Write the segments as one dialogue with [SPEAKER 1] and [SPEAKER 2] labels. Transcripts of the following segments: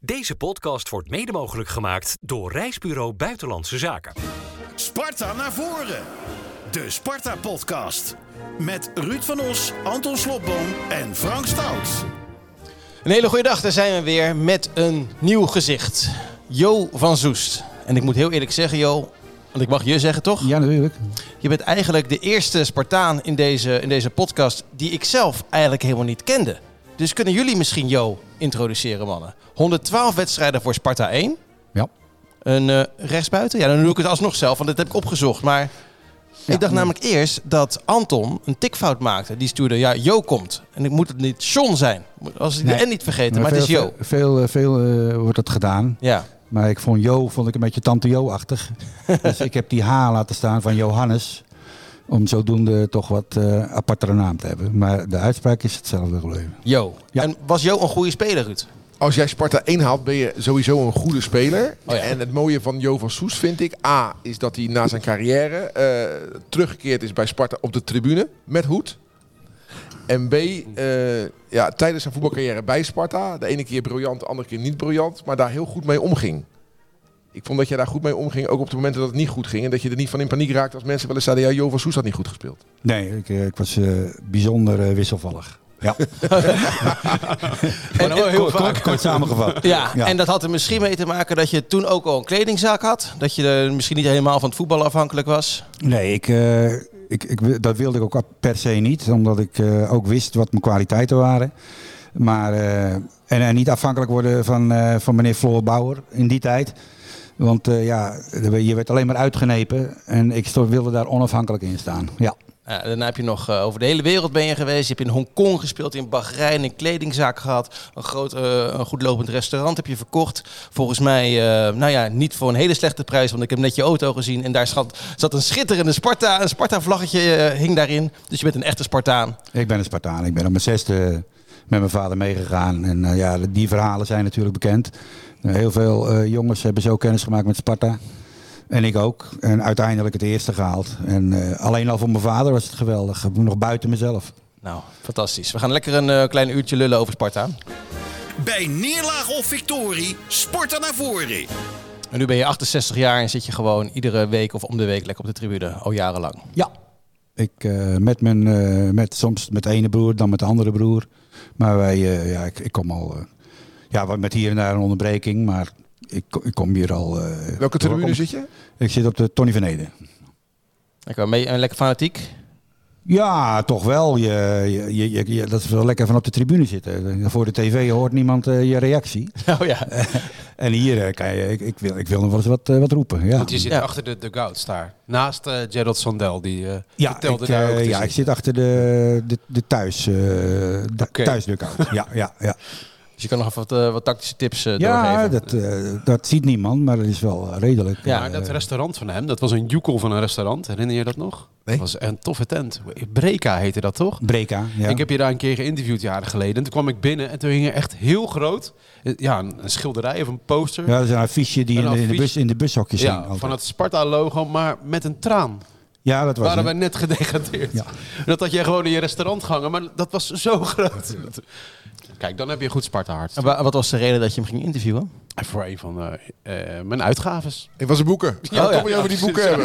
[SPEAKER 1] Deze podcast wordt mede mogelijk gemaakt door Reisbureau Buitenlandse Zaken.
[SPEAKER 2] Sparta naar voren. De Sparta-podcast. Met Ruud van Os, Anton Slobboom en Frank Stout.
[SPEAKER 3] Een hele goede dag, daar zijn we weer met een nieuw gezicht. Jo van Zoest. En ik moet heel eerlijk zeggen, Jo, want ik mag je zeggen toch?
[SPEAKER 4] Ja, natuurlijk.
[SPEAKER 3] Je bent eigenlijk de eerste Spartaan in deze, in deze podcast die ik zelf eigenlijk helemaal niet kende. Dus kunnen jullie misschien Jo introduceren, mannen? 112 wedstrijden voor Sparta 1.
[SPEAKER 4] Ja.
[SPEAKER 3] Een eh, rechtsbuiten? Ja, dan doe ik het alsnog zelf, want dat heb ik opgezocht. Maar ik dacht namelijk eerst dat Anton een tikfout maakte. Die stuurde, ja, Jo komt. En ik moet het niet John zijn. Als ik
[SPEAKER 4] Nee.
[SPEAKER 3] de N niet vergeten, maar het is Jo.
[SPEAKER 4] Veel, veel, eh, veel eh, wordt dat gedaan.
[SPEAKER 3] Ja.
[SPEAKER 4] Maar ik vond Jo vond ik een beetje tante Jo-achtig. dus ik heb die H laten staan van Johannes. Om zodoende toch wat eh apartere naam te hebben. Maar de uitspraak is hetzelfde gebleven.
[SPEAKER 3] Jo.
[SPEAKER 4] Ja.
[SPEAKER 3] En was Jo een goede speler, Ruud?
[SPEAKER 5] Als jij Sparta 1 haalt, ben je sowieso een goede speler.
[SPEAKER 3] Oh ja.
[SPEAKER 5] En het mooie van Jo van Soes vind ik... A, is dat hij na zijn carrière eh, teruggekeerd is bij Sparta op de tribune met hoed. En B, eh, ja, tijdens zijn voetbalcarrière bij Sparta... de ene keer briljant, de andere keer niet briljant... maar daar heel goed mee omging. Ik vond dat jij daar goed mee omging, ook op de momenten dat het niet goed ging. En dat je er niet van in paniek raakte als mensen wel eens zeiden... ja, Jo van Soes had niet goed gespeeld.
[SPEAKER 4] Nee, ik, eh, ik was eh, bijzonder eh, wisselvallig. Ja,
[SPEAKER 3] En, eh, en-
[SPEAKER 4] Kort- kort, kort samengevat.
[SPEAKER 3] ja,
[SPEAKER 4] Oh, Ja.
[SPEAKER 3] en dat had er misschien mee te maken dat je toen ook al een kledingzaak had. Dat je er misschien niet helemaal van het voetbal afhankelijk was.
[SPEAKER 4] Nee, ik, eh, ik, ik, dat wilde ik ook per se niet, omdat ik eh, ook wist wat mijn kwaliteiten waren. Maar, eh, en, eh, niet afhankelijk worden van, eh, van meneer Floor Bauer in die tijd. Want eh, ja, je werd alleen maar uitgenepen en ik sto- wilde daar onafhankelijk in staan. Ja.
[SPEAKER 3] Ja, daarna heb je nog eh, over de hele wereld ben je geweest. Je hebt in Hongkong gespeeld, in Bahrein, een kledingzaak gehad. Een, groot, eh, een goed lopend restaurant heb je verkocht. Volgens mij, eh, nou ja, niet voor een hele slechte prijs. Want ik heb net je auto gezien. En daar zat, zat een schitterende Sparta. Een Sparta-vlaggetje eh, hing daarin. Dus je bent een echte Spartaan.
[SPEAKER 4] Ik ben een Spartaan. Ik ben op mijn zesde met mijn vader meegegaan. En eh, ja, die verhalen zijn natuurlijk bekend. Heel veel eh, jongens hebben zo kennis gemaakt met Sparta. En ik ook. En uiteindelijk het eerste gehaald. En eh, alleen al voor mijn vader was het geweldig. Nog buiten mezelf.
[SPEAKER 3] Nou, fantastisch. We gaan lekker een eh, klein uurtje lullen over Sparta.
[SPEAKER 2] Bij neerlaag of victorie, Sparta naar voren.
[SPEAKER 3] En nu ben je 68 jaar en zit je gewoon iedere week of om de week lekker op de tribune, al jarenlang.
[SPEAKER 4] Ja. Ik, eh, met mijn, eh, met, soms met de ene broer, dan met de andere broer. Maar wij, eh, ja, ik, ik kom al... eh, ja, wat met hier en daar een onderbreking, maar ik, ko- ik kom hier al... eh,
[SPEAKER 5] Welke
[SPEAKER 4] doorkom-
[SPEAKER 5] tribune zit je?
[SPEAKER 4] Ik zit op de Tony van Ede.
[SPEAKER 3] Lekker, mee, en lekker fanatiek.
[SPEAKER 4] Ja, toch wel. Je, je, je- je, je- dat is wel lekker van op de tribune zitten. Voor de tv hoort niemand eh, je reactie.
[SPEAKER 6] Nou
[SPEAKER 3] Oh ja.
[SPEAKER 4] En hier eh, kan je, ik, ik, wil, ik wil nog wel eens wat, eh, wat roepen. Ja,
[SPEAKER 6] Want je zit
[SPEAKER 3] Ja.
[SPEAKER 6] achter de dugouts daar. Naast eh Gerald Sondel, die eh
[SPEAKER 4] ja, ik,
[SPEAKER 6] vertelde daar
[SPEAKER 4] eh,
[SPEAKER 6] ook te
[SPEAKER 4] ja ik
[SPEAKER 6] zitten.
[SPEAKER 4] zit achter de, de, de thuis, eh du-
[SPEAKER 6] Oké.
[SPEAKER 4] thuisdugout. ja, ja, ja.
[SPEAKER 3] Dus je kan nog wat, eh, wat tactische tips eh,
[SPEAKER 4] ja
[SPEAKER 3] doorgeven.
[SPEAKER 4] dat, eh, dat ziet niemand, maar dat is wel eh, redelijk.
[SPEAKER 3] Ja,
[SPEAKER 6] Maar
[SPEAKER 4] eh,
[SPEAKER 6] dat restaurant van hem, dat was een joekel van een restaurant. Herinner je dat nog?
[SPEAKER 5] Nee.
[SPEAKER 6] Dat was een toffe tent. Breka heette dat toch?
[SPEAKER 4] Breka. Ja.
[SPEAKER 6] Ik heb je daar een keer geïnterviewd jaren geleden. En toen kwam ik binnen en toen hing er echt heel groot eh, ja, een, een schilderij of een poster.
[SPEAKER 4] ja, dat is een affiche die
[SPEAKER 6] Een
[SPEAKER 4] in, de- in de
[SPEAKER 6] affiche.
[SPEAKER 4] bus, in de bushokjes
[SPEAKER 6] Ja,
[SPEAKER 4] hing altijd.
[SPEAKER 6] van het Sparta-logo, maar met een traan.
[SPEAKER 4] ja, dat was
[SPEAKER 6] Waren
[SPEAKER 4] het.
[SPEAKER 6] we net gedegradeerd.
[SPEAKER 4] Ja.
[SPEAKER 6] En Dat had jij gewoon in je restaurant gehangen, maar dat was zo groot. Kijk, dan heb je een goed Sparta-hart.
[SPEAKER 3] En wa- wat was de reden dat je hem ging interviewen?
[SPEAKER 6] En Voor een van eh, eh, mijn uitgaves.
[SPEAKER 5] Ik was een boeken. Ja,
[SPEAKER 3] ja.
[SPEAKER 5] toch wil je over die boeken hebben.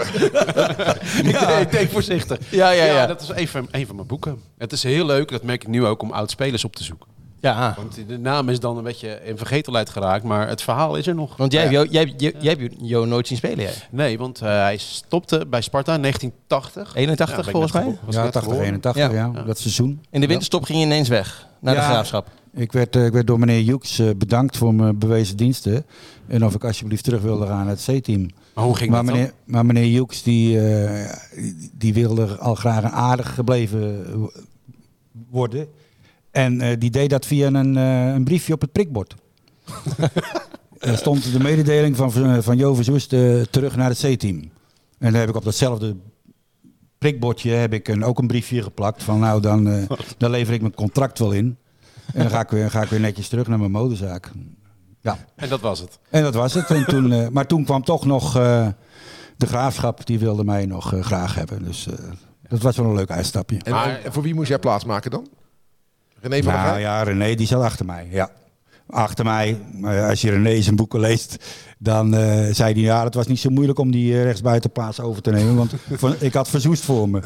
[SPEAKER 6] ik, ik denk voorzichtig.
[SPEAKER 3] Ja, ja, ja.
[SPEAKER 6] dat is een van, een van mijn boeken. Het is heel leuk, dat merk ik nu ook, om oud-spelers op te zoeken.
[SPEAKER 3] Ja,
[SPEAKER 6] Want de naam is dan een beetje in vergetelheid geraakt, maar het verhaal is er nog.
[SPEAKER 3] want jij, hebt Jo- jij, jij, jij hebt Jo nooit zien spelen, jij?
[SPEAKER 6] Nee, want eh, hij stopte bij Sparta in 1980.
[SPEAKER 3] 81
[SPEAKER 6] ben ik
[SPEAKER 3] volgens
[SPEAKER 6] net
[SPEAKER 3] mij.
[SPEAKER 6] geboren. Was ik
[SPEAKER 4] ja,
[SPEAKER 6] net
[SPEAKER 4] 80,
[SPEAKER 6] geboren.
[SPEAKER 4] 81, ja.
[SPEAKER 3] Ja.
[SPEAKER 4] dat seizoen.
[SPEAKER 3] In de winterstop ging je ineens weg naar de
[SPEAKER 4] Ja.
[SPEAKER 3] graafschap.
[SPEAKER 4] Ik werd, eh, ik werd door meneer Joeks eh, bedankt voor mijn bewezen diensten. En of ik alsjeblieft terug wilde gaan naar het C-team.
[SPEAKER 6] Maar hoe ging
[SPEAKER 4] Maar
[SPEAKER 6] dat
[SPEAKER 4] meneer, maar meneer Joeks die, eh, die wilde al graag een aardig gebleven eh, worden. En eh, die deed dat via een, eh, een briefje op het prikbord. Er stond de mededeling van, van Joven Zoest eh, terug naar het C-team. En daar heb ik op datzelfde prikbordje heb ik een, ook een briefje geplakt. Van nou, dan, eh, dan lever ik mijn contract wel in. En dan ga ik weer, ga ik weer netjes terug naar mijn modezaak. Ja.
[SPEAKER 6] dan? En dat was het.
[SPEAKER 4] En dat was het. En toen, eh, maar toen kwam toch nog eh, de graafschap, die wilde mij nog eh, graag hebben. Dus eh, dat was wel een leuk uitstapje.
[SPEAKER 5] En,
[SPEAKER 6] Maar-
[SPEAKER 5] en voor wie moest jij plaatsmaken dan? René van der
[SPEAKER 4] Nou
[SPEAKER 5] Grijp?
[SPEAKER 4] ja, René die zat achter mij. Ja. achter mij. Maar als je René zijn boeken leest, dan eh, zei hij... ja, het was niet zo moeilijk om die eh, rechtsbuitenplaats over te nemen... want van- ik had verzoest voor me.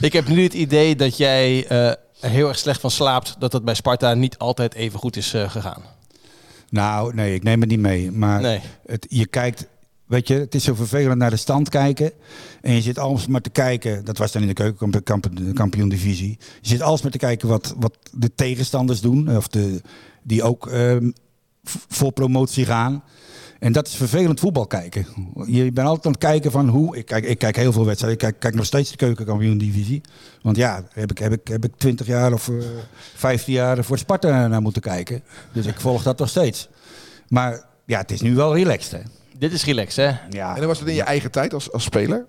[SPEAKER 3] Ik heb nu het idee dat jij eh, er heel erg slecht van slaapt. Dat dat bij Sparta niet altijd even goed is eh, gegaan.
[SPEAKER 4] Nou, nee, ik neem het niet mee. Maar
[SPEAKER 3] Nee.
[SPEAKER 4] het, je kijkt, weet je, het is zo vervelend naar de stand kijken. En je zit alsmaar te kijken, dat was dan in de keukenkampioen divisie. Je zit alsmaar te kijken wat, wat de tegenstanders doen. Of de, die ook ehm, v- voor promotie gaan. En dat is vervelend voetbal kijken. Je bent altijd aan het kijken van hoe. Ik kijk, ik kijk heel veel wedstrijden. Ik kijk, kijk nog steeds de keukenkampioen divisie. Want ja, heb ik, heb ik, heb ik 20 jaar of eh 15 jaar voor Sparta naar moeten kijken. Dus ik volg dat nog steeds. Maar ja, het is nu wel relaxed. Hè?
[SPEAKER 3] Dit is relax, hè?
[SPEAKER 5] Ah, En
[SPEAKER 4] Ja,
[SPEAKER 5] dan was het in je eigen tijd als, als speler.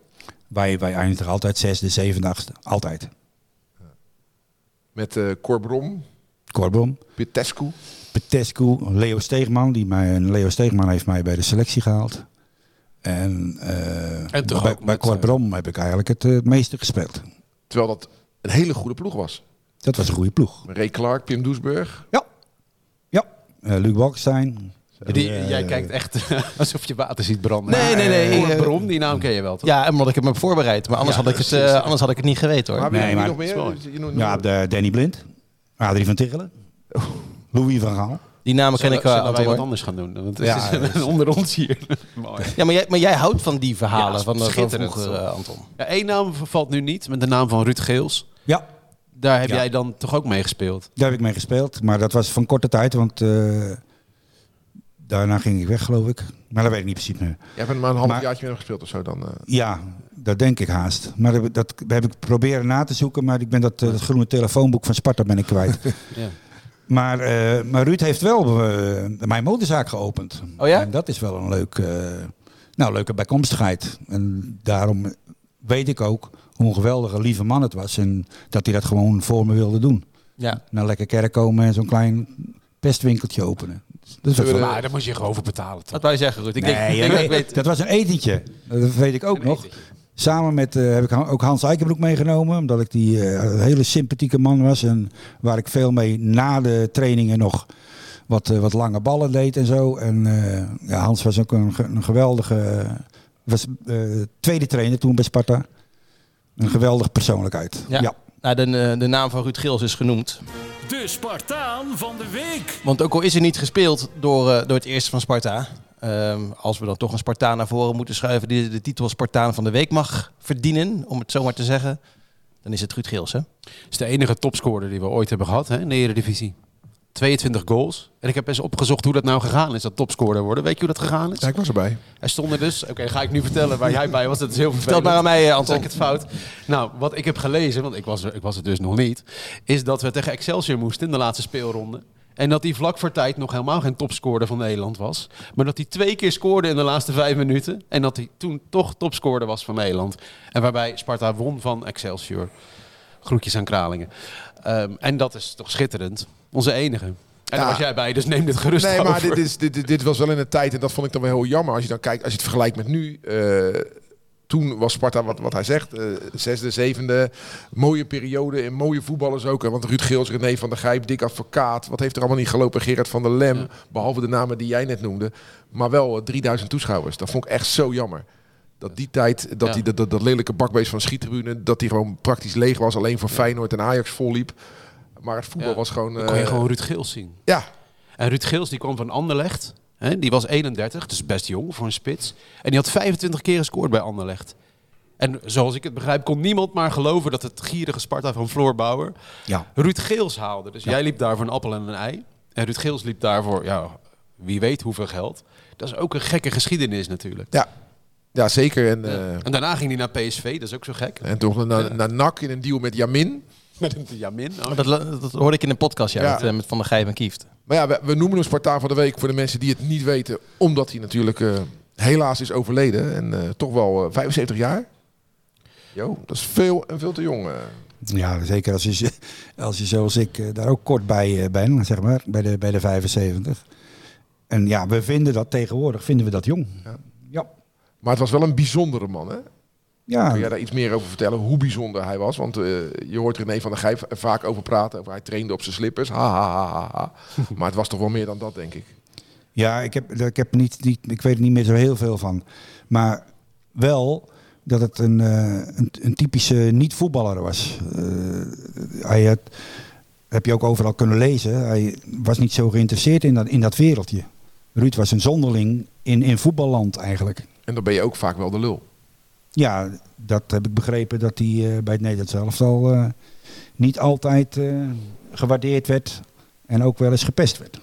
[SPEAKER 4] wij, wij eindigen altijd zesde, zevende, achtste. Altijd.
[SPEAKER 5] Met eh Corbrom,
[SPEAKER 4] Korbom,
[SPEAKER 5] Pitescu.
[SPEAKER 4] Petescu, Leo Steegman. Die mij, en Leo Steegman heeft mij bij de selectie gehaald. En, eh,
[SPEAKER 6] En toch
[SPEAKER 4] bij,
[SPEAKER 6] ook
[SPEAKER 4] bij
[SPEAKER 6] met, eh,
[SPEAKER 4] Korbrom heb ik eigenlijk het eh, meeste gespeeld.
[SPEAKER 5] Terwijl dat een hele goede ploeg was.
[SPEAKER 4] Dat was een goede ploeg.
[SPEAKER 5] Ray Clark, Pim Doesburg.
[SPEAKER 4] Ja. Ja. Eh, Luc Balkenstein.
[SPEAKER 6] Die,
[SPEAKER 4] Eh,
[SPEAKER 6] jij kijkt echt alsof je water ziet branden.
[SPEAKER 3] eh, Nee, nee, nee.
[SPEAKER 6] Cor
[SPEAKER 3] Eh,
[SPEAKER 6] Brom, die naam ken je wel, toch?
[SPEAKER 3] Ja, omdat ik hem heb voorbereid. Maar anders,
[SPEAKER 6] Ja,
[SPEAKER 3] had, ik het,
[SPEAKER 6] precies.
[SPEAKER 3] eh, anders had ik het niet geweten, hoor.
[SPEAKER 5] Maar wie-
[SPEAKER 4] Nee,
[SPEAKER 5] wie
[SPEAKER 4] maar-
[SPEAKER 5] nog
[SPEAKER 6] dat
[SPEAKER 5] meer?
[SPEAKER 6] is
[SPEAKER 5] Je noemt-
[SPEAKER 4] Ja, de Danny Blind. Adrie van Tichelen. Louis van Gaal.
[SPEAKER 3] Die namen ken ik
[SPEAKER 6] Zullen-
[SPEAKER 3] wel,
[SPEAKER 6] zullen wij wat
[SPEAKER 3] hoor.
[SPEAKER 6] anders gaan doen. Want het
[SPEAKER 4] Ja,
[SPEAKER 6] is
[SPEAKER 4] dat is-
[SPEAKER 6] onder ons hier. Mooi.
[SPEAKER 3] Ja, maar jij, maar jij houdt van die verhalen
[SPEAKER 6] Ja,
[SPEAKER 3] van, eh, van
[SPEAKER 6] schitterend,
[SPEAKER 3] vroeger,
[SPEAKER 6] toch?
[SPEAKER 3] eh, Anton.
[SPEAKER 6] Ja, één naam valt nu niet, met de naam van Ruud Geels.
[SPEAKER 4] Ja.
[SPEAKER 6] Daar heb
[SPEAKER 4] Ja.
[SPEAKER 6] jij dan toch ook mee gespeeld?
[SPEAKER 4] Daar heb ik mee gespeeld. Maar dat was van korte tijd, want eh, daarna ging ik weg, geloof ik. Maar dat weet ik niet precies meer.
[SPEAKER 5] Jij bent maar een half
[SPEAKER 4] Maar-
[SPEAKER 5] jaartje met hem gespeeld of zo dan. eh.
[SPEAKER 4] Ja, dat denk ik haast. Maar dat, dat heb ik proberen na te zoeken, maar ik ben dat, eh, dat groene telefoonboek van Sparta ben ik kwijt.
[SPEAKER 6] Ja.
[SPEAKER 4] Maar, eh, maar Ruud heeft wel eh, mijn motorzaak geopend.
[SPEAKER 3] Oh ja?
[SPEAKER 4] En dat is wel een leuk, eh, nou, leuke bijkomstigheid. En daarom weet ik ook hoe een geweldige, lieve man het was. En dat hij dat gewoon voor me wilde doen.
[SPEAKER 3] Ja.
[SPEAKER 4] Naar lekker kerk komen en zo'n klein pestwinkeltje openen. Dat is wat voor-
[SPEAKER 6] Maar daar moet je gewoon over betalen, toch?
[SPEAKER 3] Wat wou je zeggen, Ruud? Ik denk,
[SPEAKER 4] Nee,
[SPEAKER 3] ik denk
[SPEAKER 4] nee,
[SPEAKER 3] dat ik weet...
[SPEAKER 4] dat was een etentje. Dat weet ik ook nog. Samen met eh, heb ik Han- ook Hans Eikenbroek meegenomen. Omdat ik die eh, een hele sympathieke man was. En waar ik veel mee na de trainingen nog wat, eh, wat lange ballen deed en zo. En eh, ja, Hans was ook een, ge- een geweldige. eh, Was eh, tweede trainer toen bij Sparta. Een geweldige persoonlijkheid.
[SPEAKER 3] Ja.
[SPEAKER 4] ja.
[SPEAKER 3] Nou, de, eh, de naam van Ruud Gils is genoemd.
[SPEAKER 2] De Spartaan van de Week.
[SPEAKER 3] Want ook al is er niet gespeeld door, eh, door het eerste van Sparta. ehm, als we dan toch een Spartaan naar voren moeten schuiven die de titel Spartaan van de Week mag verdienen, om het zo maar te zeggen. Dan is het Ruud Geels, hè?
[SPEAKER 6] Dat is de enige topscorer die we ooit hebben gehad hè, in de Eredivisie. 22 goals. En ik heb eens opgezocht hoe dat nou gegaan is, dat topscorer worden. Weet je hoe dat gegaan is?
[SPEAKER 5] Ja, ik was erbij.
[SPEAKER 6] Er stonden dus, oké, ga ik nu vertellen waar jij bij was. Dat is heel vervelend.
[SPEAKER 3] Vertel het maar aan mij, eh,
[SPEAKER 6] Dan zeg
[SPEAKER 3] Anton.
[SPEAKER 6] ik het fout. Nou, wat ik heb gelezen, want ik was er, ik was er dus nog niet, is dat we tegen Excelsior moesten in de laatste speelronde. En dat die vlak voor tijd nog helemaal geen topscorer van Nederland was. Maar dat hij twee keer scoorde in de laatste vijf minuten. En dat hij toen toch topscorer was van Nederland. En waarbij Sparta won van Excelsior. Groetjes aan Kralingen. Ehm, en dat is toch schitterend. Onze enige. En daar
[SPEAKER 5] Ja.
[SPEAKER 6] was jij bij, dus neem dit gerust
[SPEAKER 5] Nee, maar
[SPEAKER 6] over.
[SPEAKER 5] dit, is, dit, dit, dit was wel in een tijd, en dat vond ik dan wel heel jammer. Als je dan kijkt, als je het vergelijkt met nu. eh, toen was Sparta, wat, wat hij zegt, eh, zesde, zevende. Mooie periode en mooie voetballers ook. hè, Want Ruud Geels, René van der Gijp, Dick Advocaat. Wat heeft er allemaal niet gelopen? Gerard van der Lem. Behalve de namen die jij net noemde. Maar wel eh, 3000 toeschouwers. Dat vond ik echt zo jammer. Dat die tijd, dat,
[SPEAKER 6] Ja.
[SPEAKER 5] die, dat, dat, dat lelijke bakbeest van de schiettribune, dat die gewoon praktisch leeg was. Alleen voor Feyenoord en Ajax volliep. Maar het voetbal
[SPEAKER 6] Ja.
[SPEAKER 5] was gewoon...
[SPEAKER 6] Dan kon je
[SPEAKER 5] eh,
[SPEAKER 6] gewoon Ruud Geels zien.
[SPEAKER 5] Ja,
[SPEAKER 6] En Ruud Geels die kwam van Anderlecht. Hè, die was 31, dus best jong voor een spits. En die had 25 keer gescoord bij Anderlecht. En zoals ik het begrijp, kon niemand maar geloven dat het gierige Sparta van Floor Bauer
[SPEAKER 4] ja.
[SPEAKER 6] Ruud Geels haalde. Dus jij liep daarvoor een appel en een ei. En Ruud Geels liep daarvoor, ja, wie weet hoeveel geld. Dat is ook een gekke geschiedenis natuurlijk.
[SPEAKER 5] Ja, ja zeker. En, eh,
[SPEAKER 6] En daarna ging hij naar PSV, dat is ook zo gek.
[SPEAKER 4] Eh.
[SPEAKER 5] en toch naar, naar NAC in een deal met Jamin.
[SPEAKER 6] Met een Jamin. oh.
[SPEAKER 3] Maar dat, dat hoorde ik in een podcast ja,
[SPEAKER 5] Ja.
[SPEAKER 3] Met, eh, met Van der Gijp en Kieft.
[SPEAKER 5] Maar ja, we, we noemen hem Spartaan van de Week voor de mensen die het niet weten. Omdat hij natuurlijk eh, helaas is overleden. En eh, toch wel eh, 75 jaar. Jo, dat is veel en veel te jong. eh.
[SPEAKER 4] Ja, zeker als je, z- als je zoals ik eh, daar ook kort bij eh, ben, zeg maar, bij de, bij de 75. En ja, we vinden dat tegenwoordig, vinden we dat jong.
[SPEAKER 5] Ja.
[SPEAKER 4] Ja,
[SPEAKER 5] Maar het was wel een bijzondere man, hè?
[SPEAKER 4] Ja,
[SPEAKER 5] Kun jij daar iets meer over vertellen hoe bijzonder hij was? Want eh, je hoort René van der Gijp vaak over praten. Over, hij trainde op zijn slippers. Ha, ha, ha, ha, ha. Maar het was toch wel meer dan dat, denk ik.
[SPEAKER 4] ja ik, heb, ik, heb niet, niet, ik weet er niet meer zo heel veel van. Maar wel dat het een, eh, een, een typische niet-voetballer was. Eh, hij had, heb je ook overal kunnen lezen. Hij was niet zo geïnteresseerd in dat, in dat wereldje. Ruud was een zonderling in, in voetballand eigenlijk.
[SPEAKER 5] En dan ben je ook vaak wel de lul.
[SPEAKER 4] Ja, dat heb ik begrepen dat hij eh, bij het Nederlands elftal eh niet altijd eh, gewaardeerd werd en ook wel eens gepest werd.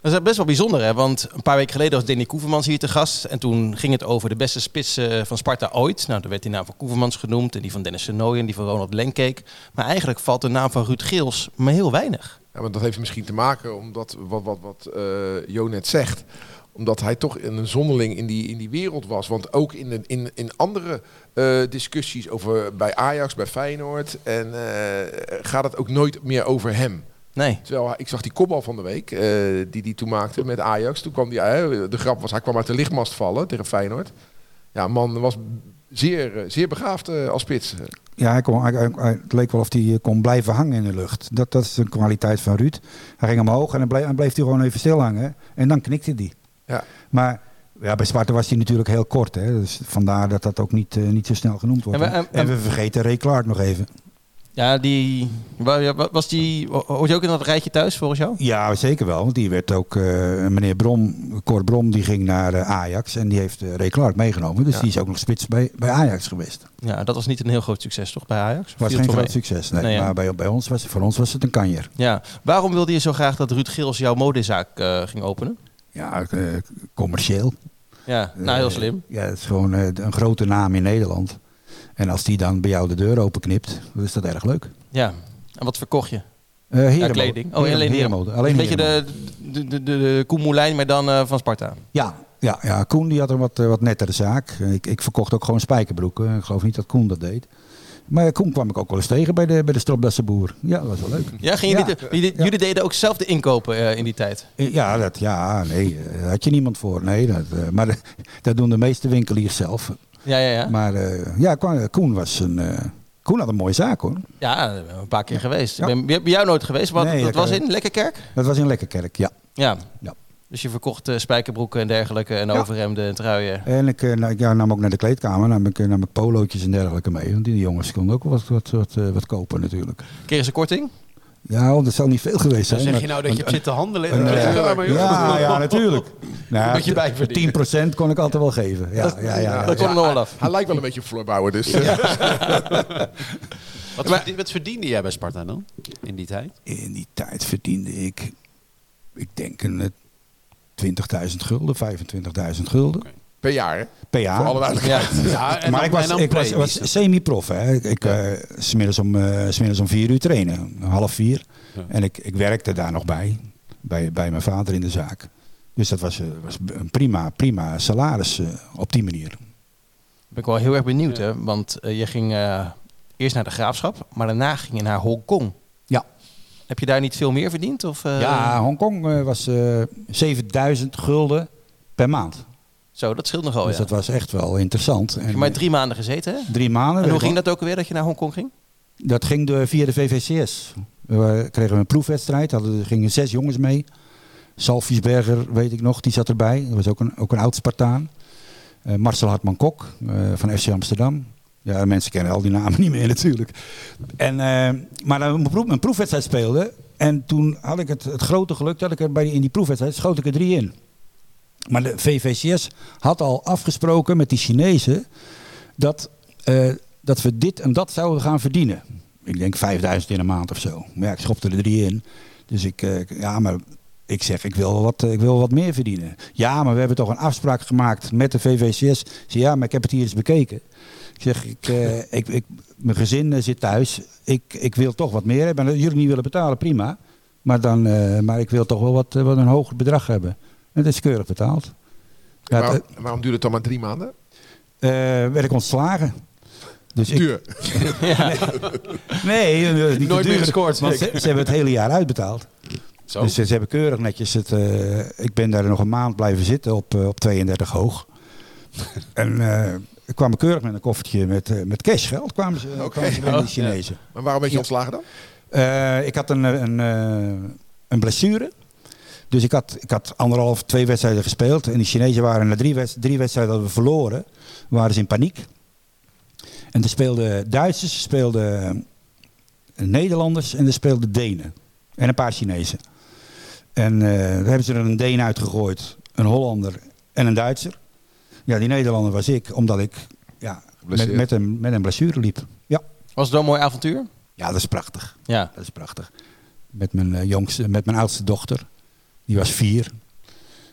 [SPEAKER 3] Dat is best wel bijzonder, hè? Want een paar weken geleden was Danny Koevermans hier te gast. En toen ging het over de beste spits eh, van Sparta ooit. Nou, daar werd die naam van Koevermans genoemd. En die van Dennis Senoy en die van Ronald Lenkeek. Maar eigenlijk valt de naam van Ruud Geels maar heel weinig.
[SPEAKER 5] Ja, maar dat heeft misschien te maken omdat wat, wat, wat eh, Jo net zegt. Omdat hij toch een zonderling in die, in die wereld was. Want ook in, de, in, in andere eh, discussies over, bij Ajax, bij Feyenoord. En eh, gaat het ook nooit meer over hem.
[SPEAKER 3] Nee.
[SPEAKER 5] Terwijl hij- ik zag die kopbal van de week, eh, die hij toen maakte met Ajax. Toen kwam die, eh, de grap was, hij kwam uit de lichtmast vallen tegen Feyenoord. Ja, man was zeer, eh, zeer begaafd eh, als spits.
[SPEAKER 4] Ja, hij kon, hij- hij- hij- het leek wel of hij eh, kon blijven hangen in de lucht. Dat, dat is een kwaliteit van Ruud. Hij ging omhoog en dan bleef, dan bleef hij gewoon even stil hangen. En dan knikte hij.
[SPEAKER 5] Ja.
[SPEAKER 4] Maar ja, bij Sparta was hij natuurlijk heel kort. Hè? Dus vandaar dat dat ook niet, eh, niet zo snel genoemd wordt.
[SPEAKER 3] En
[SPEAKER 4] En
[SPEAKER 3] we-
[SPEAKER 4] we,
[SPEAKER 3] en- en-
[SPEAKER 4] vergeten Ray Clark nog even.
[SPEAKER 3] Ja, die... wa- ja, wa- Was die... ho- Hoort je ook in dat rijtje thuis, volgens jou?
[SPEAKER 4] Ja, zeker wel. Want die werd ook, eh, meneer Brom, Cor Brom, die ging naar eh, Ajax. En die heeft eh, Ray Clark meegenomen. Dus
[SPEAKER 3] Ja.
[SPEAKER 4] die is ook nog spits bij, bij Ajax geweest.
[SPEAKER 3] Ja, dat was niet een heel groot succes, toch? Bij Ajax? Viel
[SPEAKER 4] Was
[SPEAKER 3] het
[SPEAKER 4] geen
[SPEAKER 3] wel
[SPEAKER 4] groot
[SPEAKER 3] mee?
[SPEAKER 4] succes. Nee.
[SPEAKER 3] Nee, ja.
[SPEAKER 4] Maar bij, bij ons was, voor ons was het een kanjer.
[SPEAKER 3] Ja. Waarom wilde je zo graag dat Ruud Geels jouw modezaak eh, ging openen?
[SPEAKER 4] Ja, eh, commercieel.
[SPEAKER 3] Ja, nou heel
[SPEAKER 4] Eh,
[SPEAKER 3] slim.
[SPEAKER 4] Ja, het is gewoon eh, een grote naam in Nederland. En als die dan bij jou de deur openknipt, dan is dat erg leuk.
[SPEAKER 3] Ja. En wat verkocht je?
[SPEAKER 4] Eh herenmode.
[SPEAKER 3] Ja, kleding. Oh,
[SPEAKER 4] Heren-
[SPEAKER 3] alleen
[SPEAKER 4] herenmode.
[SPEAKER 3] herenmode.
[SPEAKER 4] Alleen
[SPEAKER 3] een beetje
[SPEAKER 4] herenmode.
[SPEAKER 3] de, de, de, de Koen Moulijn, maar dan eh, van Sparta.
[SPEAKER 4] Ja, ja, ja, Koen die had een wat, eh, wat nettere zaak. Eh, Ik, ik verkocht ook gewoon spijkerbroeken. Ik geloof niet dat Koen dat deed. Maar Koen kwam ik ook wel eens tegen bij de, bij de Stropdasse boer. Ja, dat was wel leuk.
[SPEAKER 3] Ja, gingen
[SPEAKER 4] Ja.
[SPEAKER 3] jullie de- jullie, jullie deden ook zelf de inkopen eh, in die tijd.
[SPEAKER 4] Eh, Ja, dat, ja nee, eh, daar had je niemand voor. Nee, dat, eh, maar dat doen de meeste winkeliers zelf.
[SPEAKER 3] Ja, ja, ja.
[SPEAKER 4] Maar eh, ja, Koen- Koen, was een, eh, Koen had een mooie zaak hoor.
[SPEAKER 3] ja, daar ben ik een paar keer geweest. Ik
[SPEAKER 4] Ja.
[SPEAKER 3] ben bij bij jou nooit geweest, maar
[SPEAKER 4] Nee,
[SPEAKER 3] dat
[SPEAKER 4] ik,
[SPEAKER 3] was
[SPEAKER 4] eh,
[SPEAKER 3] in Lekkerkerk?
[SPEAKER 4] Dat was in Lekkerkerk, ja.
[SPEAKER 3] Ja.
[SPEAKER 4] Ja.
[SPEAKER 3] Dus je verkocht eh, spijkerbroeken en dergelijke en
[SPEAKER 4] Ja.
[SPEAKER 3] overhemden en truien.
[SPEAKER 4] En ik, eh, nou, ik ja, nam ook naar de kleedkamer, nam ik, eh, nam ik polootjes en dergelijke mee. Want die jongens konden ook wat, wat, wat, eh, wat kopen natuurlijk.
[SPEAKER 3] Kregen ze korting?
[SPEAKER 4] Ja, want dat zal niet veel geweest zijn.
[SPEAKER 6] Dan zeg je
[SPEAKER 4] maar-
[SPEAKER 6] nou dat je hebt zitten handelen.
[SPEAKER 4] een,
[SPEAKER 6] Dat
[SPEAKER 4] eh,
[SPEAKER 6] ligt er maar, joh.
[SPEAKER 4] ja, ja, natuurlijk. Nou,
[SPEAKER 6] Moet je bijverdienen.
[SPEAKER 4] 10% kon ik altijd wel geven. Ja, ja, ja, ja,
[SPEAKER 3] dat kon er nog wel af.
[SPEAKER 5] Hij lijkt wel een beetje op Floor Bauer, dus... eh,
[SPEAKER 4] eh,
[SPEAKER 6] Wat, verdien- wat verdiende jij bij Sparta dan in die tijd?
[SPEAKER 4] In die tijd verdiende ik, ik denk een eh, 20.000 gulden, 25.000 gulden
[SPEAKER 5] Per jaar, hè?
[SPEAKER 4] per jaar.
[SPEAKER 5] Voor alle duidelijkheid.
[SPEAKER 3] Ja.
[SPEAKER 6] Ja,
[SPEAKER 4] maar ik was, ik was, was semi-prof. hè. Ik, ik eh, smiddags om, eh, smiddags om vier uur trainen, om half vier.
[SPEAKER 6] Ja.
[SPEAKER 4] En ik, ik werkte daar nog bij, bij, bij mijn vader in de zaak. Dus dat was, eh, was een prima, prima salaris eh, op die manier.
[SPEAKER 3] Ben ik wel heel erg benieuwd, hè? Want eh, je ging eh, eerst naar de graafschap, maar daarna ging je naar Hongkong.
[SPEAKER 4] Ja.
[SPEAKER 3] Heb je daar niet veel meer verdiend? Of, eh,
[SPEAKER 4] ja, Hongkong eh, was eh 7000 gulden per maand.
[SPEAKER 3] Zo, dat scheelt nogal.
[SPEAKER 4] dus
[SPEAKER 3] Oh, ja.
[SPEAKER 4] dat was echt wel interessant. En, eh,
[SPEAKER 3] Heb je maar drie maanden gezeten, hè?
[SPEAKER 4] drie maanden.
[SPEAKER 3] En hoe
[SPEAKER 4] weet ik
[SPEAKER 3] ging
[SPEAKER 4] wel.
[SPEAKER 3] dat ook alweer dat je naar Hongkong ging?
[SPEAKER 4] Dat ging door via de VVCS. We kregen een proefwedstrijd. Hadden, er gingen zes jongens mee. Salviesberger, weet ik nog, die zat erbij. Dat was ook een, ook een oud Spartaan. Eh, Marcel Hartman-Kok eh, van FC Amsterdam. Ja, mensen kennen al die namen niet meer natuurlijk. En, eh, maar dan een, proef, een proefwedstrijd speelde. En toen had ik het, het grote geluk dat ik er bij, die- in die proefwedstrijd schoot ik er drie in. Maar de VVCS had al afgesproken met die Chinezen dat, eh, dat we dit en dat zouden gaan verdienen. Ik denk 5000 in een maand of zo. Maar ja, ik schopte er drie in. Dus ik, eh, k- ja, maar ik zeg, ik wil, wat, eh, ik wil wat meer verdienen. Ja, maar we hebben toch een afspraak gemaakt met de VVCS. Ik zeg, ja, maar ik heb het hier eens bekeken. Ik zeg, ik, eh, ik, ik, mijn gezin eh, zit thuis. Ik, ik wil toch wat meer hebben. En als jullie niet willen betalen, prima. Maar, dan, eh, maar ik wil toch wel wat, eh, wat een hoger bedrag hebben. En dat is keurig betaald. Ja,
[SPEAKER 5] Waarom-
[SPEAKER 4] het,
[SPEAKER 5] waarom duurde het dan maar drie maanden?
[SPEAKER 4] eh, werd ik ontslagen. Dus ik,
[SPEAKER 5] Duur.
[SPEAKER 4] Nee, dat is niet
[SPEAKER 6] Nooit
[SPEAKER 4] te duur.
[SPEAKER 6] meer gescoord.
[SPEAKER 4] Want ze, ze hebben het hele jaar uitbetaald.
[SPEAKER 6] Zo.
[SPEAKER 4] Dus ze, ze hebben keurig netjes het. eh, ik ben daar nog een maand blijven zitten op, eh, op 32 hoog. En eh, kwamen keurig met een koffertje met, eh, met cashgeld. Kwamen ze, kwamen ze
[SPEAKER 6] Oh,
[SPEAKER 4] binnen, de Chinezen.
[SPEAKER 5] Maar waarom ben je
[SPEAKER 4] Ja.
[SPEAKER 5] ontslagen dan?
[SPEAKER 4] Eh, ik had een, eh, een, eh, een blessure. Dus ik had, ik had anderhalf, twee wedstrijden gespeeld. En die Chinezen waren na drie, wedst- drie wedstrijden hadden we verloren. Waren ze in paniek. En er speelden Duitsers, er speelden eh, Nederlanders en er speelden Denen. En een paar Chinezen. En eh, daar hebben ze er een Deen uitgegooid, een Hollander en een Duitser. Ja, die Nederlander was ik, omdat ik ja, met,
[SPEAKER 5] Geblesseerd.
[SPEAKER 4] met, een, met een blessure liep. Ja.
[SPEAKER 3] Was het wel een mooi avontuur?
[SPEAKER 4] ja, dat is prachtig.
[SPEAKER 3] Ja.
[SPEAKER 4] Dat is prachtig. Met mijn, eh, jongste, met mijn oudste dochter, die was vier,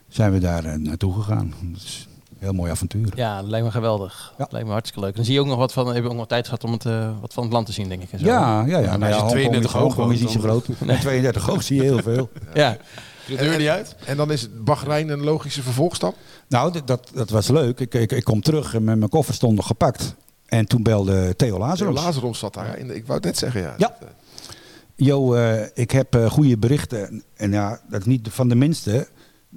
[SPEAKER 4] zijn we daar eh, naartoe gegaan. Dat is een heel mooi avontuur.
[SPEAKER 3] Ja, dat lijkt me geweldig.
[SPEAKER 4] Ja.
[SPEAKER 3] Lijkt me hartstikke leuk. Dan zie je ook nog wat van, heb je ook nog tijd gehad om het, eh, wat van het land te zien, denk ik. En zo.
[SPEAKER 4] Ja, ja, ja.
[SPEAKER 6] als
[SPEAKER 4] Nou
[SPEAKER 6] je
[SPEAKER 4] ja, Hongkong
[SPEAKER 6] 32
[SPEAKER 4] is- Hongkong
[SPEAKER 6] hoog
[SPEAKER 4] is niet zo groot. En 32 hoog zie je heel veel.
[SPEAKER 3] ja.
[SPEAKER 6] De deur niet uit?
[SPEAKER 5] En dan is het Bahrein een logische vervolgstap.
[SPEAKER 4] Nou, d- dat, dat was leuk. Ik, ik, ik kom terug en mijn, mijn koffer stond nog gepakt. En toen belde Theo
[SPEAKER 5] Lazarus.
[SPEAKER 4] Lazarus.
[SPEAKER 5] Lazarus zat daar. hè? In de- ik wou het net zeggen, ja. eh,
[SPEAKER 4] Ja. Jo, eh, ik heb eh, goede berichten. En, en ja, dat is niet van de minste.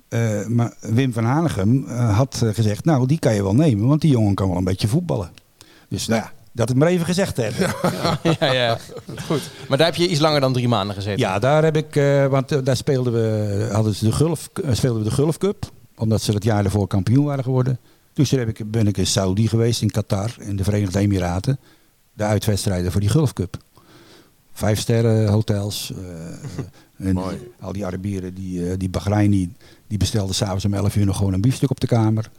[SPEAKER 4] Eh, maar Wim van Hanegem eh, had eh, gezegd, nou die kan je wel nemen, want die jongen kan wel een beetje voetballen. Dus nou ja, dat het maar even gezegd hebben. Ja,
[SPEAKER 3] ja, ja. Goed. Maar daar heb je iets langer dan drie maanden gezeten.
[SPEAKER 4] daar heb ik, eh, want eh, daar speelden we, hadden ze de Gulf, eh, speelden we de Gulf Cup, omdat ze het jaar daarvoor kampioen waren geworden. Dus toen heb ik, ben ik in Saudi geweest, in Qatar, in de Verenigde Emiraten, de uitwedstrijden voor die Gulf Cup. Vijf sterren hotels. eh, en
[SPEAKER 5] Mooi.
[SPEAKER 4] al die Arabieren, die, eh, die Bahreini, die bestelden s'avonds om 11 uur nog gewoon een biefstuk op de kamer.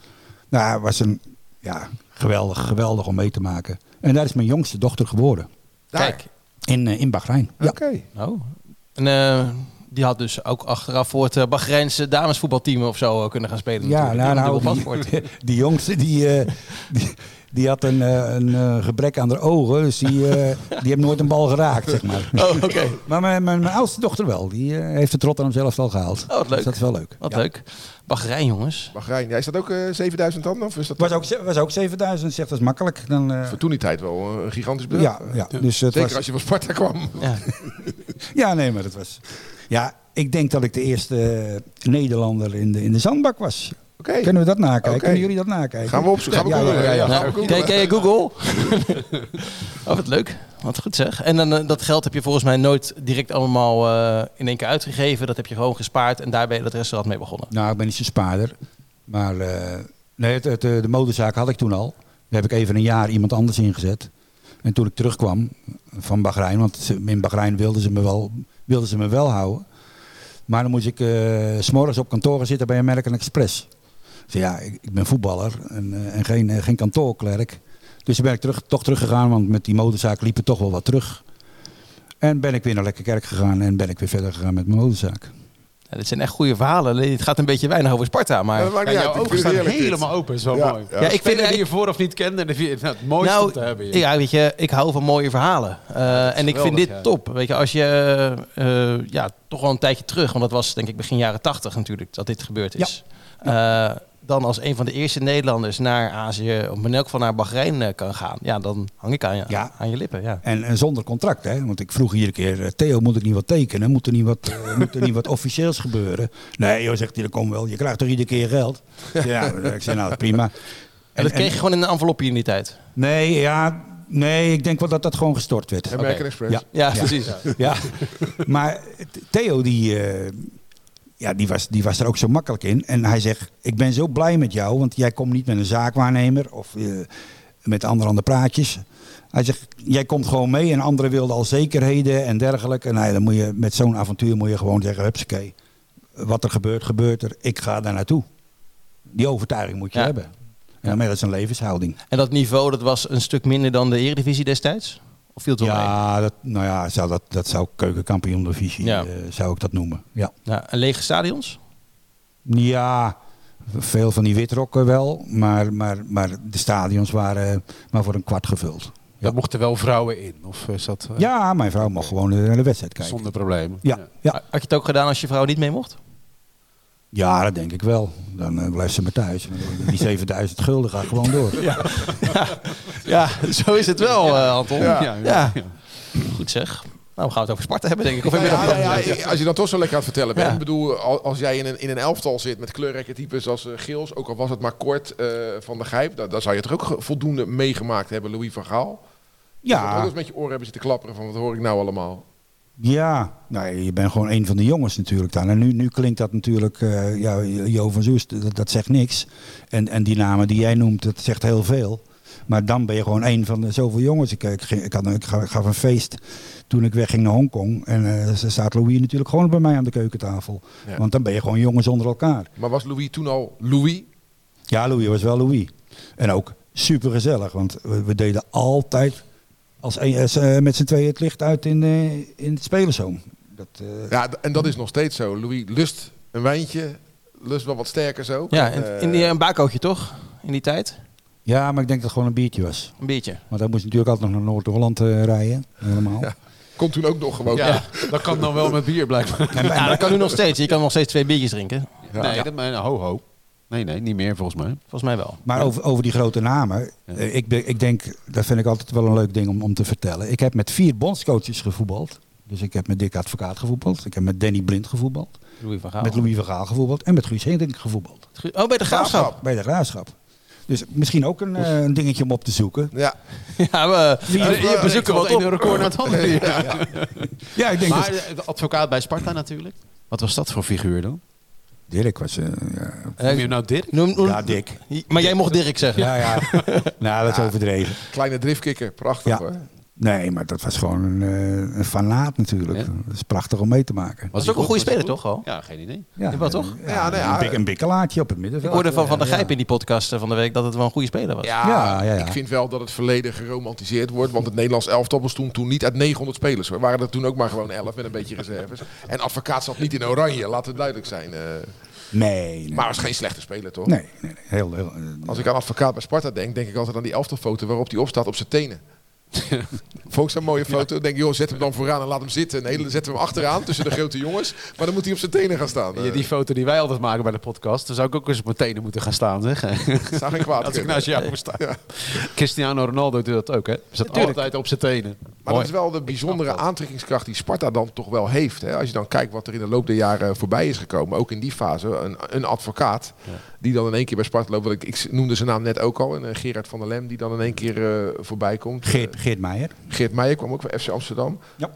[SPEAKER 4] Nou, het was een, ja, geweldig, geweldig om mee te maken. En daar is mijn jongste dochter geboren.
[SPEAKER 5] Daar.
[SPEAKER 3] Kijk.
[SPEAKER 4] In, eh, in Bahrein.
[SPEAKER 5] Oké.
[SPEAKER 4] Ja.
[SPEAKER 3] Oh. En eh, die had dus ook achteraf voor het eh, Bahreinse damesvoetbalteam of zo eh, kunnen gaan spelen.
[SPEAKER 4] Ja,
[SPEAKER 3] natuurlijk.
[SPEAKER 4] nou,
[SPEAKER 3] Die hebben dubbel
[SPEAKER 4] nou,
[SPEAKER 3] paspoort.
[SPEAKER 4] die, die jongste die, eh, die, die had een, eh, een eh, gebrek aan haar ogen. Dus die, eh, die heeft nooit een bal geraakt, zeg maar.
[SPEAKER 3] Oh, oké.
[SPEAKER 4] Maar mijn, mijn, mijn oudste dochter wel. Die eh, heeft het Rotterdam zelf al gehaald.
[SPEAKER 5] Oh,
[SPEAKER 3] wat leuk.
[SPEAKER 4] Dus dat is wel leuk.
[SPEAKER 3] Wat
[SPEAKER 4] Ja.
[SPEAKER 3] leuk. Bahrein, jongens.
[SPEAKER 5] Bahrein. Ja, is dat ook eh, 7000 dan? Of is dat
[SPEAKER 4] Was ook, ze- was ook 7000, zegt dat is makkelijk. Dan, eh,
[SPEAKER 5] voor toen die tijd wel een gigantisch bedrag?
[SPEAKER 4] ja, ja. Dus het
[SPEAKER 5] Zeker
[SPEAKER 4] was,
[SPEAKER 5] als je van Sparta kwam.
[SPEAKER 3] Ja.
[SPEAKER 4] ja, nee, maar dat was. Ja, ik denk dat ik de eerste eh, Nederlander in de, in de zandbak was.
[SPEAKER 5] Oké.
[SPEAKER 4] Kunnen we dat nakijken?
[SPEAKER 5] Oké.
[SPEAKER 4] Kunnen jullie dat nakijken?
[SPEAKER 5] Gaan we opzoeken. Gaan we
[SPEAKER 4] Ja,
[SPEAKER 5] googlen.
[SPEAKER 4] ja, ja,
[SPEAKER 5] Ja,
[SPEAKER 4] ja.
[SPEAKER 5] gaan we
[SPEAKER 3] Nou,
[SPEAKER 5] googlen.
[SPEAKER 3] ken, ken je Google? oh, wat leuk. Wat goed zeg. En dan, eh, dat geld heb je volgens mij nooit direct allemaal eh, in één keer uitgegeven. Dat heb je gewoon gespaard en daar ben je dat restaurant mee begonnen.
[SPEAKER 4] Nou, ik ben niet zo'n spaarder. Maar eh, nee, het, het, eh, de modezaak had ik toen al. Daar heb ik even een jaar iemand anders ingezet. En toen ik terugkwam van Bahrein, want ze- in Bahrein wilden ze me wel, wilden ze me wel houden. Maar dan moest ik eh, s s'morgens op kantoor gaan zitten bij American Express. Ik zei, ja, ik, ik ben voetballer en, eh, en geen, eh, geen kantoorklerk. Dus toen ben ik terug, toch teruggegaan, want met die modezaak liep het toch wel wat terug. En ben ik weer naar Lekkerkerk gegaan en ben ik weer verder gegaan met mijn modezaak.
[SPEAKER 3] Ja, dit zijn echt goede verhalen. Alleen, Het gaat een beetje weinig over Sparta, maar...
[SPEAKER 5] Ja, dat maakt
[SPEAKER 6] Ja,
[SPEAKER 5] niet
[SPEAKER 6] jouw
[SPEAKER 5] uit. Ik
[SPEAKER 6] ogen
[SPEAKER 5] vind het
[SPEAKER 6] staan
[SPEAKER 5] heerlijk dit.
[SPEAKER 6] helemaal open. Is wel
[SPEAKER 5] Ja,
[SPEAKER 6] mooi.
[SPEAKER 5] ja.
[SPEAKER 3] Ja, ik vind
[SPEAKER 6] Spelers
[SPEAKER 3] het
[SPEAKER 6] die je vooraf niet kende, en die vind je- nou, het mooiste om te hebben. hier.
[SPEAKER 3] Ja, weet je, ik hou van mooie verhalen. Eh, en ik
[SPEAKER 6] geweldig,
[SPEAKER 3] vind dit
[SPEAKER 6] ja.
[SPEAKER 3] top. Weet je, als je eh, eh, ja, toch wel een tijdje terug, want dat was denk ik begin jaren tachtig natuurlijk dat dit gebeurd is. Eh, dan als een van de eerste Nederlanders naar Azië, of in elk geval naar Bahrein eh, kan gaan. Ja, dan hang ik aan je,
[SPEAKER 4] Ja.
[SPEAKER 3] aan je lippen. Ja.
[SPEAKER 4] En, en zonder contract, hè? Want ik vroeg iedere keer: eh, Theo, moet ik niet wat tekenen? Moet er niet wat, eh, moet er niet wat officieels gebeuren? Nee, joh, zegt hij, dat komt wel. Je krijgt toch iedere keer geld? Ja, ik zei, nou, prima. En,
[SPEAKER 3] En dat kreeg je
[SPEAKER 4] en-
[SPEAKER 3] gewoon in een envelopje in die tijd.
[SPEAKER 4] nee, ja, nee, ik denk wel dat dat gewoon gestort werd.
[SPEAKER 5] American
[SPEAKER 3] Oké.
[SPEAKER 5] Express.
[SPEAKER 4] Ja.
[SPEAKER 3] Ja, precies.
[SPEAKER 4] Ja, maar Theo die, eh, ja, die, was, die was er ook zo makkelijk in. En hij zegt, ik ben zo blij met jou, want jij komt niet met een zaakwaarnemer of eh, met anderhande praatjes. Hij zegt, jij komt gewoon mee en anderen wilden al zekerheden en dergelijke. Nou, ja, dan moet je, met zo'n avontuur moet je gewoon zeggen, hupsakee, wat er gebeurt, gebeurt er. Ik ga daar naartoe. Die overtuiging moet je
[SPEAKER 3] Ja.
[SPEAKER 4] hebben. En daarmee, dat is een levenshouding.
[SPEAKER 3] En dat niveau, dat was een stuk minder dan de Eredivisie destijds? Of viel het wel mee?
[SPEAKER 4] Ja, dat, nou ja, zou dat, dat zou keukenkampioen divisie, eh,
[SPEAKER 3] Ja.
[SPEAKER 4] zou ik dat noemen. Ja.
[SPEAKER 3] Ja, en lege stadions?
[SPEAKER 4] Ja, veel van die witrokken wel, maar, maar, maar de stadions waren maar voor een kwart gevuld.
[SPEAKER 6] Daar mochten wel vrouwen in. Of is dat eh,
[SPEAKER 4] Ja, mijn vrouw mag gewoon eh, naar de wedstrijd kijken.
[SPEAKER 6] zonder probleem?
[SPEAKER 4] Ja, ja.
[SPEAKER 3] Had je het ook gedaan als je vrouw niet mee mocht?
[SPEAKER 4] ja, dat denk ik wel. Dan eh, blijft ze maar thuis. Die 7000 gulden gaat gewoon door.
[SPEAKER 3] Ja, zo is het wel, eh, Anton.
[SPEAKER 5] Ja.
[SPEAKER 3] Ja. Goed zeg. Nou, we gaan het over Sparta hebben, denk ik. Of
[SPEAKER 5] Nou
[SPEAKER 3] heb je
[SPEAKER 5] ja,
[SPEAKER 3] nog
[SPEAKER 5] nou
[SPEAKER 3] wat?
[SPEAKER 5] ja, als je dan toch zo lekker aan het vertellen bent.
[SPEAKER 3] Ja.
[SPEAKER 5] Ik bedoel, al- als jij in een, in een elftal zit met kleurrijke types als eh, Geels, ook al was het maar kort eh, van de Gijp, daar, daar zou je toch ook ge- voldoende meegemaakt hebben, Louis van Gaal. Dat ook
[SPEAKER 4] Ja,
[SPEAKER 5] eens met je oren hebben zitten klapperen van wat hoor ik nou allemaal.
[SPEAKER 4] ja. Nee, je bent gewoon een van de jongens natuurlijk daar. En nu, nu klinkt dat natuurlijk, eh ja, Jo van Zoest, dat, dat zegt niks. En, en die namen die jij noemt, dat zegt heel veel. Maar dan ben je gewoon een van de zoveel jongens. Ik, ik, ging- ik, had, een- ik ga- ik gaf een feest toen ik wegging naar Hongkong. En eh, ze staat Louis natuurlijk gewoon bij mij aan de keukentafel.
[SPEAKER 5] Ja.
[SPEAKER 4] Want dan ben je gewoon jongens onder elkaar.
[SPEAKER 5] Maar was Louis toen al Louis?
[SPEAKER 4] Ja, Louis was wel Louis. En ook super gezellig, want we, we deden altijd als, een- als, eh, met z'n tweeën het licht uit in, eh, in het spelerszoom. Dat, eh,
[SPEAKER 5] Ja, d- en dat is nog steeds zo. Louis lust een wijntje, lust wel wat sterker zo. Eh,
[SPEAKER 3] Ja, in, in die, eh, een bakootje toch? In die tijd?
[SPEAKER 4] ja, maar ik denk dat het gewoon een biertje was.
[SPEAKER 3] Een beetje.
[SPEAKER 4] Want hij moest natuurlijk altijd nog naar Noord-Holland eh, rijden. Helemaal.
[SPEAKER 5] Ja. Komt toen ook nog gewoon.
[SPEAKER 6] Ja, dat kan dan wel met bier blijkbaar.
[SPEAKER 4] En- en-
[SPEAKER 3] Ja, dat kan nu nog steeds. Je kan nog steeds twee biertjes drinken.
[SPEAKER 6] Nee, dat, maar, eh, ho ho. Nee, nee, niet meer volgens mij.
[SPEAKER 3] Volgens mij wel.
[SPEAKER 4] Maar over, over die grote namen. eh, ik, be- ik denk, dat vind ik altijd wel een leuk ding om, om te vertellen. Ik heb met vier bondscoaches gevoetbald. Dus ik heb met Dick Advocaat gevoetbald. Ik heb met Danny Blind gevoetbald.
[SPEAKER 3] Louis van Gaal.
[SPEAKER 4] Met Louis van Gaal gevoetbald. En met Guus Hiddink gevoetbald.
[SPEAKER 3] Oh, bij de graafschap.
[SPEAKER 4] Bij de graafschap. Dus misschien ook een, eh, een dingetje om op te zoeken.
[SPEAKER 5] Ja,
[SPEAKER 3] Ja, we,
[SPEAKER 5] eh,
[SPEAKER 3] je bezoeken
[SPEAKER 6] Komt
[SPEAKER 3] wat
[SPEAKER 6] het ene
[SPEAKER 3] op.
[SPEAKER 6] record naar het andere.
[SPEAKER 4] Ja, ik denk
[SPEAKER 6] Maar
[SPEAKER 4] dat...
[SPEAKER 6] eh, de advocaat bij Sparta natuurlijk. Wat was dat voor figuur dan?
[SPEAKER 4] Dirk was... eh, ja.
[SPEAKER 6] Noem je nou Dirk?
[SPEAKER 3] Noem- noem-
[SPEAKER 4] ja, Dick.
[SPEAKER 3] Maar jij mocht Dirk zeggen.
[SPEAKER 4] Ja, ja. nou, dat is overdreven.
[SPEAKER 5] kleine driftkikker, prachtig
[SPEAKER 4] Ja.
[SPEAKER 5] hoor.
[SPEAKER 4] Nee, maar dat was gewoon een, eh, een fanaat natuurlijk.
[SPEAKER 6] Ja.
[SPEAKER 4] Dat is prachtig om mee te maken.
[SPEAKER 3] Was ook een goede speler toch al?
[SPEAKER 6] Ja, geen idee.
[SPEAKER 4] Ja,
[SPEAKER 3] Wel, toch?
[SPEAKER 4] eh,
[SPEAKER 5] Ja, nou ja.
[SPEAKER 4] een, bik- een bikkelaatje op het
[SPEAKER 3] Ik
[SPEAKER 4] middenveld.
[SPEAKER 3] hoorde van Van der Gijp in die podcast eh, van de week dat het wel een goede speler was.
[SPEAKER 5] Ja,
[SPEAKER 4] Ja, ja, ja.
[SPEAKER 5] ik vind wel dat het verleden geromantiseerd wordt. Want het Nederlands elftal bestond toen niet uit 900 spelers. Er waren er toen ook maar gewoon 11 met een beetje reserves. En advocaat zat niet in oranje, laat het duidelijk zijn. eh.
[SPEAKER 4] Nee, nee.
[SPEAKER 5] maar was geen slechte speler, toch?
[SPEAKER 4] Nee, nee, nee. Heel, heel, eh,
[SPEAKER 5] Als ik aan advocaat bij Sparta denk, denk ik altijd aan die elftalfoto waarop hij opstaat op zijn tenen. Vond ik zo'n mooie foto. Denk ik, joh, zet hem dan vooraan en laat hem zitten. Nee, dan zetten we hem achteraan tussen de grote jongens. Maar dan moet hij op zijn tenen gaan staan. Eh,
[SPEAKER 6] Ja, die foto die wij altijd maken bij de podcast, daar zou ik ook eens op mijn tenen moeten gaan staan, zeg.
[SPEAKER 5] Eh, zou geen kwaad
[SPEAKER 6] Als ik
[SPEAKER 5] kunnen.
[SPEAKER 6] naast jou moest staan. Cristiano Ronaldo doet dat ook, hè? Zat altijd op zijn tenen.
[SPEAKER 5] Maar
[SPEAKER 6] Mooi.
[SPEAKER 5] dat is wel de bijzondere aantrekkingskracht die Sparta dan toch wel heeft. Hè? Als je dan kijkt wat er in de loop der jaren voorbij is gekomen. Ook in die fase. Een, een advocaat die dan in één keer bij Sparta loopt. want Ik, ik noemde zijn naam net ook al. En eh, Gerard van der Lem die dan in één keer eh, voorbij komt.
[SPEAKER 4] Geert, Geert Meijer.
[SPEAKER 5] Eh, Geert Meijer kwam ook bij FC Amsterdam.
[SPEAKER 4] Ja.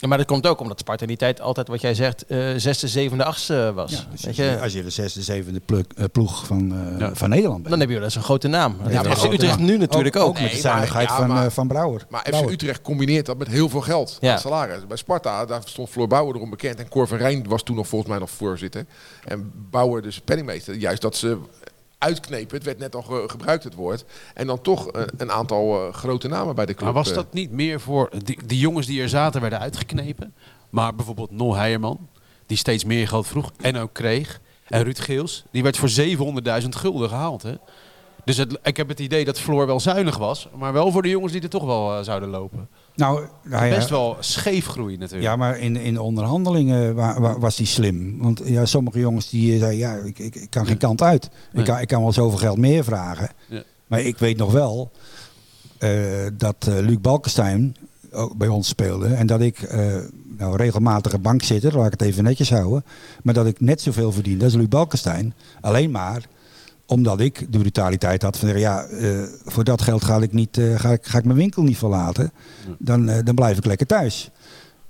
[SPEAKER 3] Ja, maar dat komt ook omdat Sparta in die tijd altijd, wat jij zegt, eh, zesde, zevende, achtste eh, was.
[SPEAKER 4] dus
[SPEAKER 3] Weet
[SPEAKER 4] als,
[SPEAKER 3] je,
[SPEAKER 4] je, als je de zesde, zevende pluk- eh, ploeg van, eh,
[SPEAKER 6] Ja.
[SPEAKER 4] van Nederland bent.
[SPEAKER 3] dan heb je wel eens een grote naam. Nou, Ja,
[SPEAKER 4] maar
[SPEAKER 3] maar
[SPEAKER 4] grote
[SPEAKER 3] Utrecht
[SPEAKER 4] naam.
[SPEAKER 3] nu natuurlijk ook.
[SPEAKER 4] Met de
[SPEAKER 5] Nee,
[SPEAKER 4] zuinigheid
[SPEAKER 5] maar- ja,
[SPEAKER 4] van,
[SPEAKER 5] maar-
[SPEAKER 4] eh, van Brouwer.
[SPEAKER 5] Maar FC
[SPEAKER 4] Brouwer.
[SPEAKER 5] Utrecht combineert dat met heel veel geld.
[SPEAKER 3] Ja.
[SPEAKER 5] Aan salaris. Bij Sparta, daar stond Floor Bouwer erom bekend. En Cor van Rijn was toen nog volgens mij nog voorzitter. En Bouwer, dus penningmeester, juist dat ze uitknepen. Het werd net al ge- gebruikt, het woord. En dan toch eh, een aantal eh, grote namen bij de club.
[SPEAKER 6] Maar was
[SPEAKER 5] eh.
[SPEAKER 6] dat niet meer voor die, die jongens die er zaten werden uitgeknepen? Maar bijvoorbeeld Nol Heijerman, die steeds meer geld vroeg en ook kreeg. En Ruud Geels, die werd voor 700.000 gulden gehaald. Hè? Dus het, ik heb het idee dat Floor wel zuinig was, maar wel voor de jongens die er toch wel eh, zouden lopen.
[SPEAKER 4] Nou, nou ja.
[SPEAKER 6] Best wel scheef groeien natuurlijk.
[SPEAKER 4] Ja, maar in, in de onderhandelingen wa- wa- was hij slim. Want ja, sommige jongens die eh, zeiden, ja, ik, ik, ik kan geen kant uit.
[SPEAKER 6] Nee.
[SPEAKER 4] Ik, kan, ik kan wel zoveel geld meer vragen.
[SPEAKER 6] Ja.
[SPEAKER 4] Maar ik weet nog wel eh, dat eh, Luc Balkenstein ook bij ons speelde. En dat ik, eh nou regelmatige bankzitter, laat ik het even netjes houden. Maar dat ik net zoveel verdiende als Luc Balkenstein. Alleen maar omdat ik de brutaliteit had van ja, eh, voor dat geld ga ik, niet, eh, ga, ik, ga ik mijn winkel niet verlaten. Dan, eh, dan blijf ik lekker thuis.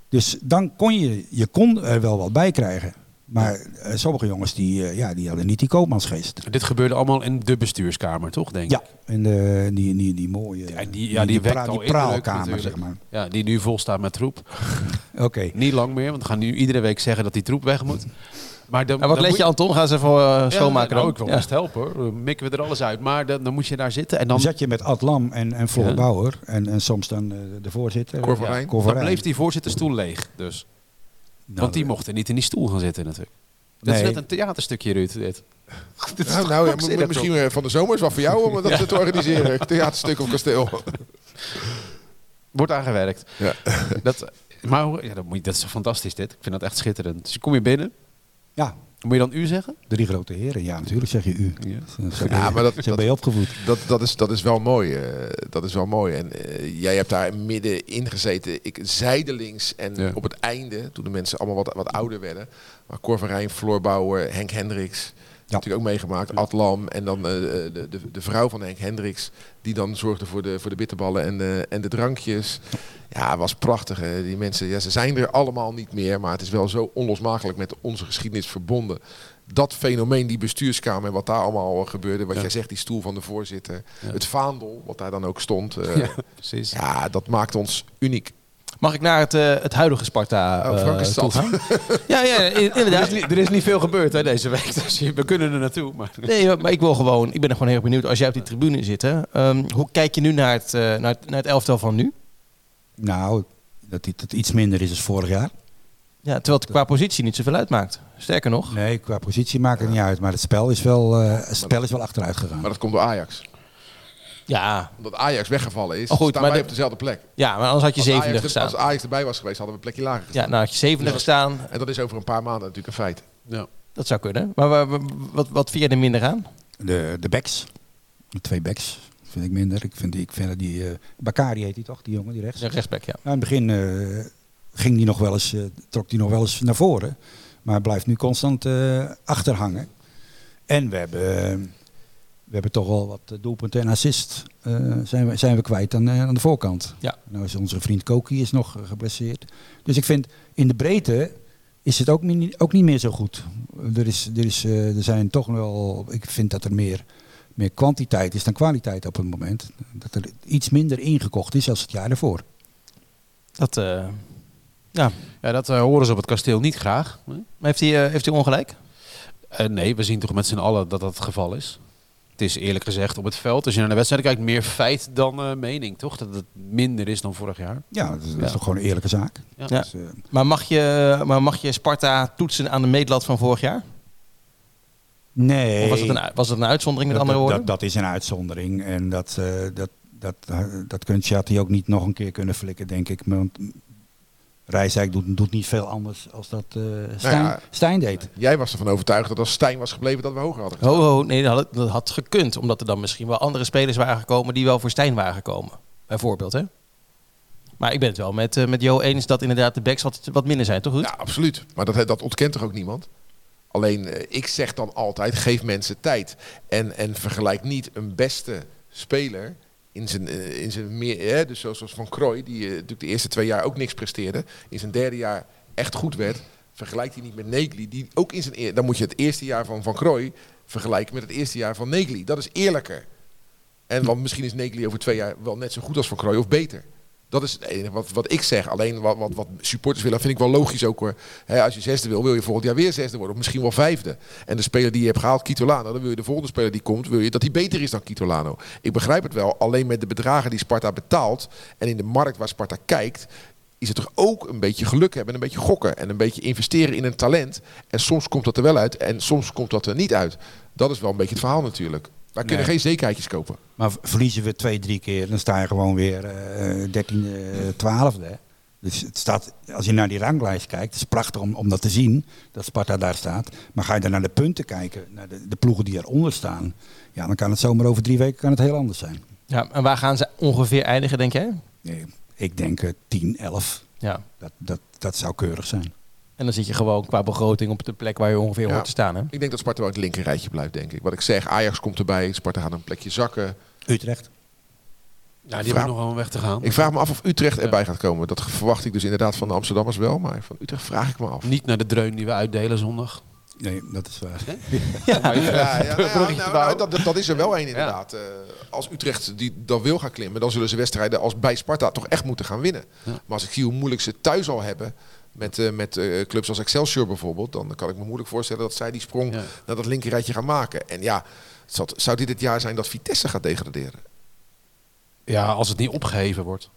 [SPEAKER 4] Dus dan kon je, je kon er wel wat bij krijgen. Maar eh, sommige jongens die, eh, ja, die hadden niet die koopmansgeest.
[SPEAKER 6] Dit gebeurde allemaal in de bestuurskamer, toch? Denk
[SPEAKER 4] Ja,
[SPEAKER 6] ik?
[SPEAKER 4] en eh, die, die, die mooie
[SPEAKER 6] Ja, die, ja, die,
[SPEAKER 4] die,
[SPEAKER 6] wekt
[SPEAKER 4] pra-
[SPEAKER 6] al
[SPEAKER 4] die
[SPEAKER 6] indruk
[SPEAKER 4] praalkamer,
[SPEAKER 6] natuurlijk.
[SPEAKER 4] zeg maar.
[SPEAKER 6] Ja, die nu vol staat met troep.
[SPEAKER 4] Oké.
[SPEAKER 6] Niet lang meer, want we gaan nu iedere week zeggen dat die troep weg moet. Maar dan,
[SPEAKER 3] En wat
[SPEAKER 6] dan
[SPEAKER 3] let
[SPEAKER 6] moet-
[SPEAKER 3] je Anton? Ga ze even eh, schoonmaken
[SPEAKER 6] nou,
[SPEAKER 3] dan.
[SPEAKER 6] ik wil
[SPEAKER 3] Ja.
[SPEAKER 6] best helpen hoor. Dan mikken we er alles uit. Maar dan, dan moet je daar zitten en dan,
[SPEAKER 4] Dan zat je met Ad Lam en, en Floor
[SPEAKER 6] Ja.
[SPEAKER 4] Bauer en, en soms dan eh, de voorzitter.
[SPEAKER 5] Cor van
[SPEAKER 4] Ja,
[SPEAKER 5] Rijn.
[SPEAKER 4] Cor van
[SPEAKER 6] dan
[SPEAKER 4] Rijn.
[SPEAKER 6] bleef die voorzitterstoel leeg. Dus.
[SPEAKER 4] Nou,
[SPEAKER 6] Want die mocht er niet in die stoel gaan zitten natuurlijk. Dat is
[SPEAKER 4] Nee.
[SPEAKER 6] net een theaterstukje, Ruud. Dit. Dit is
[SPEAKER 5] Nou,
[SPEAKER 6] toch
[SPEAKER 5] nou ja,
[SPEAKER 6] waanzinnig,
[SPEAKER 5] moet- misschien eh, van de zomer is wat voor jou om dat te organiseren. Theaterstuk of kasteel.
[SPEAKER 6] toch? Wordt aangewerkt.
[SPEAKER 5] Ja.
[SPEAKER 6] Dat, maar hoe- ja, dat, moet je, dat is fantastisch dit. Ik vind dat echt schitterend. Dus kom je binnen.
[SPEAKER 4] Ja,
[SPEAKER 6] Moet je dan u zeggen?
[SPEAKER 4] Drie grote heren, ja, natuurlijk zeg je u. Zo ben je-
[SPEAKER 5] Ja, maar dat-
[SPEAKER 4] zo
[SPEAKER 5] dat-
[SPEAKER 4] ben je opgevoed.
[SPEAKER 5] Dat, dat, is, dat is wel mooi. eh, dat is wel mooi. En eh, jij hebt daar middenin gezeten. Ik zijdelings. En
[SPEAKER 6] Ja.
[SPEAKER 5] op het einde, toen de mensen allemaal wat, wat ouder werden. Maar Cor van Rijn, Floor Bauer, Henk Hendricks. Natuurlijk ook meegemaakt. Adlam. En dan eh, de, de, de vrouw van Henk Hendricks. Die dan zorgde voor de, voor de bitterballen en de, en de drankjes. Ja, was prachtig. hè. Die mensen, ja, ze zijn er allemaal niet meer. Maar het is wel zo onlosmakelijk met onze geschiedenis verbonden. Dat fenomeen, die bestuurskamer en wat daar allemaal eh, gebeurde. Wat jij zegt, die stoel van de voorzitter. Het vaandel, wat daar dan ook stond. eh, ja.
[SPEAKER 6] precies.
[SPEAKER 5] dat maakt ons uniek.
[SPEAKER 3] Mag ik naar het, eh, het huidige Sparta
[SPEAKER 5] Oh,
[SPEAKER 3] eh,
[SPEAKER 5] Frank is
[SPEAKER 3] toe
[SPEAKER 5] zat.
[SPEAKER 3] gaan? ja, ja, in-
[SPEAKER 6] Er,
[SPEAKER 3] inderdaad.
[SPEAKER 6] is niet, er is niet veel gebeurd hè, deze week. Dus je- we kunnen er naartoe. Maar...
[SPEAKER 3] Nee, maar ik wil gewoon, ik ben er gewoon heel erg benieuwd. Als jij op die tribune zit, hè, ehm, hoe kijk je nu naar het, eh, naar, het, naar het elftal van nu?
[SPEAKER 4] Nou, dat het iets minder is als vorig jaar.
[SPEAKER 3] Ja, terwijl het qua positie niet zoveel uitmaakt. Sterker nog.
[SPEAKER 4] Nee, qua positie maakt het niet uit. Maar het spel is wel, eh, het spel is wel achteruit gegaan.
[SPEAKER 5] Maar dat komt door Ajax.
[SPEAKER 3] Ja,
[SPEAKER 5] Omdat Ajax weggevallen is,
[SPEAKER 3] Oh, goed,
[SPEAKER 5] staan
[SPEAKER 3] maar
[SPEAKER 5] wij
[SPEAKER 3] de-
[SPEAKER 5] op dezelfde plek.
[SPEAKER 3] ja maar anders had je
[SPEAKER 5] Als
[SPEAKER 3] zevende
[SPEAKER 5] Ajax,
[SPEAKER 3] gestaan.
[SPEAKER 5] als Ajax erbij was geweest, hadden we een plekje lager gestaan.
[SPEAKER 3] Ja, nou had je zevende gestaan.
[SPEAKER 5] En dat is over een paar maanden natuurlijk een feit.
[SPEAKER 6] Ja.
[SPEAKER 3] Dat zou kunnen. Maar waar- waar- wat, wat vind je er minder aan?
[SPEAKER 4] De, de backs. De twee backs vind ik minder. Ik vind, die- ik vind dat die... eh, Bakari heet die toch, die jongen, die rechts.
[SPEAKER 3] Is een rechtsback, ja.
[SPEAKER 4] Nou, in het begin eh, ging die nog wel eens, eh, trok die nog wel eens naar voren. Maar blijft nu constant eh, achterhangen. En we hebben, eh, we hebben toch wel wat eh, doelpunten en assist eh, zijn, we, zijn we kwijt aan, eh, aan de voorkant.
[SPEAKER 3] Ja.
[SPEAKER 4] Nou is onze vriend Koki is nog eh, geblesseerd. Dus ik vind in de breedte is het ook, mi- ook niet meer zo goed. Er, is, er, is, eh, er zijn toch wel, ik vind dat er meer, meer kwantiteit is dan kwaliteit op het moment. Dat er iets minder ingekocht is als het jaar daarvoor.
[SPEAKER 3] Dat, eh, ja.
[SPEAKER 6] Ja, dat eh, horen ze op het kasteel niet graag. hè?
[SPEAKER 3] Maar heeft hij, eh, heeft hij ongelijk?
[SPEAKER 6] Eh, nee, we zien toch met z'n allen dat dat het geval is. Het is eerlijk gezegd op het veld, als je naar de wedstrijd kijkt, meer feit dan eh, mening, toch? Dat het minder is dan vorig jaar.
[SPEAKER 4] Ja, dat is, dat
[SPEAKER 3] Ja.
[SPEAKER 4] is toch gewoon een eerlijke zaak.
[SPEAKER 6] Ja.
[SPEAKER 3] Ja.
[SPEAKER 4] Dus, eh,
[SPEAKER 3] Maar mag, je, maar mag je Sparta toetsen aan de meetlat van vorig jaar?
[SPEAKER 4] nee.
[SPEAKER 3] Of was het een, u- was het een uitzondering met
[SPEAKER 4] dat,
[SPEAKER 3] andere
[SPEAKER 4] dat,
[SPEAKER 3] woorden?
[SPEAKER 4] dat, dat is een uitzondering. En dat, eh dat, dat, eh, dat kunt Chatti ook niet nog een keer kunnen flikken, denk ik. Want Rijsdijk doet, doet niet veel anders als dat eh,
[SPEAKER 3] Nou
[SPEAKER 4] Stijn,
[SPEAKER 5] ja.
[SPEAKER 4] Stijn deed.
[SPEAKER 5] Jij was ervan overtuigd dat als Stijn was gebleven, dat we hoger hadden.
[SPEAKER 3] Ho, ho, nee, dat had, dat had gekund. Omdat er dan misschien wel andere spelers waren gekomen die wel voor Stijn waren gekomen. Bijvoorbeeld, hè? Maar ik ben het wel met, eh, met Jo eens dat inderdaad de backs wat, wat minder zijn, toch? Ruud?
[SPEAKER 5] Ja, absoluut. Maar dat, dat ontkent toch ook niemand? Alleen, eh, ik zeg dan altijd, geef mensen tijd. En, en vergelijk niet een beste speler in zijn, eh, in zijn meer... Hè, dus zoals zoals Van Krooi, die eh, natuurlijk de eerste twee jaar ook niks presteerde. In zijn derde jaar echt goed werd. Vergelijk die niet met Negli, die ook in zijn... eer- Dan moet je het eerste jaar van Van Krooi vergelijken met het eerste jaar van Negli. Dat is eerlijker. En want misschien is Negli over twee jaar wel net zo goed als Van Krooi of beter. Dat is het enige wat, wat ik zeg. Alleen wat, wat, wat supporters willen, vind ik wel logisch ook hoor. Hè, als je zesde wil, wil je volgend jaar weer zesde worden. Of misschien wel vijfde. En de speler die je hebt gehaald, Kitolano, dan wil je de volgende speler die komt, wil je dat die beter is dan Kitolano. Ik begrijp het wel. Alleen met de bedragen die Sparta betaalt en in de markt waar Sparta kijkt, is het toch ook een beetje geluk hebben, en een beetje gokken en een beetje investeren in een talent. En soms komt dat er wel uit en soms komt dat er niet uit. Dat is wel een beetje het verhaal natuurlijk. Wij kunnen geen zekerheidjes kopen.
[SPEAKER 4] Maar v- verliezen we twee, drie keer, dan sta je gewoon weer eh, dertiende, twaalfde. Dus het staat, als je naar die ranglijst kijkt, het is prachtig om, om dat te zien, dat Sparta daar staat. Maar ga je dan naar de punten kijken, naar de, de ploegen die eronder staan, ja, dan kan het zomaar over drie weken kan het heel anders zijn.
[SPEAKER 3] Ja, en waar gaan ze ongeveer eindigen, denk jij?
[SPEAKER 4] Nee, ik denk eh, 10, 11.
[SPEAKER 3] Ja.
[SPEAKER 4] Dat, dat, dat zou keurig zijn.
[SPEAKER 3] En dan zit je gewoon qua begroting op de plek waar je ongeveer
[SPEAKER 5] Ja.
[SPEAKER 3] hoort te staan, hè?
[SPEAKER 5] Ik denk dat Sparta wel in het linkerrijtje blijft, denk ik. Wat ik zeg, Ajax komt erbij, Sparta gaat een plekje zakken.
[SPEAKER 4] Utrecht.
[SPEAKER 6] Nou, die hebben nog wel een weg te gaan.
[SPEAKER 5] Ik vraag me af of Utrecht erbij gaat komen. Dat verwacht ik dus inderdaad van de Amsterdammers wel, maar van Utrecht vraag ik me af.
[SPEAKER 6] Niet naar de dreun die we uitdelen zondag.
[SPEAKER 4] Nee, dat is waar.
[SPEAKER 5] Ja, ja, nou ja, nou, nou, dat, dat- dat is er wel één inderdaad. Eh, als Utrecht die dan wil gaan klimmen, dan zullen ze wedstrijden als bij Sparta toch echt moeten gaan winnen. Maar als ik zie hoe moeilijk ze thuis al hebben met, eh, met eh, clubs als Excelsior bijvoorbeeld, dan kan ik me moeilijk voorstellen dat zij die sprong
[SPEAKER 6] Ja.
[SPEAKER 5] naar dat linkerrijtje gaan maken. En ja, zou, zou dit het jaar zijn dat Vitesse gaat degraderen?
[SPEAKER 6] Ja, als het niet opgeheven wordt.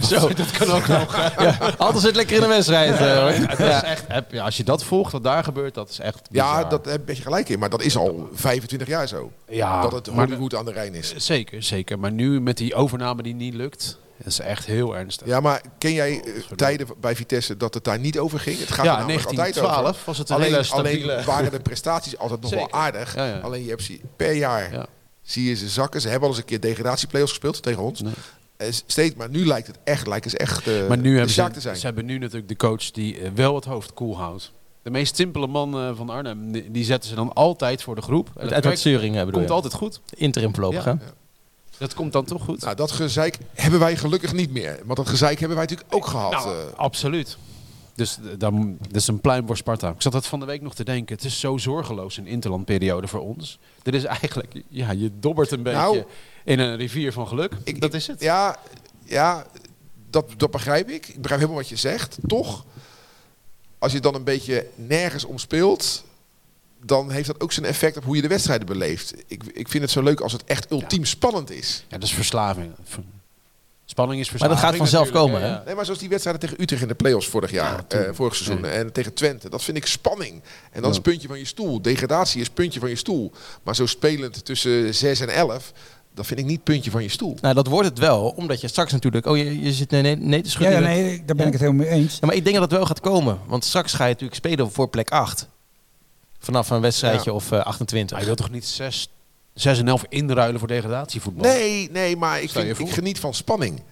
[SPEAKER 3] Zo, dat kan ook nog. Ja, altijd zit lekker in de wedstrijd. eh, hoor.
[SPEAKER 6] Het is echt, heb- ja, als je dat volgt, wat daar gebeurt, dat is echt
[SPEAKER 5] Ja,
[SPEAKER 6] bizar.
[SPEAKER 5] dat heb je gelijk in, maar dat is al 25 jaar zo.
[SPEAKER 6] Ja,
[SPEAKER 5] dat het
[SPEAKER 6] maar-
[SPEAKER 5] Hollywood aan de Rijn is.
[SPEAKER 6] Zeker, zeker. Maar nu met die overname die niet lukt. Dat is echt heel ernstig.
[SPEAKER 5] Ja, maar ken jij eh, tijden bij Vitesse dat het daar niet over ging? Het gaat
[SPEAKER 6] Ja,
[SPEAKER 5] er namelijk altijd
[SPEAKER 6] 1912
[SPEAKER 5] over.
[SPEAKER 6] was het een
[SPEAKER 5] alleen,
[SPEAKER 6] hele stabiele-
[SPEAKER 5] alleen waren de prestaties altijd nog wel
[SPEAKER 6] Zeker.
[SPEAKER 5] aardig.
[SPEAKER 6] Ja, ja.
[SPEAKER 5] Alleen je hebt ze per jaar
[SPEAKER 6] Ja.
[SPEAKER 5] zie je ze zakken. Ze hebben al eens een keer degradatieplayoffs gespeeld tegen ons. Eh, steeds, maar nu lijkt het echt, lijken ze echt eh
[SPEAKER 6] Maar nu
[SPEAKER 5] de
[SPEAKER 6] hebben ze,
[SPEAKER 5] Sjaak te zijn.
[SPEAKER 6] ze hebben nu natuurlijk de coach die eh, wel het hoofd koel houdt. De meest simpele man eh, van Arnhem, die, die zetten ze dan altijd voor de groep. En
[SPEAKER 3] Met
[SPEAKER 6] dat
[SPEAKER 3] Edward
[SPEAKER 6] werkt-
[SPEAKER 3] Zeuring hebben
[SPEAKER 6] komt
[SPEAKER 3] we.
[SPEAKER 6] altijd goed.
[SPEAKER 3] Interim voorlopig,
[SPEAKER 6] Ja.
[SPEAKER 3] hè?
[SPEAKER 6] Dat komt dan toch goed.
[SPEAKER 5] Nou, dat gezeik hebben wij gelukkig niet meer. Want dat gezeik hebben wij natuurlijk ook gehad.
[SPEAKER 6] Nou,
[SPEAKER 5] eh.
[SPEAKER 6] absoluut. Dus eh, dan, dat is een pluim voor Sparta. Ik zat dat van de week nog te denken. Het is zo zorgeloos een interlandperiode voor ons. Dit is eigenlijk, ja, je dobbert een beetje
[SPEAKER 5] Nou.
[SPEAKER 6] in een rivier van geluk.
[SPEAKER 5] Ik-
[SPEAKER 6] dat
[SPEAKER 5] ik-
[SPEAKER 6] is het.
[SPEAKER 5] Ja, ja dat, dat begrijp ik. Ik begrijp helemaal wat je zegt. Toch, als je dan een beetje nergens om speelt, dan heeft dat ook zijn effect op hoe je de wedstrijden beleeft. Ik, ik vind het zo leuk als het echt ultiem spannend is.
[SPEAKER 6] Ja, dat is verslaving. V- Spanning is
[SPEAKER 3] Maar dat
[SPEAKER 6] verslaving.
[SPEAKER 3] gaat vanzelf
[SPEAKER 6] natuurlijk,
[SPEAKER 3] komen, hè?
[SPEAKER 5] Nee, maar zoals die wedstrijden tegen Utrecht in de play-offs vorig jaar, eh, vorig seizoen en tegen Twente, dat vind ik spanning. En dan is puntje van je stoel. Degradatie is puntje van je stoel. Maar zo spelend tussen 6 en 11, dat vind ik niet puntje van je stoel.
[SPEAKER 3] Nou, dat wordt het wel, omdat je straks natuurlijk... Oh, je, je zit nee, nee, nee te
[SPEAKER 4] Ja,
[SPEAKER 3] schudden.
[SPEAKER 4] ja, nee, daar ben ik het helemaal mee eens.
[SPEAKER 3] Ja, maar ik denk dat het wel gaat komen. Want straks ga je natuurlijk spelen voor plek 8. Vanaf een wedstrijdje
[SPEAKER 5] Ja.
[SPEAKER 3] of eh,
[SPEAKER 6] Maar
[SPEAKER 3] 28.
[SPEAKER 6] je wilt toch niet 6 en 11 inruilen voor degradatievoetbal?
[SPEAKER 5] Nee, nee, maar ik,
[SPEAKER 6] Stel je
[SPEAKER 5] vind, ik
[SPEAKER 6] voor.
[SPEAKER 5] geniet van spanning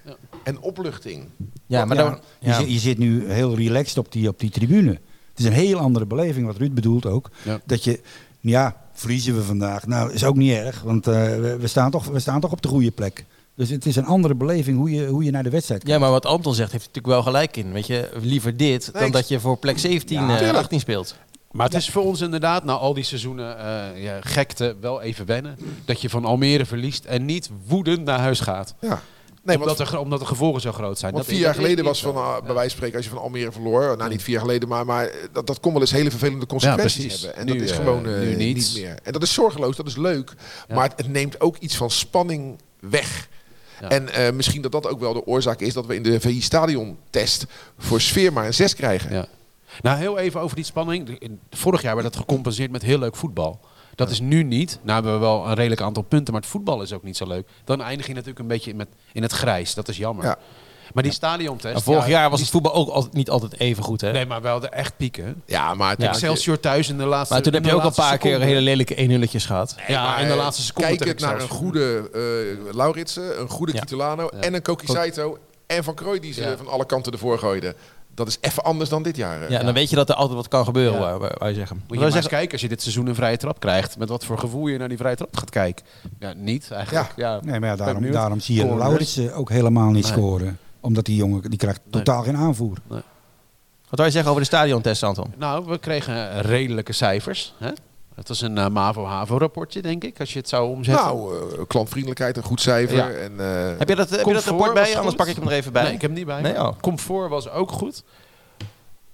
[SPEAKER 5] en opluchting.
[SPEAKER 3] ja, maar
[SPEAKER 4] Ja,
[SPEAKER 3] dan... Ja.
[SPEAKER 4] Je, zi- je zit nu heel relaxed op die, op die tribune. Het is een heel andere beleving, wat Ruud bedoelt ook.
[SPEAKER 6] Ja.
[SPEAKER 4] Dat je, ja, verliezen we vandaag. Nou, is ook niet erg, want eh, we, we staan toch, we staan toch op de goede plek. Dus het is een andere beleving hoe je, hoe je naar de wedstrijd kijkt.
[SPEAKER 3] Ja, maar wat Anton zegt heeft hij natuurlijk wel gelijk in. Weet je, liever dit
[SPEAKER 5] Nee,
[SPEAKER 3] dan
[SPEAKER 5] ik-
[SPEAKER 3] dat je voor plek 17, eh,
[SPEAKER 5] tuurlijk.
[SPEAKER 3] 18
[SPEAKER 6] Dus
[SPEAKER 3] speelt.
[SPEAKER 6] Maar het is voor ons inderdaad, na al die seizoenen eh, ja, gekte, wel even wennen. Dat je van Almere verliest en niet woedend naar huis gaat.
[SPEAKER 5] Ja. Nee,
[SPEAKER 6] omdat,
[SPEAKER 5] want,
[SPEAKER 6] de, gro- omdat de gevolgen zo groot zijn.
[SPEAKER 5] want
[SPEAKER 6] Dat-
[SPEAKER 5] vier jaar
[SPEAKER 6] dat-
[SPEAKER 5] geleden was
[SPEAKER 6] Ja.
[SPEAKER 5] van, ah, bij wijze van spreken, als je van Almere verloor, nou niet vier jaar geleden, maar, maar eh, dat, dat kon wel eens hele vervelende consequenties
[SPEAKER 6] precies.
[SPEAKER 5] hebben. En
[SPEAKER 6] Nu,
[SPEAKER 5] dat is
[SPEAKER 6] eh,
[SPEAKER 5] gewoon eh,
[SPEAKER 6] nu
[SPEAKER 5] niet.
[SPEAKER 6] niet.
[SPEAKER 5] meer. En dat is zorgeloos, dat is leuk, maar het, het neemt ook iets van spanning weg.
[SPEAKER 6] Ja.
[SPEAKER 5] En eh, misschien dat dat ook wel de oorzaak is dat we in de VI-stadion-test voor sfeer maar een 6 krijgen.
[SPEAKER 6] Ja. Nou, heel even over die spanning. De- in- Vorig jaar werd dat gecompenseerd met heel leuk voetbal. Dat is nu niet. Nou hebben we wel een redelijk aantal punten, maar het voetbal is ook niet zo leuk. Dan eindig je natuurlijk een beetje in, met, in het grijs. Dat is jammer.
[SPEAKER 5] Ja.
[SPEAKER 6] Maar die stadiontest...
[SPEAKER 3] En Nou, vorig
[SPEAKER 6] ja,
[SPEAKER 3] jaar was het voetbal ook al, niet altijd even goed, hè?
[SPEAKER 6] Nee, maar wel de echt pieken.
[SPEAKER 5] Ja, maar toen
[SPEAKER 3] Ja.
[SPEAKER 5] had je-
[SPEAKER 6] Excelsior thuis in de laatste
[SPEAKER 3] maar toen heb
[SPEAKER 6] in
[SPEAKER 3] je
[SPEAKER 6] de
[SPEAKER 3] ook al een
[SPEAKER 6] laatste
[SPEAKER 3] paar keer
[SPEAKER 6] seconde.
[SPEAKER 3] hele lelijke 1 nulletjes gehad.
[SPEAKER 6] Ja,
[SPEAKER 5] Maar,
[SPEAKER 6] in de
[SPEAKER 5] eh,
[SPEAKER 6] laatste seconde tegen
[SPEAKER 5] Kijkend naar een
[SPEAKER 6] Excelsior.
[SPEAKER 5] goede eh Lauritsen, een goede
[SPEAKER 3] Ja.
[SPEAKER 5] Kitulano en een Koki Saito en Van Krooi die ze
[SPEAKER 6] Ja.
[SPEAKER 5] van alle kanten ervoor gooiden. Dat is even anders dan dit jaar. eh.
[SPEAKER 3] Ja, en dan weet je dat er altijd wat kan gebeuren,
[SPEAKER 6] Ja.
[SPEAKER 3] wou- wou- wou je zeggen.
[SPEAKER 6] Moet
[SPEAKER 3] Wou
[SPEAKER 6] je
[SPEAKER 3] je
[SPEAKER 6] maar eens
[SPEAKER 3] zeggen
[SPEAKER 6] kijken als je dit seizoen een vrije trap krijgt. Met wat voor gevoel je naar die vrije trap gaat kijken. Ja, niet eigenlijk. Ja.
[SPEAKER 4] Nee, maar ja,
[SPEAKER 6] ben
[SPEAKER 4] daarom,
[SPEAKER 6] benieuwd.
[SPEAKER 4] daarom zie je
[SPEAKER 6] Corners.
[SPEAKER 4] Lauritsen ook helemaal niet
[SPEAKER 6] Nee.
[SPEAKER 4] scoren. Omdat die jongen, die krijgt totaal geen aanvoer.
[SPEAKER 3] wat wou je zeggen over de stadiontest, Anton?
[SPEAKER 6] Nou, we kregen redelijke cijfers. Hè? Het was een eh, MAVO-HAVO-rapportje, denk ik, als je het zou omzetten.
[SPEAKER 5] Nou, eh, klantvriendelijkheid, een goed cijfer.
[SPEAKER 6] Ja.
[SPEAKER 5] En, eh,
[SPEAKER 3] Heb je dat, heb je dat
[SPEAKER 6] Comfort
[SPEAKER 3] rapport
[SPEAKER 6] was
[SPEAKER 3] bij?
[SPEAKER 6] goed.
[SPEAKER 3] Anders pak ik hem er even bij.
[SPEAKER 6] Nee, ik heb hem niet bij. me.
[SPEAKER 3] Nee, oh.
[SPEAKER 6] Comfort was ook goed.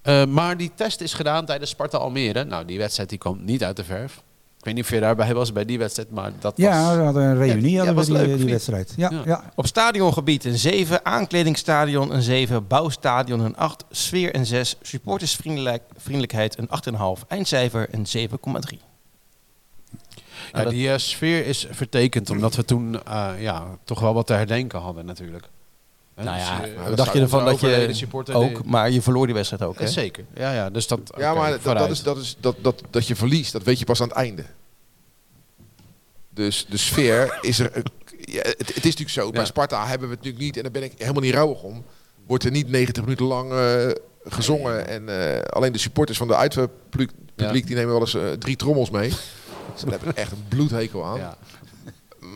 [SPEAKER 6] Eh, maar die test is gedaan tijdens Sparta-Almere. Nou, die wedstrijd die kwam niet uit de verf. Ik weet niet of je daarbij was bij die wedstrijd, maar dat
[SPEAKER 4] Ja,
[SPEAKER 6] was...
[SPEAKER 4] we hadden een reunie,
[SPEAKER 6] Ja,
[SPEAKER 4] hadden
[SPEAKER 6] was
[SPEAKER 4] we die, eh,
[SPEAKER 6] leuk, of
[SPEAKER 4] die
[SPEAKER 6] niet?
[SPEAKER 4] wedstrijd. Ja,
[SPEAKER 6] Ja.
[SPEAKER 4] ja.
[SPEAKER 3] Op stadiongebied een 7, aankledingstadion een 7, bouwstadion een 8, sfeer een 6, supportersvriendelijkheid een 8,5, eindcijfer een 7,3.
[SPEAKER 6] Ja, die eh, sfeer is vertekend, omdat we toen eh, ja, toch wel wat te herdenken hadden natuurlijk. Hè,
[SPEAKER 3] Nou ja,
[SPEAKER 6] dus, eh,
[SPEAKER 5] dat
[SPEAKER 3] Wat dacht
[SPEAKER 5] zou
[SPEAKER 3] je ervan
[SPEAKER 6] onze
[SPEAKER 3] dat je
[SPEAKER 6] overleden supporter
[SPEAKER 3] ook,
[SPEAKER 6] deed.
[SPEAKER 3] maar je verloor die wedstrijd ook.
[SPEAKER 6] Eh,
[SPEAKER 3] Hè?
[SPEAKER 6] Zeker, ja, ja. Dus dat,
[SPEAKER 5] ja,
[SPEAKER 6] oké,
[SPEAKER 5] maar dat- dat,
[SPEAKER 6] vooruit.
[SPEAKER 5] is, dat, is, dat, dat, dat je verliest, dat weet je pas aan het einde. Dus de sfeer is er... eh, ja, het, het is natuurlijk zo, bij
[SPEAKER 6] Ja.
[SPEAKER 5] Sparta hebben we het natuurlijk niet... en daar ben ik helemaal niet rouwig om. Wordt er niet 90 minuten lang eh, gezongen. En eh, alleen de supporters van de uitpubliek publiek, die nemen wel eens eh, drie trommels mee. Ze hebben er echt een bloedhekel aan.
[SPEAKER 6] Ja.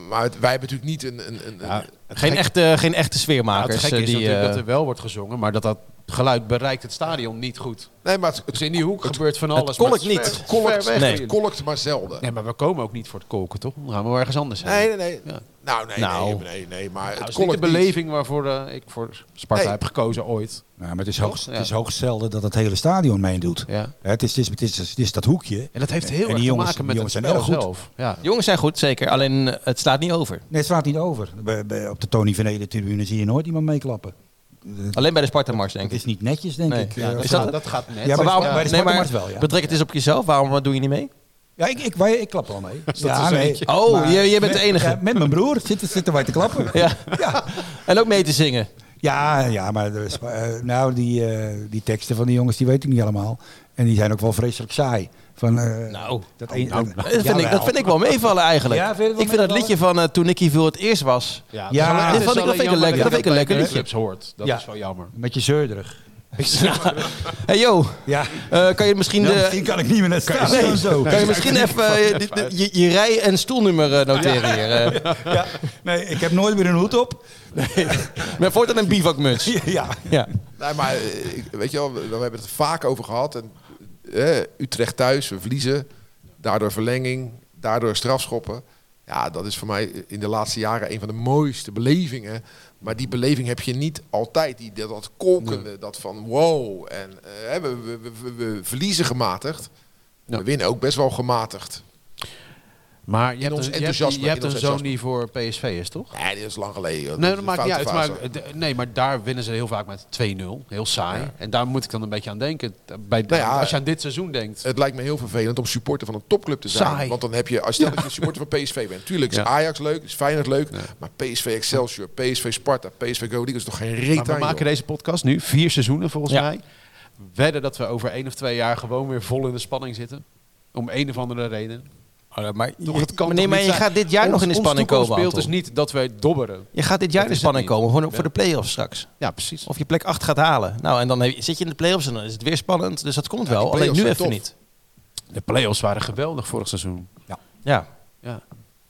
[SPEAKER 5] Maar het- wij hebben natuurlijk niet een... een, een
[SPEAKER 6] Ja,
[SPEAKER 3] Geen, echte, geen echte
[SPEAKER 6] Ja, Nou, het
[SPEAKER 3] sfeermakers.
[SPEAKER 6] gekke
[SPEAKER 3] eh,
[SPEAKER 6] is
[SPEAKER 3] die,
[SPEAKER 6] natuurlijk
[SPEAKER 3] eh,
[SPEAKER 6] dat er wel wordt gezongen, maar dat dat geluid bereikt het stadion niet goed.
[SPEAKER 5] nee, maar het,
[SPEAKER 6] Dus
[SPEAKER 5] het,
[SPEAKER 6] in die hoek gebeurt van alles.
[SPEAKER 3] kolkt
[SPEAKER 6] maar is
[SPEAKER 3] niet.
[SPEAKER 6] ver-
[SPEAKER 5] het kolkt,
[SPEAKER 6] ver weg
[SPEAKER 3] Nee.
[SPEAKER 6] van
[SPEAKER 5] het
[SPEAKER 6] jullie.
[SPEAKER 5] kolkt maar zelden.
[SPEAKER 6] Nee, maar we komen ook niet voor het kolken, toch? Dan gaan we wel ergens anders heen.
[SPEAKER 5] Nee, nee, nee.
[SPEAKER 6] Ja.
[SPEAKER 5] Nou, nee,
[SPEAKER 3] Nou.
[SPEAKER 5] nee, nee, nee. Maar
[SPEAKER 6] Nou,
[SPEAKER 5] het
[SPEAKER 6] dat is niet de
[SPEAKER 5] kolkt niet.
[SPEAKER 6] beleving waarvoor eh, ik voor Sparta
[SPEAKER 5] Nee.
[SPEAKER 6] heb gekozen ooit.
[SPEAKER 4] Nou, maar het is, hoogst,
[SPEAKER 6] Ja.
[SPEAKER 4] het is hoogst zelden dat het hele stadion meedoet.
[SPEAKER 6] Ja.
[SPEAKER 4] Hè, Het, is, het, is, het, is, het is dat hoekje.
[SPEAKER 6] En dat heeft heel
[SPEAKER 4] die
[SPEAKER 6] erg te
[SPEAKER 4] jongens-
[SPEAKER 6] maken met
[SPEAKER 4] die jongens
[SPEAKER 6] het
[SPEAKER 4] zijn
[SPEAKER 6] spel
[SPEAKER 4] wel goed.
[SPEAKER 6] zelf. Ja.
[SPEAKER 3] Jongens zijn goed, zeker. Alleen eh, het staat niet over.
[SPEAKER 4] Nee, het slaat niet over. Bij- bij- op de Tony van Ede tribune zie je nooit iemand meeklappen.
[SPEAKER 3] Alleen bij de Sparta-mars, denk
[SPEAKER 4] Het
[SPEAKER 3] ik.
[SPEAKER 4] is niet netjes, denk
[SPEAKER 3] Nee.
[SPEAKER 4] ik.
[SPEAKER 3] Ja,
[SPEAKER 4] Eh,
[SPEAKER 3] dat
[SPEAKER 4] als
[SPEAKER 6] Dus
[SPEAKER 3] is
[SPEAKER 4] het-
[SPEAKER 6] dat, dat gaat net.
[SPEAKER 4] Ja,
[SPEAKER 3] Maar
[SPEAKER 4] bij-
[SPEAKER 3] waarom,
[SPEAKER 4] bij
[SPEAKER 3] nee,
[SPEAKER 4] de
[SPEAKER 3] maar
[SPEAKER 4] Sparta-mars wel, ja.
[SPEAKER 3] betrek het eens op jezelf. Waarom doe je niet mee?
[SPEAKER 4] Ja, ik, ik, wij- ik klap wel mee. ja,
[SPEAKER 6] er zo
[SPEAKER 4] nee.
[SPEAKER 6] eentje?
[SPEAKER 3] Oh,
[SPEAKER 4] Maar-
[SPEAKER 3] jij, jij bent de
[SPEAKER 4] Met-
[SPEAKER 3] enige.
[SPEAKER 4] ja, met mijn broer zitten, zitten wij te klappen.
[SPEAKER 3] Ja.
[SPEAKER 4] Ja.
[SPEAKER 3] En ook mee te zingen.
[SPEAKER 4] Ja, ja maar de Spa- eh, nou, die, eh, die teksten van die jongens, die weet ik niet allemaal. En die zijn ook wel vreselijk saai. Van, eh,
[SPEAKER 3] Nou.
[SPEAKER 4] dat, een,
[SPEAKER 3] Dat vind, ik, dat vind ik wel meevallen eigenlijk.
[SPEAKER 4] Ja, vind je het wel
[SPEAKER 3] ik vind dat
[SPEAKER 4] meevallen?
[SPEAKER 3] liedje van eh, toen Nicky voor het eerst was.
[SPEAKER 6] Ja,
[SPEAKER 4] Ja, dat
[SPEAKER 3] vond ik- dat vind ik een lekker- dat vind ik een lekker liedje.
[SPEAKER 6] clubs hoort. Dat
[SPEAKER 4] Ja.
[SPEAKER 6] is wel jammer.
[SPEAKER 4] Met je zeurderig.
[SPEAKER 3] Hey yo,
[SPEAKER 4] Ja,
[SPEAKER 3] eh, kan je misschien,
[SPEAKER 4] Nou,
[SPEAKER 3] de-
[SPEAKER 4] misschien kan ik niet meer naar staan. Nee. Zo.
[SPEAKER 3] kan je, misschien even eh, de- de- je, je rij- en stoelnummer eh, noteren hier? eh?
[SPEAKER 4] Ja. Nee, ik heb nooit meer een hoed op.
[SPEAKER 3] Met voortaan een bivakmuts.
[SPEAKER 4] Ja.
[SPEAKER 3] Ja.
[SPEAKER 5] Nee, maar eh, ik- weet je wel, we, we hebben het er vaak over gehad. En, eh, Utrecht thuis, we verliezen. Daardoor verlenging, daardoor strafschoppen. Ja, dat is voor mij in de laatste jaren een van de mooiste belevingen. Maar die beleving heb je niet altijd. Die, dat, dat kolkende, dat van wow. En eh, we, we, we- we, we verliezen gematigd.
[SPEAKER 6] Ja.
[SPEAKER 5] We winnen ook best wel gematigd.
[SPEAKER 6] Maar je
[SPEAKER 5] ons
[SPEAKER 6] hebt, een, je hebt,
[SPEAKER 5] enthousiasme,
[SPEAKER 6] je hebt
[SPEAKER 5] in ons
[SPEAKER 6] een zoon
[SPEAKER 5] enthousiasme.
[SPEAKER 6] die voor PSV is, toch?
[SPEAKER 5] Nee, dat is lang geleden. joh.
[SPEAKER 6] Nee,
[SPEAKER 5] is
[SPEAKER 6] dat
[SPEAKER 5] een
[SPEAKER 6] maakt niet
[SPEAKER 5] foute
[SPEAKER 6] uit.
[SPEAKER 5] fase.
[SPEAKER 6] Maar, d- nee, maar daar winnen ze heel vaak met 2-0. Heel saai. En daar moet ik dan een beetje aan denken. Bij,
[SPEAKER 5] Nou ja,
[SPEAKER 6] als je aan dit seizoen denkt.
[SPEAKER 5] Het lijkt me heel vervelend om supporter van een topclub te zijn.
[SPEAKER 6] Saai.
[SPEAKER 5] Want dan heb je, als je dat je supporter van PSV bent. Tuurlijk is
[SPEAKER 6] Ja.
[SPEAKER 5] Ajax leuk, is Feyenoord leuk. Maar PSV Excelsior, PSV Sparta, PSV Go Eagles is toch geen reet
[SPEAKER 6] Maar we
[SPEAKER 5] aan,
[SPEAKER 6] maken
[SPEAKER 5] joh.
[SPEAKER 6] deze podcast nu, vier seizoenen volgens
[SPEAKER 3] Ja.
[SPEAKER 6] mij. Wedden dat we over één of twee jaar gewoon weer vol in de spanning zitten. Om een of andere reden.
[SPEAKER 3] maar
[SPEAKER 6] Toch, het kan
[SPEAKER 3] nee,
[SPEAKER 6] toch
[SPEAKER 3] maar
[SPEAKER 6] niet
[SPEAKER 3] je
[SPEAKER 6] zijn?
[SPEAKER 3] gaat dit jaar
[SPEAKER 6] Ons-
[SPEAKER 3] nog in de
[SPEAKER 6] ons
[SPEAKER 3] spanning komen.
[SPEAKER 6] toekomstbeeld
[SPEAKER 3] Anton.
[SPEAKER 6] is niet dat wij dobberen.
[SPEAKER 3] Je gaat dit jaar in
[SPEAKER 6] Dat
[SPEAKER 3] de
[SPEAKER 6] is
[SPEAKER 3] spanning
[SPEAKER 6] het niet.
[SPEAKER 3] komen voor, voor de play-offs straks.
[SPEAKER 6] Ja, precies.
[SPEAKER 3] Of je plek 8 gaat halen. Nou, en dan heb je- zit je in de play-offs en dan is het weer spannend. Dus dat komt wel. Alleen
[SPEAKER 5] play-offs
[SPEAKER 3] nu even
[SPEAKER 5] zijn tof.
[SPEAKER 3] niet.
[SPEAKER 6] De play-offs waren geweldig vorig seizoen.
[SPEAKER 3] Ja.
[SPEAKER 6] Ja.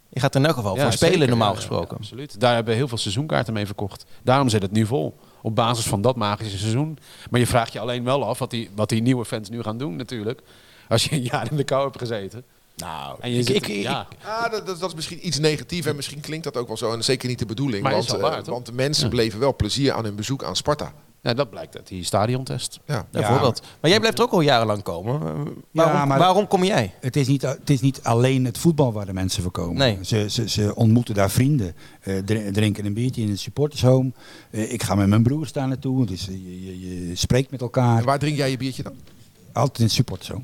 [SPEAKER 3] Je gaat er in elk geval
[SPEAKER 6] Ja,
[SPEAKER 3] voor spelen
[SPEAKER 6] zeker.
[SPEAKER 3] normaal
[SPEAKER 6] Ja, ja,
[SPEAKER 3] gesproken.
[SPEAKER 6] absoluut. Daar hebben we heel veel seizoenkaarten mee verkocht. Daarom zit het nu vol. Op basis van dat magische seizoen. Maar je vraagt je alleen wel af wat die, wat die nieuwe fans nu gaan doen natuurlijk. Als je een jaar in de kou hebt gezeten. Nou, en je
[SPEAKER 3] ik-
[SPEAKER 6] zit,
[SPEAKER 3] ik- ik-
[SPEAKER 6] ja.
[SPEAKER 5] Ah, dat, dat, dat is misschien iets negatief en misschien klinkt dat ook wel zo. En zeker niet de bedoeling.
[SPEAKER 6] Maar is
[SPEAKER 5] want,
[SPEAKER 6] wel
[SPEAKER 5] eh,
[SPEAKER 6] waar, toch?
[SPEAKER 5] want de mensen bleven wel plezier aan hun bezoek aan Sparta.
[SPEAKER 6] Ja, dat blijkt uit die stadiontest.
[SPEAKER 5] Ja.
[SPEAKER 3] Bijvoorbeeld. Maar jij blijft er ook al jarenlang komen. Eh, Waarom,
[SPEAKER 4] maar-
[SPEAKER 3] waarom kom jij?
[SPEAKER 4] Het is, niet, het is niet alleen het voetbal waar de mensen voor komen.
[SPEAKER 3] Nee.
[SPEAKER 4] Ze, ze, ze ontmoeten daar vrienden. Eh, dr- drinken een biertje in het supportershome. Eh, ik ga met mijn broer staan naartoe. Dus eh, je, je, je spreekt met elkaar.
[SPEAKER 5] En waar drink jij je biertje dan?
[SPEAKER 4] Altijd in het supportershome.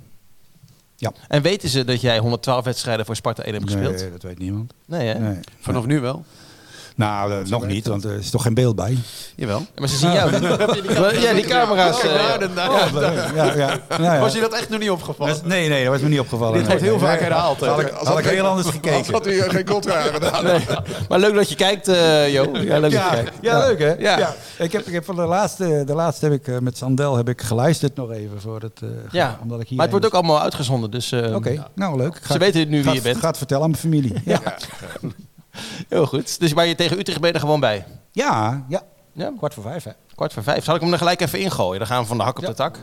[SPEAKER 3] En weten ze dat jij 112 wedstrijden voor Sparta 1 hebt gespeeld?
[SPEAKER 4] Nee, dat weet niemand.
[SPEAKER 3] Nee, hè?
[SPEAKER 4] Nee.
[SPEAKER 6] Vanaf nu wel.
[SPEAKER 4] Nou, eh, nog niet, want er is toch geen beeld bij.
[SPEAKER 6] Jawel.
[SPEAKER 3] Maar ze zien jou niet. ja, die camera's. eh,
[SPEAKER 4] Ja, ja. Ja, ja.
[SPEAKER 6] Was je dat echt nog niet opgevallen?
[SPEAKER 4] Dat is- Nee, nee, dat was me niet opgevallen.
[SPEAKER 6] Dit wordt heel vaak herhaald. hè.
[SPEAKER 4] Had ik, had ik heel anders
[SPEAKER 5] Als
[SPEAKER 4] gekeken.
[SPEAKER 5] had hij eh, geen contra gedaan.
[SPEAKER 3] Maar leuk dat je kijkt, eh Jo. Ja, leuk dat je
[SPEAKER 4] Ja,
[SPEAKER 3] kijkt.
[SPEAKER 4] Ah, ja, leuk hè?
[SPEAKER 3] Ja.
[SPEAKER 4] Ja. Ik, heb, ik heb van de laatste, de laatste heb ik eh, met Sandel heb ik geluisterd nog even voor het. eh,
[SPEAKER 3] Ja,
[SPEAKER 4] omdat ik hier
[SPEAKER 3] maar het wordt ook allemaal uitgezonden. Dus eh,
[SPEAKER 4] Oké, nou leuk. Ik
[SPEAKER 3] Ze weten nu wie
[SPEAKER 4] ga
[SPEAKER 3] je
[SPEAKER 4] het-
[SPEAKER 3] bent.
[SPEAKER 4] Ga het vertellen aan mijn familie. Ja, ja.
[SPEAKER 3] heel goed. Dus waar je tegen Utrecht ben je er gewoon bij.
[SPEAKER 4] ja,
[SPEAKER 3] Ja,
[SPEAKER 4] Kwart voor vijf hè?
[SPEAKER 3] kwart voor vijf. Zal ik hem er gelijk even ingooien? Dan gaan we van de hak op de tak.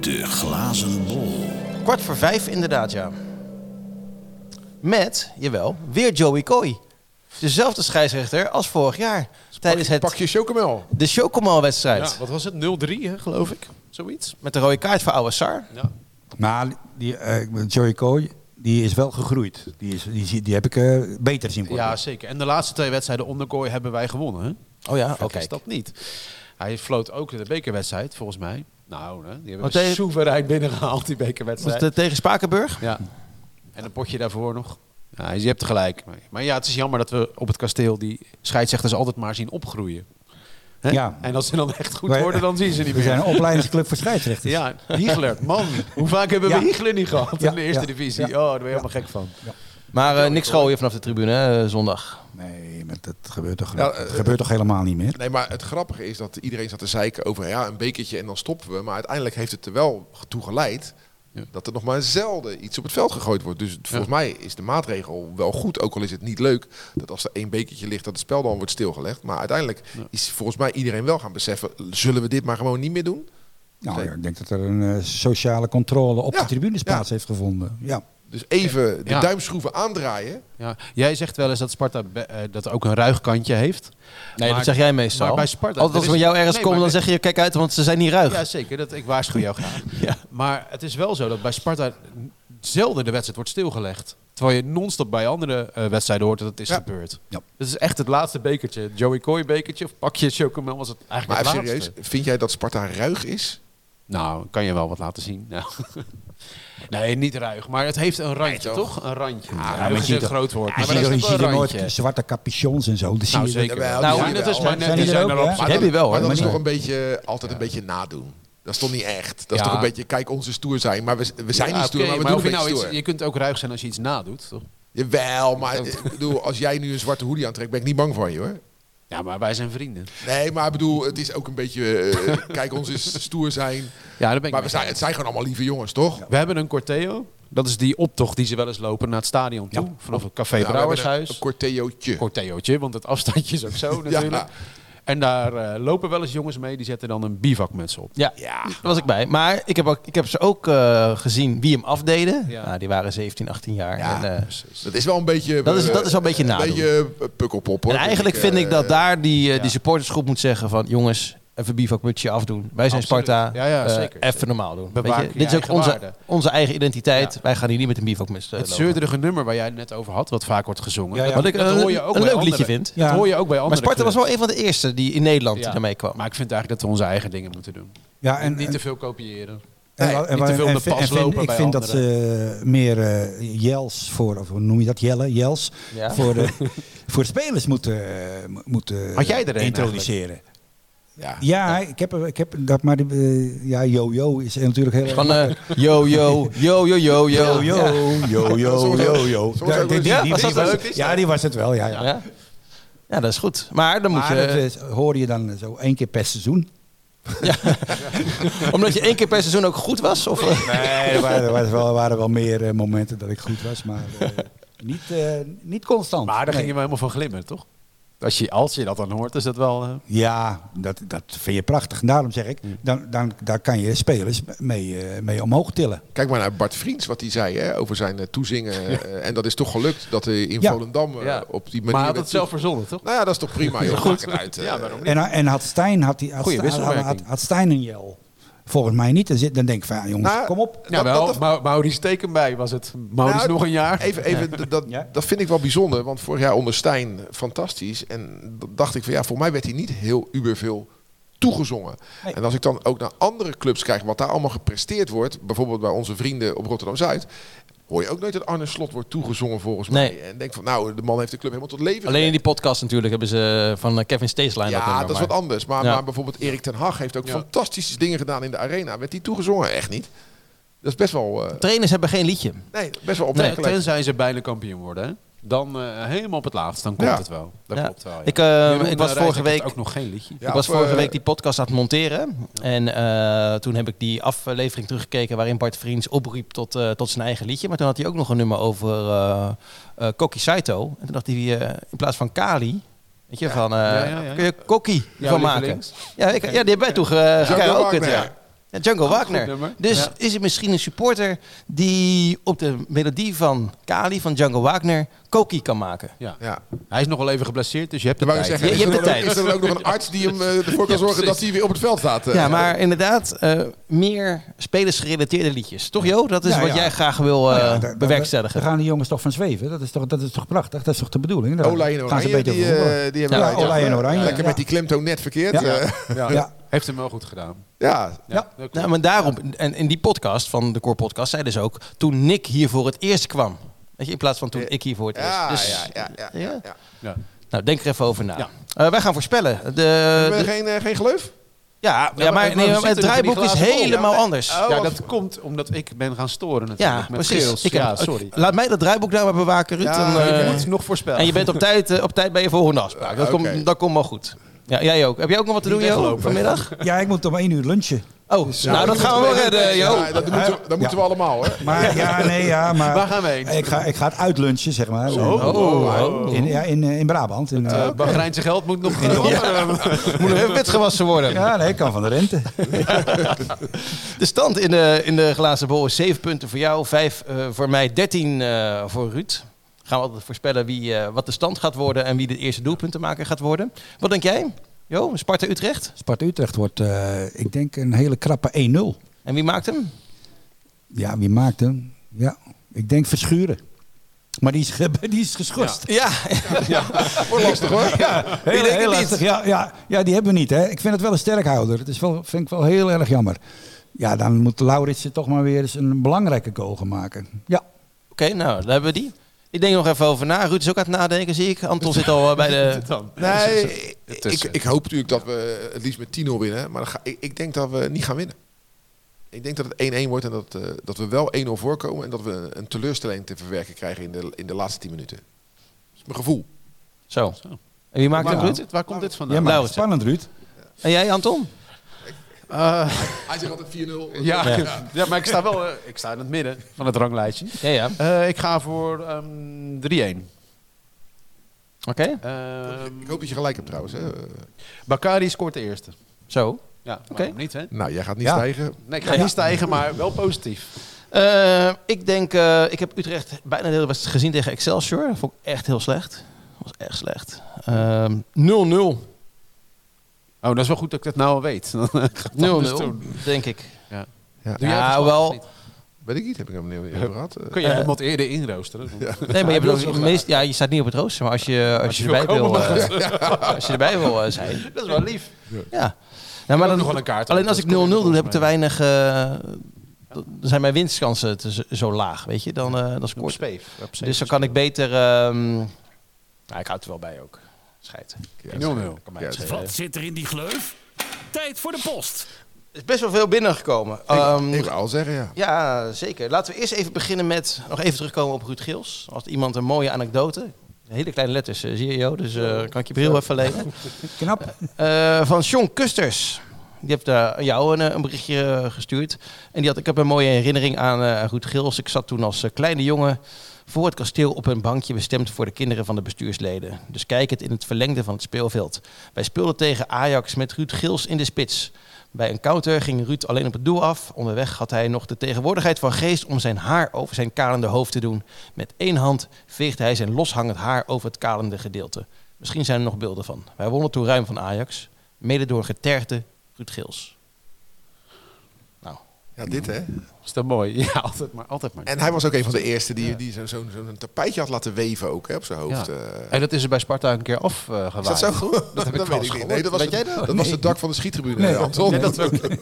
[SPEAKER 2] De glazen bol.
[SPEAKER 3] Kwart voor vijf, inderdaad, ja. Met, jawel, weer Joey Coy. Dezelfde scheidsrechter als vorig jaar. Tijdens
[SPEAKER 5] Pak
[SPEAKER 3] het,
[SPEAKER 5] je chocomel.
[SPEAKER 3] de Chocomal-wedstrijd.
[SPEAKER 6] Ja, wat was het? 0-3, hè, geloof ik. Zoiets.
[SPEAKER 3] Met de rode kaart voor Ouassar.
[SPEAKER 6] Ja.
[SPEAKER 4] Maar die, eh Joey Coy, die is wel gegroeid. Die, is, die, zie- die heb ik eh, beter zien worden.
[SPEAKER 6] ja, zeker. En de laatste twee wedstrijden onder Kooi hebben wij gewonnen. Hè?
[SPEAKER 3] Oh ja,
[SPEAKER 4] Ah,
[SPEAKER 3] oké.
[SPEAKER 6] Vergis dat niet. Hij floot ook de bekerwedstrijd, volgens mij. Nou, hè, die hebben
[SPEAKER 3] Wat
[SPEAKER 6] we
[SPEAKER 3] deed-
[SPEAKER 6] soeverein binnengehaald, die
[SPEAKER 3] Was
[SPEAKER 6] bekerwedstrijd.
[SPEAKER 3] het eh, tegen Spakenburg?
[SPEAKER 6] Ja. En een potje daarvoor nog. Ja, je hebt gelijk. Maar ja, het is jammer dat we op het kasteel die scheidsrechters altijd maar zien opgroeien. Hè?
[SPEAKER 4] Ja.
[SPEAKER 6] En als ze dan echt goed
[SPEAKER 4] Wij-
[SPEAKER 6] worden, dan zien ze niet
[SPEAKER 4] We
[SPEAKER 6] meer.
[SPEAKER 4] zijn een opleidingsclub voor scheidsrechters.
[SPEAKER 6] ja, Hiegler, man. Hoe vaak hebben
[SPEAKER 4] Ja.
[SPEAKER 6] we Hiegler niet gehad
[SPEAKER 4] Ja,
[SPEAKER 6] in de eerste
[SPEAKER 4] ja,
[SPEAKER 6] divisie?
[SPEAKER 4] ja.
[SPEAKER 6] Oh, daar ben je helemaal gek van.
[SPEAKER 3] Maar eh, niks gooien vanaf de tribune hè, zondag.
[SPEAKER 4] Nee, maar dat gebeurt toch,
[SPEAKER 5] Ja,
[SPEAKER 4] dat
[SPEAKER 5] eh,
[SPEAKER 4] gebeurt toch helemaal niet meer?
[SPEAKER 5] Nee, maar het grappige is dat iedereen zat te zeiken over ja, een bekertje en dan stoppen we. Maar uiteindelijk heeft het er wel toe geleid dat er nog maar zelden iets op het veld gegooid wordt. Dus volgens mij is de maatregel wel goed, ook al is het niet leuk dat als er één bekertje ligt dat het spel dan wordt stilgelegd. Maar uiteindelijk is volgens mij iedereen wel gaan beseffen, zullen we dit maar gewoon niet meer doen?
[SPEAKER 4] Nou,
[SPEAKER 5] Zeker.
[SPEAKER 4] ik denk dat er een eh, sociale controle op
[SPEAKER 5] Ja,
[SPEAKER 4] de tribunes
[SPEAKER 5] ja.
[SPEAKER 4] plaats heeft gevonden. Ja.
[SPEAKER 5] Dus even de
[SPEAKER 6] Ja.
[SPEAKER 5] duimschroeven aandraaien.
[SPEAKER 6] Ja, jij zegt wel eens dat Sparta be- eh, dat ook een ruig kantje heeft.
[SPEAKER 3] Nee,
[SPEAKER 6] Maar-
[SPEAKER 3] dat zeg jij meestal.
[SPEAKER 6] maar bij Sparta-
[SPEAKER 3] Altijd als
[SPEAKER 6] er
[SPEAKER 3] we
[SPEAKER 6] is-
[SPEAKER 3] jou ergens
[SPEAKER 6] Nee,
[SPEAKER 3] komen, dan
[SPEAKER 6] maar-
[SPEAKER 3] zeg je kijk uit, want ze zijn niet ruig.
[SPEAKER 6] Ja, zeker. Dat, ik waarschuw jou graag.
[SPEAKER 3] Ja.
[SPEAKER 6] Maar het is wel zo dat bij Sparta zelden de wedstrijd wordt stilgelegd. Terwijl je non-stop bij andere eh, wedstrijden hoort dat het is
[SPEAKER 5] Ja.
[SPEAKER 6] gebeurd.
[SPEAKER 4] Ja.
[SPEAKER 6] Dat is echt het laatste bekertje. Het Joey Coy bekertje of pakje Chocomel was het eigenlijk
[SPEAKER 5] Maar even
[SPEAKER 6] het laatste.
[SPEAKER 5] serieus, vind jij dat Sparta ruig is?
[SPEAKER 6] Nou, kan je wel wat laten zien. Nou. Nee, niet ruig, maar het heeft een randje, toch? Een randje.
[SPEAKER 4] maar
[SPEAKER 6] ruig is
[SPEAKER 4] zie
[SPEAKER 6] een
[SPEAKER 4] je toch-
[SPEAKER 6] groot woord.
[SPEAKER 4] Je
[SPEAKER 6] maar
[SPEAKER 4] ziet
[SPEAKER 6] dat
[SPEAKER 4] er- je
[SPEAKER 6] is toch
[SPEAKER 4] ziet
[SPEAKER 6] wel
[SPEAKER 4] er
[SPEAKER 6] een
[SPEAKER 4] nooit
[SPEAKER 6] randje.
[SPEAKER 4] zwarte capuchons en zo. Dat zie
[SPEAKER 6] Nou,
[SPEAKER 4] je dat-
[SPEAKER 6] zeker.
[SPEAKER 5] Jawel, die
[SPEAKER 6] nou,
[SPEAKER 5] zie
[SPEAKER 6] dat
[SPEAKER 5] je
[SPEAKER 6] is
[SPEAKER 5] wel.
[SPEAKER 6] maar
[SPEAKER 4] Zijn
[SPEAKER 6] net.
[SPEAKER 4] die
[SPEAKER 6] Die
[SPEAKER 4] er
[SPEAKER 6] zijn
[SPEAKER 4] ook,
[SPEAKER 6] er wel.
[SPEAKER 4] hè?
[SPEAKER 6] een paar.
[SPEAKER 4] Heb je wel, hoor,
[SPEAKER 5] Maar dat
[SPEAKER 4] maar
[SPEAKER 5] is toch
[SPEAKER 4] niet-
[SPEAKER 5] een beetje altijd een beetje nadoen. Dat is toch niet echt. Dat
[SPEAKER 6] Ja.
[SPEAKER 5] is toch een beetje, kijk onze stoer zijn. Maar we, we zijn
[SPEAKER 6] Ja,
[SPEAKER 5] niet stoer,
[SPEAKER 6] oké,
[SPEAKER 5] maar we
[SPEAKER 6] maar
[SPEAKER 5] doen
[SPEAKER 6] of
[SPEAKER 5] een
[SPEAKER 6] je, nou
[SPEAKER 5] beetje
[SPEAKER 6] iets,
[SPEAKER 5] stoer.
[SPEAKER 6] je kunt ook ruig zijn als je iets nadoet, toch?
[SPEAKER 5] Jawel, maar ik bedoel, als jij nu een zwarte hoodie aantrekt, ben ik niet bang van je hoor.
[SPEAKER 6] Ja, maar wij zijn vrienden.
[SPEAKER 5] Nee, maar ik bedoel, het is ook een beetje, eh, kijk ons is stoer zijn.
[SPEAKER 6] Ja, daar ben ik
[SPEAKER 5] Maar
[SPEAKER 6] mee
[SPEAKER 5] we zijn,
[SPEAKER 6] eens.
[SPEAKER 5] het zijn gewoon allemaal lieve jongens, toch?
[SPEAKER 6] We hebben een corteo. Dat is die optocht die ze wel eens lopen naar het stadion toe. Vanaf het café
[SPEAKER 5] Ja, we hebben
[SPEAKER 6] Brouwershuis.
[SPEAKER 5] Een, een corteootje.
[SPEAKER 6] corteootje, want het afstandje is ook zo natuurlijk. En daar eh, lopen wel eens jongens mee, die zetten dan een bivakmuts op.
[SPEAKER 3] Ja, daar was ik bij. Maar ik heb, ook, ik heb ze ook eh, gezien wie hem afdeden.
[SPEAKER 6] Ja.
[SPEAKER 3] Nou, die waren 17, 18 jaar.
[SPEAKER 5] Ja.
[SPEAKER 3] En, eh,
[SPEAKER 5] Dat is wel een beetje...
[SPEAKER 3] dat, is,
[SPEAKER 5] eh,
[SPEAKER 3] dat is wel een beetje
[SPEAKER 5] Een
[SPEAKER 3] nadoen.
[SPEAKER 5] beetje eh, pukkelpop hoor.
[SPEAKER 3] en eigenlijk vind ik dat
[SPEAKER 5] eh,
[SPEAKER 3] daar die, eh,
[SPEAKER 6] ja.
[SPEAKER 3] die supportersgroep moet zeggen van... jongens, even bivakmutsje afdoen. Wij zijn
[SPEAKER 6] Absoluut.
[SPEAKER 3] Sparta.
[SPEAKER 6] Ja, ja,
[SPEAKER 3] eh,
[SPEAKER 6] zeker,
[SPEAKER 3] even
[SPEAKER 6] zeker.
[SPEAKER 3] normaal doen.
[SPEAKER 6] Bewaak
[SPEAKER 3] Weet
[SPEAKER 6] je
[SPEAKER 3] je? Dit is ook
[SPEAKER 6] eigen
[SPEAKER 3] onze,
[SPEAKER 6] waarde.
[SPEAKER 3] onze eigen identiteit.
[SPEAKER 6] Ja.
[SPEAKER 3] Wij gaan hier niet met een bivakmuts eh,
[SPEAKER 6] Het
[SPEAKER 3] lopen.
[SPEAKER 6] zeurderige nummer waar jij net over had, wat vaak wordt gezongen.
[SPEAKER 4] Ja, ja.
[SPEAKER 6] Dat,
[SPEAKER 3] Wat ik
[SPEAKER 6] dat
[SPEAKER 3] een-
[SPEAKER 6] hoor je ook
[SPEAKER 3] een
[SPEAKER 6] bij
[SPEAKER 3] leuk liedje
[SPEAKER 6] anderen.
[SPEAKER 3] vind.
[SPEAKER 4] Ja.
[SPEAKER 6] Dat hoor je ook bij andere
[SPEAKER 3] Maar Sparta was
[SPEAKER 6] clubs.
[SPEAKER 3] wel een van de eerste die in Nederland
[SPEAKER 6] Ja.
[SPEAKER 3] die daarmee kwam.
[SPEAKER 6] Maar ik vind eigenlijk dat we onze eigen dingen moeten doen.
[SPEAKER 4] Ja, en,
[SPEAKER 6] Niet te veel kopiëren.
[SPEAKER 4] en-
[SPEAKER 5] Nee,
[SPEAKER 4] en-
[SPEAKER 6] niet te
[SPEAKER 4] en-
[SPEAKER 6] veel om de
[SPEAKER 4] en-
[SPEAKER 6] pas
[SPEAKER 4] en vind-
[SPEAKER 6] lopen
[SPEAKER 4] Ik
[SPEAKER 6] bij
[SPEAKER 4] vind dat ze meer eh, jels voor, of hoe noem je dat, jellen, jels,
[SPEAKER 3] Ja.
[SPEAKER 4] voor, de, voor de spelers moeten, eh, mo- moeten
[SPEAKER 6] Had jij er een
[SPEAKER 4] introduceren.
[SPEAKER 5] Ja.
[SPEAKER 4] eh, Ja, ik heb, er- ik heb dat, maar die, eh, ja, yo-yo is natuurlijk heel erg
[SPEAKER 3] Van eh, yo, yo, yo, yo, yo, yo.
[SPEAKER 4] Yo,
[SPEAKER 3] Ja.
[SPEAKER 4] yo, yo, yo,
[SPEAKER 5] Soms
[SPEAKER 4] yo,
[SPEAKER 5] ook-
[SPEAKER 4] yo.
[SPEAKER 5] soms ook
[SPEAKER 4] Die- die-
[SPEAKER 3] Ja,
[SPEAKER 4] die-
[SPEAKER 3] was
[SPEAKER 4] die
[SPEAKER 3] dat
[SPEAKER 6] leuk?
[SPEAKER 4] Ja, die was het wel, ja. ja.
[SPEAKER 3] Ja. ja, dat is goed. Maar dan moet
[SPEAKER 4] Maar
[SPEAKER 3] je...
[SPEAKER 4] dat is- hoor je dan zo één keer per seizoen.
[SPEAKER 3] Omdat je één keer per seizoen ook goed was? Of, eh?
[SPEAKER 4] Nee, er waren, er waren wel, er waren wel meer eh, momenten dat ik goed was, maar eh, niet, eh, niet constant.
[SPEAKER 6] Maar daar
[SPEAKER 4] Nee.
[SPEAKER 6] ging je wel helemaal van glimmen, toch? Als je, als je dat dan hoort, is dat wel... eh,
[SPEAKER 4] Ja, dat, dat vind je prachtig. En daarom zeg ik,
[SPEAKER 5] Mm.
[SPEAKER 4] dan, dan, daar kan je spelers mee, eh, mee omhoog tillen.
[SPEAKER 5] Kijk maar naar Bart Vriends, wat hij zei hè, over zijn eh, toezingen. eh, en dat is toch gelukt dat hij in
[SPEAKER 4] Ja.
[SPEAKER 5] Volendam eh,
[SPEAKER 6] ja.
[SPEAKER 5] op die
[SPEAKER 6] Maar
[SPEAKER 5] manier...
[SPEAKER 6] hij had
[SPEAKER 5] werd
[SPEAKER 6] het zelf verzonnen, toch?
[SPEAKER 5] Nou ja, dat is toch prima, joh. Maakt het uit. eh. Ja, waarom
[SPEAKER 4] En, en had Stijn, had, die, had,
[SPEAKER 6] Goeie
[SPEAKER 4] Stijn- had,
[SPEAKER 6] wisselwerking.
[SPEAKER 4] had, Stijn een jel? Volgens mij niet. Dan, zit, dan denk ik van, ja, jongens,
[SPEAKER 5] Nou,
[SPEAKER 4] kom op.
[SPEAKER 6] Ja, wel.
[SPEAKER 5] dat-
[SPEAKER 6] Mau- Maurice Tekenbij was het. Maurice
[SPEAKER 5] Nou,
[SPEAKER 6] nog een jaar.
[SPEAKER 5] Even, even d- dat,
[SPEAKER 4] Ja.
[SPEAKER 5] dat vind ik wel bijzonder, want vorig jaar onder Stijn fantastisch. En d- dacht ik van ja, voor mij werd hij niet heel uberveel toegezongen.
[SPEAKER 4] Nee.
[SPEAKER 5] En als ik dan ook naar andere clubs kijk, wat daar allemaal gepresteerd wordt, bijvoorbeeld bij onze vrienden op Rotterdam Zuid. Hoor je ook nooit dat Arne Slot wordt toegezongen volgens
[SPEAKER 3] Nee.
[SPEAKER 5] mij. En denk van, nou, de man heeft de club helemaal tot leven
[SPEAKER 3] Alleen in die podcast natuurlijk hebben ze van eh, Kevin Steeslijn dat
[SPEAKER 5] Ja,
[SPEAKER 3] nummer,
[SPEAKER 5] dat is
[SPEAKER 3] maar-
[SPEAKER 5] wat anders. Maar,
[SPEAKER 3] Ja.
[SPEAKER 5] maar bijvoorbeeld Erik ten Hag heeft ook
[SPEAKER 6] Ja.
[SPEAKER 5] fantastische dingen gedaan in de arena. Werd die toegezongen? Echt niet. Dat is best wel, eh,
[SPEAKER 3] Trainers hebben geen liedje.
[SPEAKER 5] nee, best wel
[SPEAKER 6] Nee,
[SPEAKER 5] opmerkelijk.
[SPEAKER 6] tenzij ze bijna kampioen worden. hè. Dan eh, helemaal op het laatst, dan komt
[SPEAKER 5] Ja.
[SPEAKER 6] het wel. Dat
[SPEAKER 3] Ja.
[SPEAKER 6] klopt wel. ja.
[SPEAKER 3] Ik, eh,
[SPEAKER 6] Jeroen
[SPEAKER 3] ik was
[SPEAKER 6] Rijsdijk
[SPEAKER 3] vorige
[SPEAKER 6] heeft
[SPEAKER 3] week-
[SPEAKER 6] ook nog geen liedje.
[SPEAKER 5] Ja,
[SPEAKER 3] ik was
[SPEAKER 5] of, eh,
[SPEAKER 3] vorige week die podcast aan het monteren. En eh, toen heb ik die aflevering teruggekeken waarin Bart Vriends opriep tot, eh, tot zijn eigen liedje. Maar toen had hij ook nog een nummer over eh eh, Kokkie Saito. En toen dacht hij, eh, in plaats van Kali, weet je, van eh,
[SPEAKER 6] Ja, ja, ja.
[SPEAKER 3] kun je Kokkie
[SPEAKER 6] Jouw
[SPEAKER 3] van maken.
[SPEAKER 6] lievelings?
[SPEAKER 3] Ja, ik, ja, die hebben wij toen ge- gekeken ook.
[SPEAKER 5] Wagner.
[SPEAKER 3] het, ja. Ja, Django
[SPEAKER 6] goed nummer.
[SPEAKER 3] Wagner. Dus
[SPEAKER 6] Ja.
[SPEAKER 3] is er misschien een supporter die op de melodie van Kali van Django Wagner Koki kan maken?
[SPEAKER 6] Ja.
[SPEAKER 5] Ja.
[SPEAKER 6] Hij is nog wel even geblesseerd, dus je hebt de
[SPEAKER 5] Ik wou
[SPEAKER 6] tijd.
[SPEAKER 5] zeggen,
[SPEAKER 3] Je-
[SPEAKER 5] is,
[SPEAKER 3] je
[SPEAKER 5] er
[SPEAKER 3] hebt de
[SPEAKER 5] dan ook,
[SPEAKER 3] tijd.
[SPEAKER 5] is er dan ook nog een arts die hem eh, ervoor kan zorgen dat hij weer op het veld staat? eh?
[SPEAKER 3] Ja, maar inderdaad, eh, meer spelersgerelateerde liedjes. Toch Jo? Dat is
[SPEAKER 4] Ja,
[SPEAKER 3] wat
[SPEAKER 4] ja.
[SPEAKER 3] jij graag wil eh,
[SPEAKER 4] Nou ja, daar- daar-
[SPEAKER 3] bewerkstelligen.
[SPEAKER 4] Daar gaan die jongens toch van zweven? Dat is toch, dat is toch prachtig? Dat is toch de bedoeling? Daar
[SPEAKER 5] Olij en
[SPEAKER 4] gaan ze
[SPEAKER 5] Oranje,
[SPEAKER 4] beter
[SPEAKER 5] die, eh,
[SPEAKER 4] voor voetballen.
[SPEAKER 5] die hebben
[SPEAKER 4] Ja,
[SPEAKER 5] wij toch,
[SPEAKER 4] Olij en
[SPEAKER 5] eh,
[SPEAKER 4] Oranje,
[SPEAKER 5] Lekker
[SPEAKER 4] ja.
[SPEAKER 5] met die klemtoon net
[SPEAKER 4] Ja.
[SPEAKER 5] verkeerd. eh,
[SPEAKER 6] Ja.
[SPEAKER 4] Ja.
[SPEAKER 6] Heeft hem wel goed gedaan.
[SPEAKER 5] ja.
[SPEAKER 6] Ja, dat klopt.
[SPEAKER 3] Nou, maar daarom, en in die podcast van de Core Podcast, zei dus ook toen Nick hier voor het eerst kwam. Weet je, in plaats van toen ik hier voor het eerst.
[SPEAKER 5] Ja,
[SPEAKER 3] Dus,
[SPEAKER 5] ja, ja, ja, ja,
[SPEAKER 3] ja.
[SPEAKER 5] ja.
[SPEAKER 6] Ja.
[SPEAKER 3] Nou, denk er even over na.
[SPEAKER 6] Ja.
[SPEAKER 3] Eh, wij gaan voorspellen. De,
[SPEAKER 5] Hebben we
[SPEAKER 3] de-
[SPEAKER 5] geen, eh, geen geleuf?
[SPEAKER 3] ja, ja,
[SPEAKER 6] maar-
[SPEAKER 3] maar,
[SPEAKER 6] maar
[SPEAKER 3] nee,
[SPEAKER 6] we
[SPEAKER 3] maar
[SPEAKER 6] zitten
[SPEAKER 3] het
[SPEAKER 6] nog in die
[SPEAKER 3] draaiboek is
[SPEAKER 6] glazen bol.
[SPEAKER 3] helemaal
[SPEAKER 5] Ja, maar-
[SPEAKER 3] anders.
[SPEAKER 5] Oh,
[SPEAKER 6] ja,
[SPEAKER 5] wat-
[SPEAKER 6] dat komt omdat ik ben gaan storen natuurlijk.
[SPEAKER 3] Ja,
[SPEAKER 6] met
[SPEAKER 3] precies.
[SPEAKER 6] Geels.
[SPEAKER 3] Ik heb-
[SPEAKER 6] ja, sorry.
[SPEAKER 3] Laat mij dat draaiboek nou maar bewaken, Ruud.
[SPEAKER 5] Ja,
[SPEAKER 3] dan, eh,
[SPEAKER 6] Je moet nog voorspellen.
[SPEAKER 3] en je bent op tijd, eh, op tijd bij je volgende afspraak. Dat,
[SPEAKER 5] Ah,
[SPEAKER 3] komt-
[SPEAKER 5] oké.
[SPEAKER 3] dat komt wel goed. Ja, jij ook. Heb jij ook nog wat te doen, Jo, vanmiddag?
[SPEAKER 4] Ja, ik moet om één uur lunchen.
[SPEAKER 3] Oh, nou, dat gaan we wel redden, Jo.
[SPEAKER 5] Ja, dat moeten, we- dat moeten we allemaal, hè?
[SPEAKER 4] Maar ja, nee, ja, maar...
[SPEAKER 6] Waar gaan we heen?
[SPEAKER 4] Eh, Ik ga, ik ga het uitlunchen, zeg maar.
[SPEAKER 3] Oh,
[SPEAKER 4] eh, In, ja, in, eh, in Brabant. In, eh,
[SPEAKER 6] Eh, Bahrijnse geld moet nog...
[SPEAKER 3] Moet nog even wit gewassen worden.
[SPEAKER 4] ja, nee, kan van de rente.
[SPEAKER 3] De stand in de, in de glazen bol is 7 punten voor jou, 5 voor mij, 13 eh, voor Ruud. Gaan we altijd voorspellen wie, eh, wat de stand gaat worden en wie de eerste doelpuntenmaker gaat worden. Wat denk jij? Jo, Sparta-Utrecht.
[SPEAKER 4] Sparta Utrecht wordt, eh, ik denk, een hele krappe 1-0.
[SPEAKER 3] En wie maakt hem?
[SPEAKER 4] Ja, wie maakt hem? Ja, ik denk Verschuren. Maar die is, ge- die is geschorst.
[SPEAKER 3] Ja,
[SPEAKER 5] Wordt lastig, hoor.
[SPEAKER 4] Heel,
[SPEAKER 3] Ik denk
[SPEAKER 4] heel
[SPEAKER 3] het niet.
[SPEAKER 4] lastig. Ja, ja, ja, die hebben we niet. Hè. Ik vind het wel een sterkhouder. Het is wel, vind ik wel heel erg jammer. Ja, dan moet Lauritsen toch maar weer eens een belangrijke goal gaan maken. Ja,
[SPEAKER 3] Oké, nou, daar hebben we die. Ik denk nog even over na. Ruud is ook aan het nadenken, zie ik. Anton zit al eh, bij de...
[SPEAKER 6] Dan.
[SPEAKER 5] Nee, Eh, ik,
[SPEAKER 6] tussen.
[SPEAKER 5] ik hoop natuurlijk dat we het liefst met 10-0 winnen. Maar dan ga, ik, ik denk dat we niet gaan winnen. Ik denk dat het 1-1 wordt en dat, eh, dat we wel 1-0 voorkomen. En dat we een teleurstelling te verwerken krijgen in de, in de laatste 10 minuten. Dat is mijn gevoel.
[SPEAKER 3] Zo. En wie maakt
[SPEAKER 6] Waar,
[SPEAKER 3] hem,
[SPEAKER 6] komt
[SPEAKER 3] Ruud?
[SPEAKER 6] dit, waar komt dit vandaan?
[SPEAKER 4] jij maakt het
[SPEAKER 3] Lauritsen.
[SPEAKER 4] spannend, Ruud.
[SPEAKER 3] En jij, Anton?
[SPEAKER 6] Eh,
[SPEAKER 5] Hij zegt altijd 4-0.
[SPEAKER 6] ja, ja. maar ik sta wel eh, ik sta in het midden van het ranglijstje.
[SPEAKER 3] Ja, ja.
[SPEAKER 6] Eh, ik ga voor ehm 3-1.
[SPEAKER 3] Oké,
[SPEAKER 6] Ehm
[SPEAKER 5] Ik hoop dat je gelijk hebt trouwens. Hè. Eh,
[SPEAKER 6] Bakari scoort de eerste.
[SPEAKER 3] zo.
[SPEAKER 6] Ja, waarom
[SPEAKER 3] Oké.
[SPEAKER 6] niet hè?
[SPEAKER 5] Nou, jij gaat niet
[SPEAKER 4] Ja.
[SPEAKER 5] stijgen.
[SPEAKER 6] Nee, ik ga niet stijgen, maar wel positief.
[SPEAKER 3] Eh, ik denk, eh, ik heb Utrecht bijna de hele wedstrijd gezien tegen Excelsior. Dat vond ik echt heel slecht. Dat was echt slecht. Ehm, 0-0.
[SPEAKER 6] Oh, dat is wel goed dat ik dat nou al weet. Dan ga ik het anders
[SPEAKER 3] 0-0,
[SPEAKER 6] doen.
[SPEAKER 3] denk ik.
[SPEAKER 5] Ja.
[SPEAKER 6] Doe jij het
[SPEAKER 3] Ja,
[SPEAKER 6] verslag
[SPEAKER 3] wel.
[SPEAKER 6] of niet?
[SPEAKER 5] Weet ik niet, heb ik hem niet over gehad. Eh,
[SPEAKER 6] Kun jij
[SPEAKER 3] Eh,
[SPEAKER 6] iemand eerder inroosteren?
[SPEAKER 3] Nee, maar je,
[SPEAKER 6] wil
[SPEAKER 3] hebt
[SPEAKER 6] zo
[SPEAKER 3] ook de
[SPEAKER 6] graag.
[SPEAKER 3] meest, ja, je staat niet op het rooster, maar als je, als je,
[SPEAKER 6] je wil
[SPEAKER 3] erbij wil,
[SPEAKER 6] komen,
[SPEAKER 3] eh, als je erbij wil eh, zijn.
[SPEAKER 6] Dat is wel lief.
[SPEAKER 3] Ja. Nou, maar
[SPEAKER 6] ook
[SPEAKER 3] dan,
[SPEAKER 6] nog wel een kaart.
[SPEAKER 3] alleen
[SPEAKER 6] Dat
[SPEAKER 3] als ik 0-0
[SPEAKER 6] komt in
[SPEAKER 3] doe,
[SPEAKER 6] volgens
[SPEAKER 3] heb ik te
[SPEAKER 6] mij.
[SPEAKER 3] weinig... eh, dan zijn mijn winstkansen te zo, zo laag, weet je. Dan, eh dan
[SPEAKER 6] Op
[SPEAKER 3] scoort
[SPEAKER 6] Speef. Op Speef.
[SPEAKER 3] Dus dan kan ik beter... ehm, nou, ik houd er wel bij ook. Scheid.
[SPEAKER 5] ja,
[SPEAKER 6] 0-0.
[SPEAKER 5] ja, ja,
[SPEAKER 2] Wat zit er in die gleuf? Tijd voor de post.
[SPEAKER 3] Er is best wel veel binnengekomen.
[SPEAKER 5] Ik
[SPEAKER 3] Ehm,
[SPEAKER 5] ik wil al zeggen, ja.
[SPEAKER 3] ja, zeker. Laten we eerst even beginnen met... Nog even terugkomen op Ruud Gils. Als iemand een mooie anekdote... Hele kleine letters, eh, zie je, joh. Dus eh, kan ik je bril even lenen.
[SPEAKER 4] Knap.
[SPEAKER 3] Eh, van Sean Kusters. Die heeft eh, jou een, eh, een berichtje eh, gestuurd. En die had, ik heb een mooie herinnering aan eh Ruud Gils. Ik zat toen als eh, kleine jongen voor het kasteel op een bankje bestemd voor de kinderen van de bestuursleden. Dus kijk het in het verlengde van het speelveld. Wij speelden tegen Ajax met Ruud Gils in de spits. Bij een counter ging Ruud alleen op het doel af. Onderweg had hij nog de tegenwoordigheid van geest om zijn haar over zijn kalende hoofd te doen. Met één hand veegde hij zijn loshangend haar over het kalende gedeelte. Misschien zijn er nog beelden van. Wij wonnen toen ruim van Ajax. Mede door getergde Ruud Nou, Gils.
[SPEAKER 5] Ja, dit hè.
[SPEAKER 6] Is dat mooi? Ja, altijd maar. Altijd maar.
[SPEAKER 5] En hij was ook een van de eerste die, die zo'n zo'n zo'n tapijtje had laten weven ook hè, op zijn hoofd.
[SPEAKER 6] Ja.
[SPEAKER 5] eh.
[SPEAKER 6] Nou. En dat is er bij Sparta een keer afgewaaid.
[SPEAKER 5] Is dat zo? Dat,
[SPEAKER 6] heb ik wel
[SPEAKER 5] weet
[SPEAKER 6] eens
[SPEAKER 5] ik niet.
[SPEAKER 6] gehoord.
[SPEAKER 5] Nee, dat was,
[SPEAKER 6] Weet
[SPEAKER 5] het,
[SPEAKER 6] jij
[SPEAKER 5] dat
[SPEAKER 6] dat?
[SPEAKER 5] was het dak van de schiettribune,
[SPEAKER 4] Nee,
[SPEAKER 5] Anton. Nou
[SPEAKER 6] Ja, dat ook.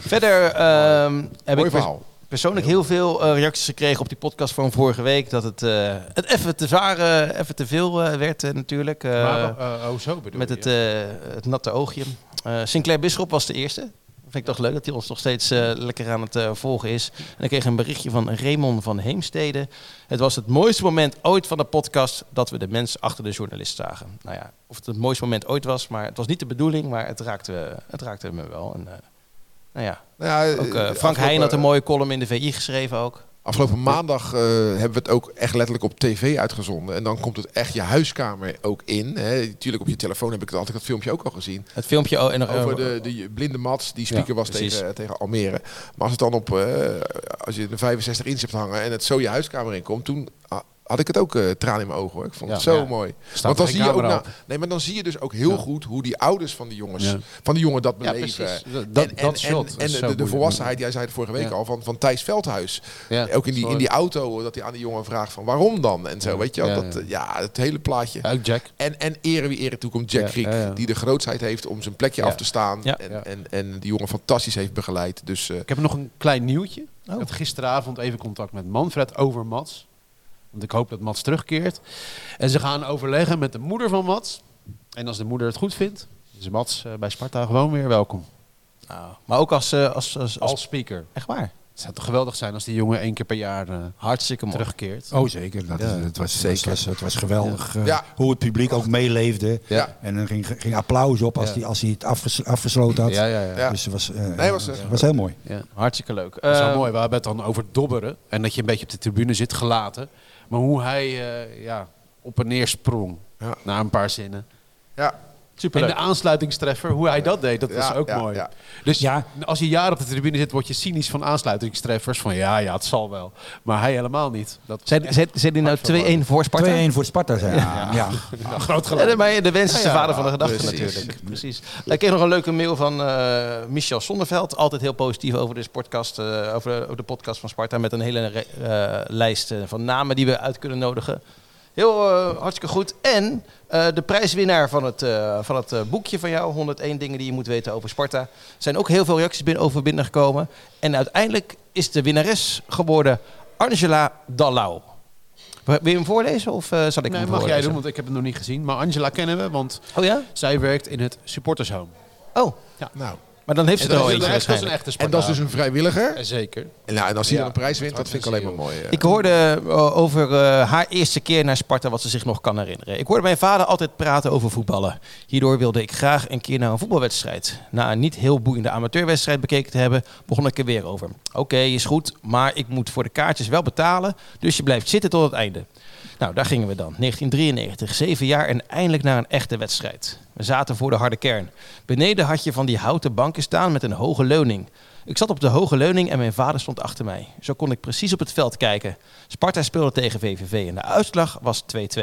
[SPEAKER 3] Verder ehm, heb
[SPEAKER 5] Mooi
[SPEAKER 3] ik pers-
[SPEAKER 5] verhaal.
[SPEAKER 3] persoonlijk heel veel eh, reacties gekregen op die podcast van vorige week. Dat het, eh, het even te zwaar, eh, even te veel eh, werd eh, natuurlijk. eh,
[SPEAKER 6] Maar, eh, oh, zo bedoel
[SPEAKER 3] met
[SPEAKER 6] je.
[SPEAKER 3] het, eh, het natte oogje. Eh, Sinclair Bisschop was de eerste. Vind ik toch leuk dat hij ons nog steeds eh, lekker aan het eh, volgen is. En ik kreeg een berichtje van Raymond van Heemstede. Het was het mooiste moment ooit van de podcast dat we de mens achter de journalist zagen. Nou ja, of het het mooiste moment ooit was, maar het was niet de bedoeling, maar het raakte, het raakte me wel. En, eh, nou ja,
[SPEAKER 5] Nou ja,
[SPEAKER 3] ook, eh,
[SPEAKER 5] eh,
[SPEAKER 3] Frank
[SPEAKER 5] afgelopen-
[SPEAKER 3] Heijn had een mooie column in de VI geschreven ook.
[SPEAKER 5] Afgelopen maandag eh, hebben we het ook echt letterlijk op tv uitgezonden. En dan komt het echt je huiskamer ook in. Hè. Tuurlijk, op je telefoon heb ik het altijd dat filmpje ook al gezien.
[SPEAKER 3] Het filmpje oh, en nog
[SPEAKER 5] Over de, de blinde Mats, die speaker was
[SPEAKER 3] precies.
[SPEAKER 5] tegen, tegen Almere. Maar als het dan op, eh, als je de 65 inch hebt hangen en het zo je huiskamer in komt, toen ha- had ik het ook eh traan in mijn ogen hoor. Ik vond
[SPEAKER 6] Ja,
[SPEAKER 5] het zo
[SPEAKER 6] ja.
[SPEAKER 5] mooi.
[SPEAKER 6] Staat
[SPEAKER 5] Want dan
[SPEAKER 6] geen
[SPEAKER 5] zie je ook,
[SPEAKER 6] camera
[SPEAKER 5] na-
[SPEAKER 6] op.
[SPEAKER 5] nee, maar dan zie je dus ook heel goed hoe die ouders van die jongens,
[SPEAKER 6] Ja.
[SPEAKER 5] van die jongen dat
[SPEAKER 6] Ja,
[SPEAKER 5] beleven.
[SPEAKER 6] precies. Dat-
[SPEAKER 5] en
[SPEAKER 6] dat
[SPEAKER 5] en,
[SPEAKER 6] shot
[SPEAKER 5] en,
[SPEAKER 6] is
[SPEAKER 5] en
[SPEAKER 6] zo
[SPEAKER 5] de- de,
[SPEAKER 6] moeilijk.
[SPEAKER 5] volwassenheid, jij zei het vorige week
[SPEAKER 6] Ja.
[SPEAKER 5] al, van, van Thijs Veldhuis.
[SPEAKER 6] Ja,
[SPEAKER 5] ook in die, in
[SPEAKER 6] sorry.
[SPEAKER 5] die auto, dat hij aan die jongen vraagt van waarom dan? En zo, weet je wel.
[SPEAKER 6] Ja,
[SPEAKER 5] dat, eh, ja, het hele plaatje.
[SPEAKER 6] Ja, ook Jack.
[SPEAKER 5] En, en ere wie ere toekomt, Jack
[SPEAKER 6] Ja,
[SPEAKER 5] Griek,
[SPEAKER 6] ja, ja.
[SPEAKER 5] die de grootsheid heeft om zijn plekje
[SPEAKER 6] Ja.
[SPEAKER 5] af te staan.
[SPEAKER 3] Ja.
[SPEAKER 5] En,
[SPEAKER 6] Ja.
[SPEAKER 5] En, en die jongen fantastisch heeft begeleid. Dus eh,
[SPEAKER 6] Ik heb nog een klein nieuwtje. Ik had gisteravond even contact met Manfred over Mats. Want ik hoop dat Mats terugkeert. En ze gaan overleggen met de moeder van Mats. En als de moeder het goed vindt, is Mats eh, bij Sparta gewoon weer welkom.
[SPEAKER 3] Nou, maar ook als, eh, als, als, als,
[SPEAKER 6] Als speaker.
[SPEAKER 3] Echt waar.
[SPEAKER 6] Het zou toch geweldig zijn als die jongen één keer per jaar eh,
[SPEAKER 3] Hartstikke mooi.
[SPEAKER 6] terugkeert.
[SPEAKER 4] Oh, zeker. Dat, is- het, was, zeker. Het, was, het was geweldig eh,
[SPEAKER 5] Ja.
[SPEAKER 4] hoe het publiek ook meeleefde.
[SPEAKER 5] Ja.
[SPEAKER 4] En er ging, ging applaus op als,
[SPEAKER 6] Ja.
[SPEAKER 4] die, als hij het afges- afgesloten had.
[SPEAKER 6] Ja, ja, ja.
[SPEAKER 5] Ja.
[SPEAKER 4] Dus het was, eh,
[SPEAKER 5] Nee, was, eh,
[SPEAKER 4] het was heel mooi.
[SPEAKER 6] ja.
[SPEAKER 3] Hartstikke leuk.
[SPEAKER 6] Dat is wel
[SPEAKER 3] Eh,
[SPEAKER 6] mooi. We hebben het dan over dobberen. En dat je een beetje op de tribune zit gelaten. Maar hoe hij eh, ja, op en neer sprong.
[SPEAKER 5] Ja.
[SPEAKER 6] Na een paar zinnen.
[SPEAKER 5] ja,
[SPEAKER 6] En
[SPEAKER 3] Superleuk.
[SPEAKER 6] de aansluitingstreffer, hoe hij dat deed, dat
[SPEAKER 5] Ja,
[SPEAKER 6] was ook
[SPEAKER 5] ja,
[SPEAKER 6] mooi.
[SPEAKER 5] ja.
[SPEAKER 6] Dus
[SPEAKER 4] Ja.
[SPEAKER 6] als je jaren op de tribune zit, word je cynisch van aansluitingstreffers. Van ja, ja, het zal wel. Maar hij helemaal niet. Dat
[SPEAKER 3] Zijn, zijn, zijn die nou 2-1 voor Sparta?
[SPEAKER 4] 2-1 voor Sparta zijn. Ja. Ja.
[SPEAKER 6] Nou, groot
[SPEAKER 3] Ja,
[SPEAKER 6] gelijk.
[SPEAKER 3] nee, maar de wens is de
[SPEAKER 5] Ja, ja,
[SPEAKER 3] vader van de gedachte
[SPEAKER 5] precies.
[SPEAKER 3] natuurlijk. Precies. Ik kreeg nog een leuke mail van eh, Michel Sonneveld. Altijd heel positief over, deze podcast, eh, over, de, over de podcast van Sparta. Met een hele re- eh, lijst eh, van namen die we uit kunnen nodigen. Heel eh, hartstikke goed. En eh, de prijswinnaar van het, eh, van het eh, boekje van jou, 101 dingen die je moet weten over Sparta, Er zijn ook heel veel reacties binnen, over binnengekomen. En uiteindelijk is de winnares geworden Angela Dallau. Wil je hem voorlezen of eh, zal ik
[SPEAKER 6] Nee,
[SPEAKER 3] hem
[SPEAKER 6] mag jij
[SPEAKER 3] voorlezen?
[SPEAKER 6] doen, want ik heb het nog niet gezien. Maar Angela kennen we, want
[SPEAKER 3] Oh ja?
[SPEAKER 6] zij werkt in het supportershome.
[SPEAKER 3] Oh,
[SPEAKER 5] Nou,
[SPEAKER 3] maar dan heeft ze er al eentje
[SPEAKER 6] dat is een
[SPEAKER 3] waarschijnlijk.
[SPEAKER 6] echte Sparta.
[SPEAKER 5] en dat is dus een vrijwilliger.
[SPEAKER 6] Eh, Zeker.
[SPEAKER 5] En, nou, en als hij
[SPEAKER 6] Ja.
[SPEAKER 5] dan een prijs wint, dat vind ik alleen maar mooi. eh.
[SPEAKER 3] Ik hoorde eh, over eh, haar eerste keer naar Sparta wat ze zich nog kan herinneren. Ik hoorde mijn vader altijd praten over voetballen. Hierdoor wilde ik graag een keer naar een voetbalwedstrijd. Na een niet heel boeiende amateurwedstrijd bekeken te hebben, begon ik er weer over. Oké, is goed, maar ik moet voor de kaartjes wel betalen, dus je blijft zitten tot het einde. Nou, daar gingen we dan. 1993, zeven jaar en eindelijk naar een echte wedstrijd. We zaten voor de harde kern. Beneden had je van die houten banken staan met een hoge leuning. Ik zat op de hoge leuning en mijn vader stond achter mij. Zo kon ik precies op het veld kijken. Sparta speelde tegen VVV en de uitslag was 2-2.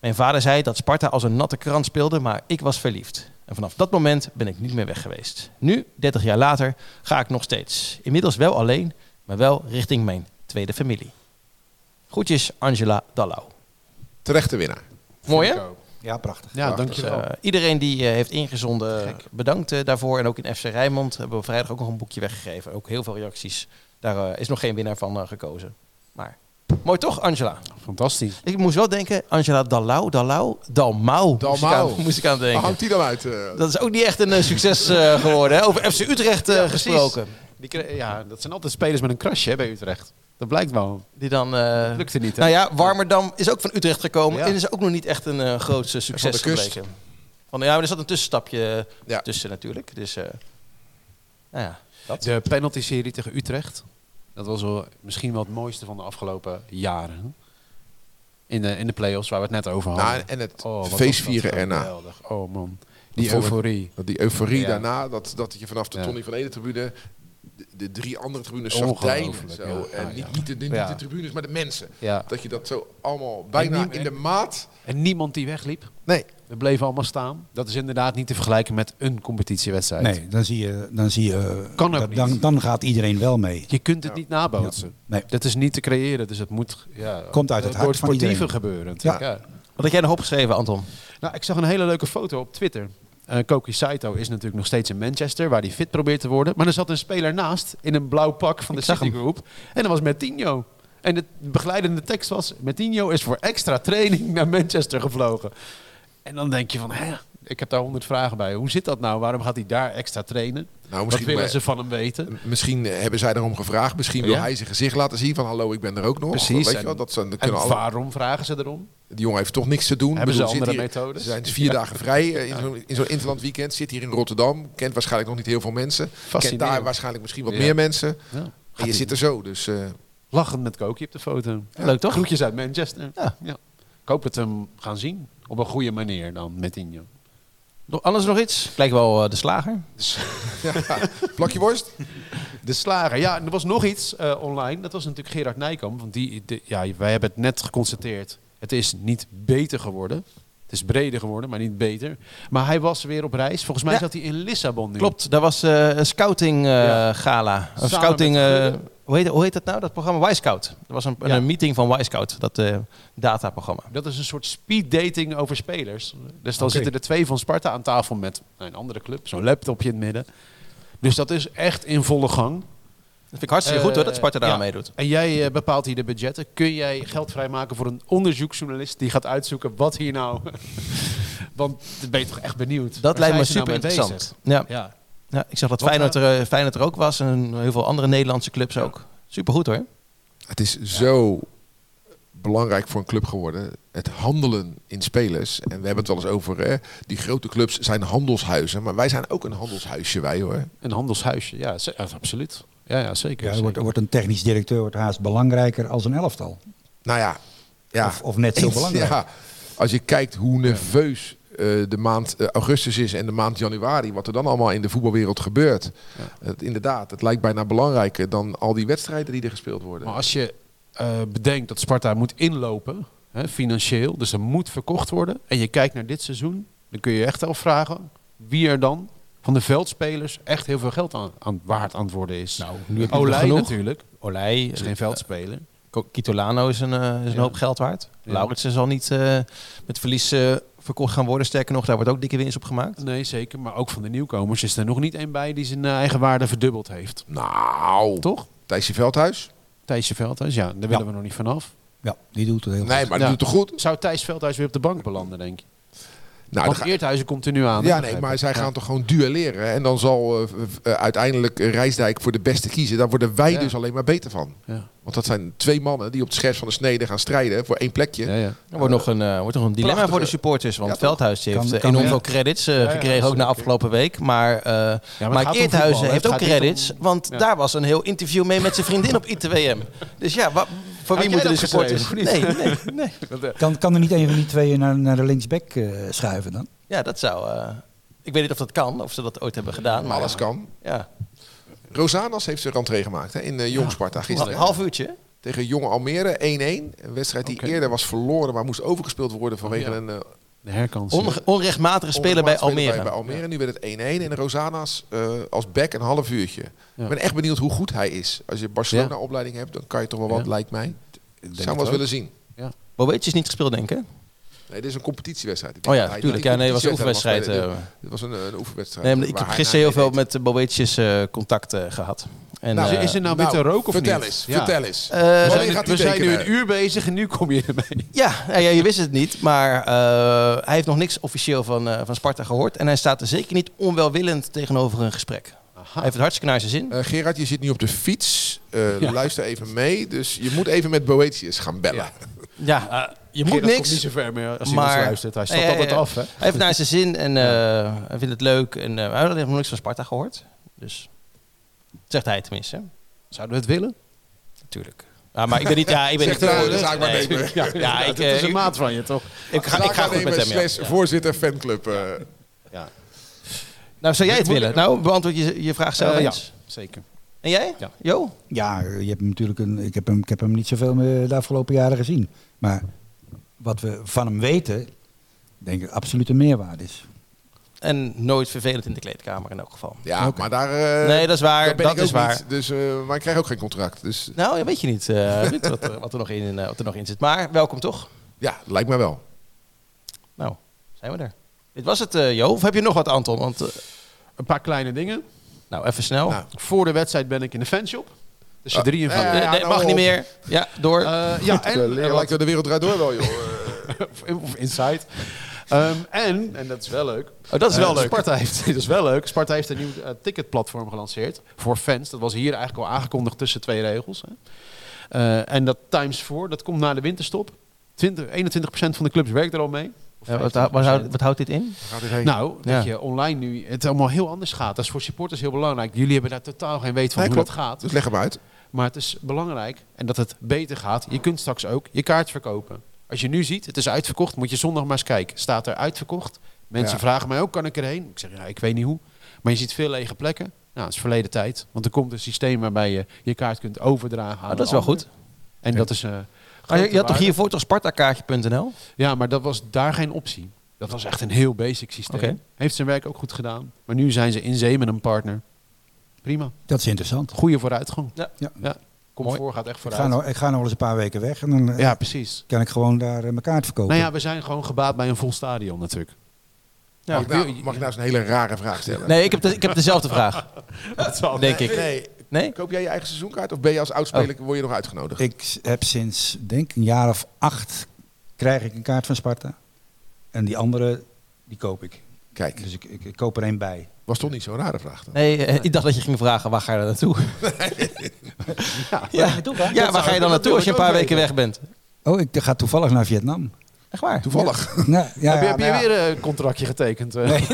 [SPEAKER 3] Mijn vader zei dat Sparta als een natte krant speelde, maar ik was verliefd. En vanaf dat moment ben ik niet meer weg geweest. Nu, 30 jaar later, ga ik nog steeds. Inmiddels wel alleen, maar wel richting mijn tweede familie. Groetjes, Angela Dallau.
[SPEAKER 5] Terechte winnaar.
[SPEAKER 3] Mooi hè?
[SPEAKER 4] Ja, prachtig.
[SPEAKER 6] Ja,
[SPEAKER 3] Dus,
[SPEAKER 6] Nou, dankjewel.
[SPEAKER 3] eh, iedereen die eh, heeft ingezonden, bedankt eh, daarvoor. En ook in FC Rijnmond hebben we vrijdag ook nog een boekje weggegeven. Ook heel veel reacties. Daar eh, is nog geen winnaar van eh, gekozen. Maar mooi toch, Angela?
[SPEAKER 6] Fantastisch.
[SPEAKER 3] Ik moest wel denken, Angela Dallau, Dallau, Dalmau. Moest ik
[SPEAKER 5] Dalmau.
[SPEAKER 3] aan, moest ik aan
[SPEAKER 5] Waar
[SPEAKER 3] denken.
[SPEAKER 5] houdt hij dan uit? eh?
[SPEAKER 3] Dat is ook niet echt een eh, succes eh, geworden. Hè? Over FC Utrecht eh, gesproken.
[SPEAKER 6] Die kre- ja, dat zijn altijd spelers met een crush hè, bij Utrecht. Dat blijkt wel.
[SPEAKER 3] Die dan... eh,
[SPEAKER 6] Dat lukte niet. Hè?
[SPEAKER 3] nou ja, Warmerdam is ook van Utrecht gekomen.
[SPEAKER 6] Ja.
[SPEAKER 3] En is ook nog niet echt een eh, groot eh, succes
[SPEAKER 5] Van de kust.
[SPEAKER 3] gebleken. Van, ja, maar er zat een tussenstapje eh,
[SPEAKER 5] Ja.
[SPEAKER 3] tussen natuurlijk. Dus eh, nou ja, dat.
[SPEAKER 6] De penalty-serie tegen Utrecht. Dat was wel, misschien wel het mooiste van de afgelopen jaren. In de, in de play-offs waar we het net over hadden. Oh,
[SPEAKER 5] Nou, en het
[SPEAKER 6] wat was dat
[SPEAKER 5] feestvieren erna.
[SPEAKER 6] geweldig. Oh man, die
[SPEAKER 5] Vond ik-
[SPEAKER 6] euforie.
[SPEAKER 5] Dat die euforie
[SPEAKER 6] Ja.
[SPEAKER 5] daarna, dat, dat je vanaf de
[SPEAKER 6] Ja.
[SPEAKER 5] Tony van Ede tribune de, de drie andere tribunes zag deinen.
[SPEAKER 6] Ongelooflijk,
[SPEAKER 5] Zo.
[SPEAKER 6] ja.
[SPEAKER 5] En
[SPEAKER 6] Ah,
[SPEAKER 5] niet,
[SPEAKER 6] ja.
[SPEAKER 5] niet, de, niet
[SPEAKER 6] Ja.
[SPEAKER 5] de tribunes, maar de mensen.
[SPEAKER 6] Ja.
[SPEAKER 5] Dat je dat zo allemaal bijna
[SPEAKER 6] niet-
[SPEAKER 5] in de maat...
[SPEAKER 6] En niemand die wegliep.
[SPEAKER 5] Nee.
[SPEAKER 6] We bleven allemaal staan. Dat is inderdaad niet te vergelijken met een competitiewedstrijd.
[SPEAKER 4] Nee, dan zie je... Dan, zie je eh,
[SPEAKER 6] Kan ook
[SPEAKER 4] dat-
[SPEAKER 6] niet.
[SPEAKER 4] dan, dan gaat iedereen wel mee.
[SPEAKER 6] Je kunt het niet nabootsen.
[SPEAKER 4] Nee.
[SPEAKER 6] Dat is niet te creëren, dus het moet ja,
[SPEAKER 4] Komt uit het
[SPEAKER 6] door
[SPEAKER 4] hart
[SPEAKER 6] het
[SPEAKER 4] van
[SPEAKER 6] sportieve
[SPEAKER 4] iedereen.
[SPEAKER 6] gebeuren. natuurlijk, Ja.
[SPEAKER 3] Wat had jij nog opgeschreven, Anton?
[SPEAKER 6] Nou, ik zag een hele leuke foto op Twitter. Eh Koki Saito is natuurlijk nog steeds in Manchester, waar hij fit probeert te worden. Maar er zat een speler naast in een blauw pak van de
[SPEAKER 3] Ik zag
[SPEAKER 6] City
[SPEAKER 3] hem.
[SPEAKER 6] Group. En dat was Mertinho. En de begeleidende tekst was: Mertinho is voor extra training naar Manchester gevlogen. En dan denk je van, hè, ik heb daar honderd vragen bij. Hoe zit dat nou? Waarom gaat hij daar extra trainen?
[SPEAKER 5] Nou,
[SPEAKER 6] Wat
[SPEAKER 5] misschien,
[SPEAKER 6] willen
[SPEAKER 5] maar-
[SPEAKER 6] ze van hem weten?
[SPEAKER 5] misschien hebben zij daarom gevraagd. Misschien wil
[SPEAKER 6] Ja.
[SPEAKER 5] hij zijn gezicht laten zien van hallo, ik ben er ook nog.
[SPEAKER 6] Precies.
[SPEAKER 5] Weet je wel,
[SPEAKER 6] En-
[SPEAKER 5] dat zijn, dat
[SPEAKER 6] En
[SPEAKER 5] kunnen alle,
[SPEAKER 6] waarom vragen ze erom?
[SPEAKER 5] die jongen heeft toch niks te doen.
[SPEAKER 6] Hebben ze
[SPEAKER 5] zit
[SPEAKER 6] andere
[SPEAKER 5] hier-
[SPEAKER 6] methodes?
[SPEAKER 5] Ze zijn vier dagen vrij eh, in zo'n in zo'n interland weekend. Zit hier in Rotterdam. Kent waarschijnlijk nog niet heel veel mensen. Kent
[SPEAKER 6] Fascinerend.
[SPEAKER 5] daar waarschijnlijk misschien wat
[SPEAKER 6] Ja.
[SPEAKER 5] meer mensen.
[SPEAKER 6] Ja.
[SPEAKER 5] En je zit er zo, dus... eh,
[SPEAKER 6] Lachend met Koki op de foto.
[SPEAKER 3] Leuk toch?
[SPEAKER 6] Groetjes uit Manchester.
[SPEAKER 3] Ja.
[SPEAKER 6] Ik hoop dat we hem gaan zien. Op een goede manier dan, met Injo.
[SPEAKER 3] Nog- Anders nog iets? Lijkt wel eh, de slager.
[SPEAKER 5] Ja, plakje worst?
[SPEAKER 6] De slager. Ja, en er was nog iets eh, online. Dat was natuurlijk Gerard Nijkamp. Want die, de- ja, wij hebben het net geconstateerd. Het is niet beter geworden. Het is breder geworden, maar niet beter. Maar hij was weer op reis. Volgens mij
[SPEAKER 3] Ja.
[SPEAKER 6] zat hij in Lissabon nu.
[SPEAKER 3] Klopt, daar was eh, een scouting eh,
[SPEAKER 6] Ja.
[SPEAKER 3] gala. Een
[SPEAKER 6] Samen
[SPEAKER 3] scouting,
[SPEAKER 6] met
[SPEAKER 3] eh,
[SPEAKER 6] Geuren.
[SPEAKER 3] hoe, heet, hoe heet dat nou? Dat programma Y-Scout. Er was een,
[SPEAKER 6] Ja.
[SPEAKER 3] een meeting van Y-Scout, dat eh dataprogramma.
[SPEAKER 6] Dat is een soort speed dating over spelers. Dus dan zitten er twee van Sparta aan tafel met nou, een andere club. Zo'n laptopje in het midden. Dus dat is echt in volle gang.
[SPEAKER 3] Dat vind ik hartstikke goed hoor, dat Sparta daar
[SPEAKER 6] Eh,
[SPEAKER 3] aan
[SPEAKER 6] ja.
[SPEAKER 3] meedoet.
[SPEAKER 6] En jij eh, bepaalt hier de budgetten. Kun jij geld vrijmaken voor een onderzoeksjournalist die gaat uitzoeken wat hier nou. Want dan ben je toch echt benieuwd.
[SPEAKER 3] Dat
[SPEAKER 6] Waar
[SPEAKER 3] lijkt me
[SPEAKER 6] zijn ze
[SPEAKER 3] super
[SPEAKER 6] nou mee
[SPEAKER 3] interessant. Ja.
[SPEAKER 6] bezig? Ja.
[SPEAKER 3] Ja, ik zag dat
[SPEAKER 6] Wat
[SPEAKER 3] Feyenoord er, eh, Feyenoord er ook was en heel veel andere Nederlandse clubs ook. Supergoed hoor.
[SPEAKER 5] Het is zo belangrijk voor een club geworden. Het handelen in spelers. En we hebben het wel eens over, hè, die grote clubs zijn handelshuizen. Maar wij zijn ook een handelshuisje, wij hoor.
[SPEAKER 6] Een handelshuisje, ja, ze- ja, absoluut. Ja, ja
[SPEAKER 4] Ja,
[SPEAKER 6] zeker.
[SPEAKER 4] er
[SPEAKER 6] zeker.
[SPEAKER 4] wordt, er wordt een technisch directeur wordt haast belangrijker als een elftal.
[SPEAKER 5] Nou ja. ja.
[SPEAKER 4] Of, of net zo
[SPEAKER 5] Eens,
[SPEAKER 4] belangrijk.
[SPEAKER 5] Ja. Als je kijkt hoe nerveus eh, de maand eh, augustus is en de maand januari. Wat er dan allemaal in de voetbalwereld gebeurt. Het, inderdaad, het lijkt bijna belangrijker dan al die wedstrijden die er gespeeld worden.
[SPEAKER 6] Maar als je eh, bedenkt dat Sparta moet inlopen, hè, financieel, dus er moet verkocht worden. En je kijkt naar dit seizoen, dan kun je je echt afvragen wie er dan van de veldspelers echt heel veel geld aan, aan waard aan het worden is. Nou,
[SPEAKER 3] nu heb je er
[SPEAKER 6] Olij
[SPEAKER 3] genoeg.
[SPEAKER 6] natuurlijk, Dus
[SPEAKER 3] Olij,
[SPEAKER 6] is geen veldspeler.
[SPEAKER 3] Ko- Kitolano is een, eh, is een
[SPEAKER 6] Ja.
[SPEAKER 3] hoop geld waard.
[SPEAKER 6] Ja.
[SPEAKER 3] Lauritsen zal niet eh, met verlies eh, verkocht gaan worden. Sterker nog, daar wordt ook dikke winst op gemaakt.
[SPEAKER 6] eh, Nee, zeker. Maar ook van de nieuwkomers is er nog niet één bij die zijn eh, eigen waarde verdubbeld heeft.
[SPEAKER 5] Nou,
[SPEAKER 6] Toch?
[SPEAKER 5] Thijsje Veldhuis?
[SPEAKER 6] Thijsje Veldhuis, ja, daar willen we nog niet vanaf.
[SPEAKER 4] Ja, die doet het heel
[SPEAKER 5] Nee,
[SPEAKER 4] goed.
[SPEAKER 5] maar
[SPEAKER 6] Ja.
[SPEAKER 5] dat doet toch goed?
[SPEAKER 6] Zou Thijs Veldhuis weer op de bank belanden, denk je?
[SPEAKER 5] Nou, dan
[SPEAKER 6] Want
[SPEAKER 5] ga-
[SPEAKER 6] Eerthuizen komt er nu aan. hè,
[SPEAKER 5] ja, nee,
[SPEAKER 6] begrijp
[SPEAKER 5] maar
[SPEAKER 6] ik.
[SPEAKER 5] zij
[SPEAKER 6] Ja.
[SPEAKER 5] gaan toch gewoon duelleren. hè? En dan zal eh, v- eh, uiteindelijk eh, Rijsdijk voor de beste kiezen. Daar worden wij
[SPEAKER 6] Ja.
[SPEAKER 5] dus alleen maar beter van.
[SPEAKER 6] Ja.
[SPEAKER 5] Want dat zijn twee mannen die op het scherp van de snede gaan strijden voor één plekje.
[SPEAKER 6] Ja, ja.
[SPEAKER 3] Er wordt, nog een, eh, wordt nog een dilemma
[SPEAKER 5] Prachtige-
[SPEAKER 3] voor de supporters. Want
[SPEAKER 5] Ja, toch?
[SPEAKER 3] Veldhuis heeft
[SPEAKER 4] Kan-
[SPEAKER 3] eh,
[SPEAKER 4] kan
[SPEAKER 3] enorm
[SPEAKER 4] wel.
[SPEAKER 3] veel credits eh,
[SPEAKER 6] ja,
[SPEAKER 3] gekregen, ook na
[SPEAKER 6] zeker.
[SPEAKER 3] afgelopen week. Maar, eh
[SPEAKER 6] het
[SPEAKER 3] Mike
[SPEAKER 6] gaat om
[SPEAKER 3] Eerthuizen
[SPEAKER 6] voetbal, hè.
[SPEAKER 3] heeft
[SPEAKER 6] Het
[SPEAKER 3] ook
[SPEAKER 6] gaat niet
[SPEAKER 3] credits.
[SPEAKER 6] om-
[SPEAKER 3] Want
[SPEAKER 6] Ja.
[SPEAKER 3] daar was een heel interview mee met zijn vriendin op ITWM. Dus ja, wa- voor
[SPEAKER 6] jij
[SPEAKER 3] wie moeten de
[SPEAKER 6] dat
[SPEAKER 3] supporters?
[SPEAKER 6] geschreven,
[SPEAKER 3] Nee, nee, nee.
[SPEAKER 4] Kan, kan er niet een van die twee naar, naar de linksback eh, schuiven dan?
[SPEAKER 3] Ja, dat zou... eh, ik weet niet of dat kan, of ze dat ooit hebben gedaan. Maar
[SPEAKER 5] Alles kan.
[SPEAKER 3] Ja.
[SPEAKER 5] Rosanas heeft zijn rentree gemaakt hè, in eh, Jong Sparta
[SPEAKER 3] Een
[SPEAKER 5] gisteren.
[SPEAKER 3] half uurtje. hè?
[SPEAKER 5] Tegen Jong Almere 1-1. Een wedstrijd die
[SPEAKER 6] Oké.
[SPEAKER 5] eerder was verloren, maar moest overgespeeld worden
[SPEAKER 3] Oh,
[SPEAKER 5] vanwege
[SPEAKER 6] Ja.
[SPEAKER 5] een eh,
[SPEAKER 6] De herkans.
[SPEAKER 3] Onre- onrechtmatige speler bij
[SPEAKER 5] onrechtmatig
[SPEAKER 3] Almere.
[SPEAKER 5] Bij, bij Almere. Nu werd het 1-1 en Rosanas eh, als back een half uurtje.
[SPEAKER 6] Ja.
[SPEAKER 5] Ik ben echt benieuwd hoe goed hij is. Als je Barcelona-opleiding hebt, dan kan je toch wel wat,
[SPEAKER 6] Ja.
[SPEAKER 5] lijkt mij.
[SPEAKER 6] denk
[SPEAKER 5] Zou
[SPEAKER 6] het
[SPEAKER 5] we eens
[SPEAKER 6] ook.
[SPEAKER 5] willen zien.
[SPEAKER 3] Bobeetje is niet gespeeld, denk ik. hè?
[SPEAKER 5] Nee, dit is een competitiewedstrijd. Ik
[SPEAKER 3] Oh
[SPEAKER 5] denk dat
[SPEAKER 3] ja,
[SPEAKER 5] hij
[SPEAKER 3] tuurlijk.
[SPEAKER 5] die
[SPEAKER 3] Ja, nee, het was een
[SPEAKER 5] competitiewedstrijd
[SPEAKER 3] oefenwedstrijd. eh.
[SPEAKER 5] helemaal speelde. Dit was een, eh, een oefenwedstrijd.
[SPEAKER 3] Nee, maar ik
[SPEAKER 5] waar
[SPEAKER 3] heb
[SPEAKER 5] hij
[SPEAKER 3] gisteren heel
[SPEAKER 5] naar
[SPEAKER 3] veel
[SPEAKER 5] deed.
[SPEAKER 3] met eh, Bobeetjes eh, contact eh, gehad. En,
[SPEAKER 6] Nou,
[SPEAKER 3] eh,
[SPEAKER 6] is er nou witte
[SPEAKER 5] Nou,
[SPEAKER 6] rook of
[SPEAKER 5] vertel
[SPEAKER 6] niet?
[SPEAKER 5] Eens,
[SPEAKER 6] Ja.
[SPEAKER 5] Vertel eens.
[SPEAKER 3] eh,
[SPEAKER 6] We
[SPEAKER 5] Wanneer
[SPEAKER 6] zijn,
[SPEAKER 5] gaat
[SPEAKER 6] nu,
[SPEAKER 5] hij
[SPEAKER 6] we zijn nu
[SPEAKER 5] tekenen?
[SPEAKER 6] een uur bezig en nu kom je ermee.
[SPEAKER 3] ja, ja, ja, je wist het niet, maar eh, hij heeft nog niks officieel van, eh, van Sparta gehoord. En hij staat er zeker niet onwelwillend tegenover een gesprek. Hij heeft het hartstikke naar zijn zin.
[SPEAKER 5] Eh, Gerard, je zit nu op de fiets. Eh,
[SPEAKER 6] Ja.
[SPEAKER 5] Luister even mee. Dus je moet even met Boetius gaan bellen.
[SPEAKER 3] Ja,
[SPEAKER 6] Ah,
[SPEAKER 3] je moet
[SPEAKER 6] Gerard komt
[SPEAKER 3] niks.
[SPEAKER 6] niet zo ver meer als hij
[SPEAKER 3] Maar-
[SPEAKER 6] ons luistert. Hij stapt
[SPEAKER 3] Ja, ja,
[SPEAKER 6] altijd
[SPEAKER 3] ja.
[SPEAKER 6] af, hè?
[SPEAKER 3] Hij heeft het naar zijn zin en eh, hij vindt het leuk. En eh, hij heeft nog niks van Sparta gehoord. Dus, zegt hij tenminste. hè.
[SPEAKER 6] Zouden we het willen?
[SPEAKER 3] Natuurlijk. Ja, maar ik ben niet... Ja, ik ben
[SPEAKER 5] Zegt
[SPEAKER 3] niet
[SPEAKER 5] hij,
[SPEAKER 3] nee.
[SPEAKER 5] dat is eigenlijk maar beter.
[SPEAKER 3] Ja, ik,
[SPEAKER 6] dat is
[SPEAKER 3] eh,
[SPEAKER 6] een maat van je, toch?
[SPEAKER 3] ik ga, ik ga goed met hem, ja.
[SPEAKER 5] slash voorzitter fanclub. eh.
[SPEAKER 3] Nou, zou jij het willen? Nou, beantwoord je je vraag zelf
[SPEAKER 6] Eh, ja,
[SPEAKER 3] eens.
[SPEAKER 6] zeker.
[SPEAKER 3] En jij?
[SPEAKER 6] Ja.
[SPEAKER 3] Jo?
[SPEAKER 4] Ja, je hebt hem natuurlijk een, ik, heb hem, ik heb hem niet zoveel meer de afgelopen jaren gezien. Maar wat we van hem weten, denk ik absoluut een meerwaarde is.
[SPEAKER 3] En nooit vervelend in de kleedkamer in elk geval.
[SPEAKER 5] Ja, maar daar... eh,
[SPEAKER 3] nee, dat is waar.
[SPEAKER 5] daar ben
[SPEAKER 3] dat
[SPEAKER 5] ik ook
[SPEAKER 3] is waar.
[SPEAKER 5] Niet, dus, eh, maar ik krijg ook geen contract. Dus
[SPEAKER 3] Nou, ja, weet je niet, eh, weet wat, er- wat, er nog in, eh, wat er nog in zit. Maar welkom toch?
[SPEAKER 5] ja, lijkt mij wel.
[SPEAKER 3] Nou, zijn we er. Dit was het, eh Jo. Of heb je nog wat, Anton? Want, eh,
[SPEAKER 6] Een paar kleine dingen.
[SPEAKER 3] nou, even snel.
[SPEAKER 5] Nou,
[SPEAKER 6] Voor de wedstrijd ben ik in de fanshop. Dus Tussen
[SPEAKER 5] Ah,
[SPEAKER 6] drie en
[SPEAKER 5] eh,
[SPEAKER 6] vijf.
[SPEAKER 3] Nee,
[SPEAKER 5] ja,
[SPEAKER 3] nee,
[SPEAKER 5] nou,
[SPEAKER 3] mag niet
[SPEAKER 5] op.
[SPEAKER 3] meer. Ja, door.
[SPEAKER 6] Eh, ja, en,
[SPEAKER 5] En,
[SPEAKER 6] eh, wat-
[SPEAKER 5] lijkt wel de wereld draait door wel, joh. Eh,
[SPEAKER 6] of inside. Ehm, en, en dat is wel leuk.
[SPEAKER 3] oh, dat is wel
[SPEAKER 6] Eh,
[SPEAKER 3] leuk.
[SPEAKER 6] Sparta heeft, dat is wel leuk. Sparta heeft een nieuw eh, ticketplatform gelanceerd voor fans. Dat was hier eigenlijk al aangekondigd tussen twee regels. Hè. Eh, en dat Times 4, dat komt na de winterstop. 20, 21% van de clubs werkt er al mee. Of
[SPEAKER 3] Ja, wat,
[SPEAKER 6] 15%.
[SPEAKER 3] hou- wat houdt, wat houdt dit in?
[SPEAKER 5] gaat dit heen?
[SPEAKER 6] Nou,
[SPEAKER 3] Ja.
[SPEAKER 6] dat je online nu het allemaal heel anders gaat. Dat is voor supporters heel belangrijk. Jullie hebben daar totaal geen weet van
[SPEAKER 5] Nee,
[SPEAKER 6] hoe
[SPEAKER 5] klopt.
[SPEAKER 6] dat gaat.
[SPEAKER 5] dus leg hem uit.
[SPEAKER 6] Maar het is belangrijk en dat het beter gaat. Je kunt straks ook je kaart verkopen. Als je nu ziet, het is uitverkocht, moet je zondag maar eens kijken. Staat er uitverkocht? Mensen
[SPEAKER 5] Ja.
[SPEAKER 6] vragen mij ook, kan ik erheen? Ik zeg, ja, ik weet niet hoe. Maar je ziet veel lege plekken. Nou, dat is verleden tijd. Want er komt een systeem waarbij je je kaart kunt overdragen
[SPEAKER 3] Ah,
[SPEAKER 6] aan
[SPEAKER 3] dat
[SPEAKER 6] een
[SPEAKER 3] is wel
[SPEAKER 6] ander.
[SPEAKER 3] goed.
[SPEAKER 6] En dat is... eh,
[SPEAKER 3] Maar je, je had
[SPEAKER 6] grote
[SPEAKER 3] toch
[SPEAKER 6] waarde.
[SPEAKER 3] hiervoor toch spartakaartje.nl?
[SPEAKER 6] Ja, maar dat was daar geen optie. Dat was echt een heel basic systeem.
[SPEAKER 3] Oké.
[SPEAKER 6] Heeft zijn werk ook goed gedaan. Maar nu zijn ze in zee met een partner. Prima.
[SPEAKER 4] Dat is interessant.
[SPEAKER 6] Goede vooruitgang.
[SPEAKER 3] Ja.
[SPEAKER 4] Ja.
[SPEAKER 6] ja. Kom
[SPEAKER 3] Mooi.
[SPEAKER 6] voor, gaat echt
[SPEAKER 4] Ik ga,
[SPEAKER 6] vooruit.
[SPEAKER 4] nog, ik ga nog wel eens een paar weken weg en dan eh,
[SPEAKER 6] Ja, precies.
[SPEAKER 4] kan ik gewoon daar eh, mijn kaart verkopen.
[SPEAKER 6] Nou ja, we zijn gewoon gebaat bij een vol stadion natuurlijk.
[SPEAKER 3] Ja.
[SPEAKER 5] mag, ik nou, mag ik nou eens een hele rare vraag stellen?
[SPEAKER 3] Nee, ik heb, de- ik heb dezelfde vraag. Denk ik.
[SPEAKER 5] Nee.
[SPEAKER 3] Nee?
[SPEAKER 5] Koop jij je eigen seizoenkaart of ben je als oudspeler
[SPEAKER 3] Oh.
[SPEAKER 5] word je nog uitgenodigd?
[SPEAKER 4] Ik s- heb sinds, denk ik, een jaar of acht, krijg ik een kaart van Sparta. En die andere, die koop ik.
[SPEAKER 5] Kijk,
[SPEAKER 4] Dus ik, ik, ik koop er één bij.
[SPEAKER 5] was toch niet zo'n rare vraag dan?
[SPEAKER 3] Nee, eh, ik dacht dat je ging vragen waar ga je dan naartoe? ja, ja. ja, waar ga je dan naartoe als je een paar weken weg bent?
[SPEAKER 4] Oh, ik ga toevallig naar Vietnam.
[SPEAKER 3] Echt waar?
[SPEAKER 5] Toevallig.
[SPEAKER 4] Nou, ja,
[SPEAKER 6] heb je,
[SPEAKER 4] ja,
[SPEAKER 6] heb je
[SPEAKER 4] nou ja.
[SPEAKER 6] weer eh, een contractje getekend? eh?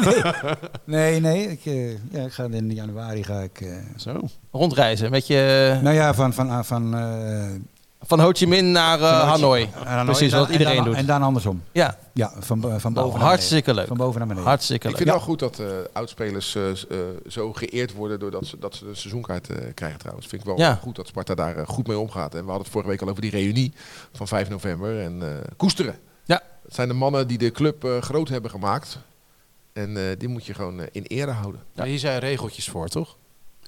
[SPEAKER 4] Nee, nee. Ik, eh, ja, ik ga in januari ga ik. eh,
[SPEAKER 6] Zo.
[SPEAKER 3] Rondreizen met je
[SPEAKER 4] nou ja, van. van, ah, van, eh,
[SPEAKER 3] van Ho Chi Minh naar eh,
[SPEAKER 4] van-
[SPEAKER 3] Hanoi.
[SPEAKER 4] en dan-
[SPEAKER 3] Precies, wat
[SPEAKER 4] en
[SPEAKER 3] iedereen
[SPEAKER 4] dan-
[SPEAKER 3] doet.
[SPEAKER 4] En dan andersom.
[SPEAKER 3] Ja,
[SPEAKER 4] Ja, van, van boven naar
[SPEAKER 3] nou,
[SPEAKER 4] beneden.
[SPEAKER 3] hartstikke leuk.
[SPEAKER 4] Van boven naar beneden.
[SPEAKER 3] Hartstikke
[SPEAKER 5] Ik
[SPEAKER 3] leuk.
[SPEAKER 5] vind wel goed dat eh, oudspelers eh, s- eh, zo geëerd worden doordat ze, dat ze een seizoenkaart eh, krijgen trouwens. Vind ik wel
[SPEAKER 3] Ja.
[SPEAKER 5] goed dat Sparta daar eh, goed mee omgaat. En we hadden het vorige week al over die reunie van 5 november. En eh, koesteren.
[SPEAKER 3] Ja.
[SPEAKER 5] Dat zijn de mannen die de club eh, groot hebben gemaakt. En eh, die moet je gewoon eh, in ere houden.
[SPEAKER 6] Nou, Maar hier zijn regeltjes voor, toch?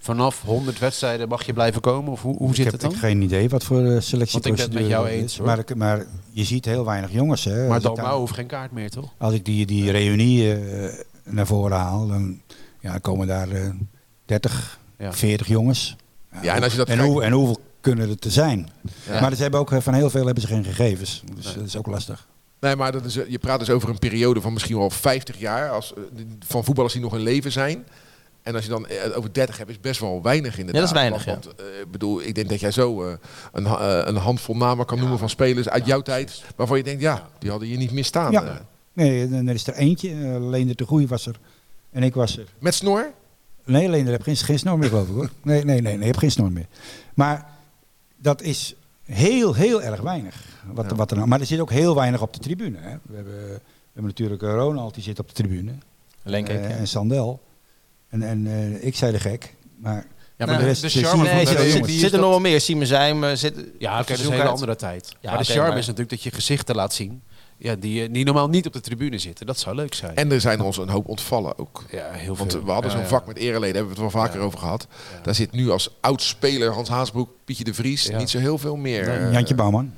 [SPEAKER 6] vanaf 100 wedstrijden mag je blijven komen? Of hoe, hoe zit
[SPEAKER 4] ik
[SPEAKER 6] het
[SPEAKER 4] heb
[SPEAKER 6] dan?
[SPEAKER 4] ik geen idee wat voor eh, selectieprocedure
[SPEAKER 6] Want ik ben het met jou
[SPEAKER 4] dat
[SPEAKER 6] eens,
[SPEAKER 4] is.
[SPEAKER 6] hoor.
[SPEAKER 4] Maar, ik- maar je ziet heel weinig jongens. Hè.
[SPEAKER 6] maar
[SPEAKER 4] Als ik
[SPEAKER 6] Dalmau
[SPEAKER 4] eh, daar-
[SPEAKER 6] hoeft geen kaart meer, toch?
[SPEAKER 4] Als ik die, die reunie eh, naar voren haal, dan ja, komen daar eh 30,
[SPEAKER 6] Ja.
[SPEAKER 4] 40 jongens.
[SPEAKER 5] Ja, en als je dat
[SPEAKER 4] en,
[SPEAKER 5] kijkt-
[SPEAKER 4] hoe, en hoeveel kunnen er te zijn?
[SPEAKER 5] Ja.
[SPEAKER 4] Maar ze hebben ook, eh, van heel veel hebben ze geen gegevens. Dus dat is ook lastig.
[SPEAKER 5] Nee, maar dat is, eh, je praat dus over een periode van misschien wel 50 jaar. Als, eh, die- van voetballers die nog in leven zijn. En als je dan eh, over 30 hebt, is best wel weinig inderdaad.
[SPEAKER 3] Ja, dat is weinig,
[SPEAKER 5] Want, eh, ik bedoel, ik denk dat jij zo eh, een, ha- eh, een handvol namen kan noemen van spelers uit jouw tijd. Waarvan je denkt, ja, die hadden je niet meer staan.
[SPEAKER 4] Ja.
[SPEAKER 5] eh.
[SPEAKER 4] Nee, dan er is er eentje. eh, Leender de Goeie was er. En ik was er.
[SPEAKER 5] Met snor?
[SPEAKER 4] Nee, Leender heb geen, geen snor meer, geloof ik hoor. Nee, nee, nee, nee, heb geen snor meer. Maar dat is heel, heel erg weinig. Wat, wat er, nou- maar er zit ook heel weinig op de tribune. Hè. We, hebben, we hebben natuurlijk eh, Ronald, die zit op de tribune.
[SPEAKER 3] Lenk ik,
[SPEAKER 4] Eh,
[SPEAKER 3] ja.
[SPEAKER 4] En Sandel. En, en eh, ik zei de gek. Maar
[SPEAKER 6] Ja,
[SPEAKER 4] maar de rest is hier
[SPEAKER 3] Nee,
[SPEAKER 4] van
[SPEAKER 3] zit,
[SPEAKER 4] de
[SPEAKER 3] zit-
[SPEAKER 4] jongens.
[SPEAKER 3] zit er nog wel meer. Simon Zijm zit...
[SPEAKER 6] Ja, oké, dat is een hele
[SPEAKER 3] seizoenkaart.
[SPEAKER 6] andere tijd. maar de
[SPEAKER 3] oké,
[SPEAKER 6] charme
[SPEAKER 3] maar-
[SPEAKER 6] is natuurlijk dat je gezichten laat zien ja, die, eh, die normaal niet op de tribune zitten. Dat zou leuk zijn.
[SPEAKER 5] En er zijn ons een hoop ontvallen ook.
[SPEAKER 6] ja, heel
[SPEAKER 5] Want
[SPEAKER 6] veel.
[SPEAKER 5] we hadden
[SPEAKER 6] Ja,
[SPEAKER 5] zo'n
[SPEAKER 6] ja.
[SPEAKER 5] vak met ereleden, hebben we het wel vaker over gehad. Daar zit nu als oud-speler Hans Haasbroek, Pietje de Vries,
[SPEAKER 6] Ja.
[SPEAKER 5] niet zo heel veel meer. eh,
[SPEAKER 4] Jantje Bouwman.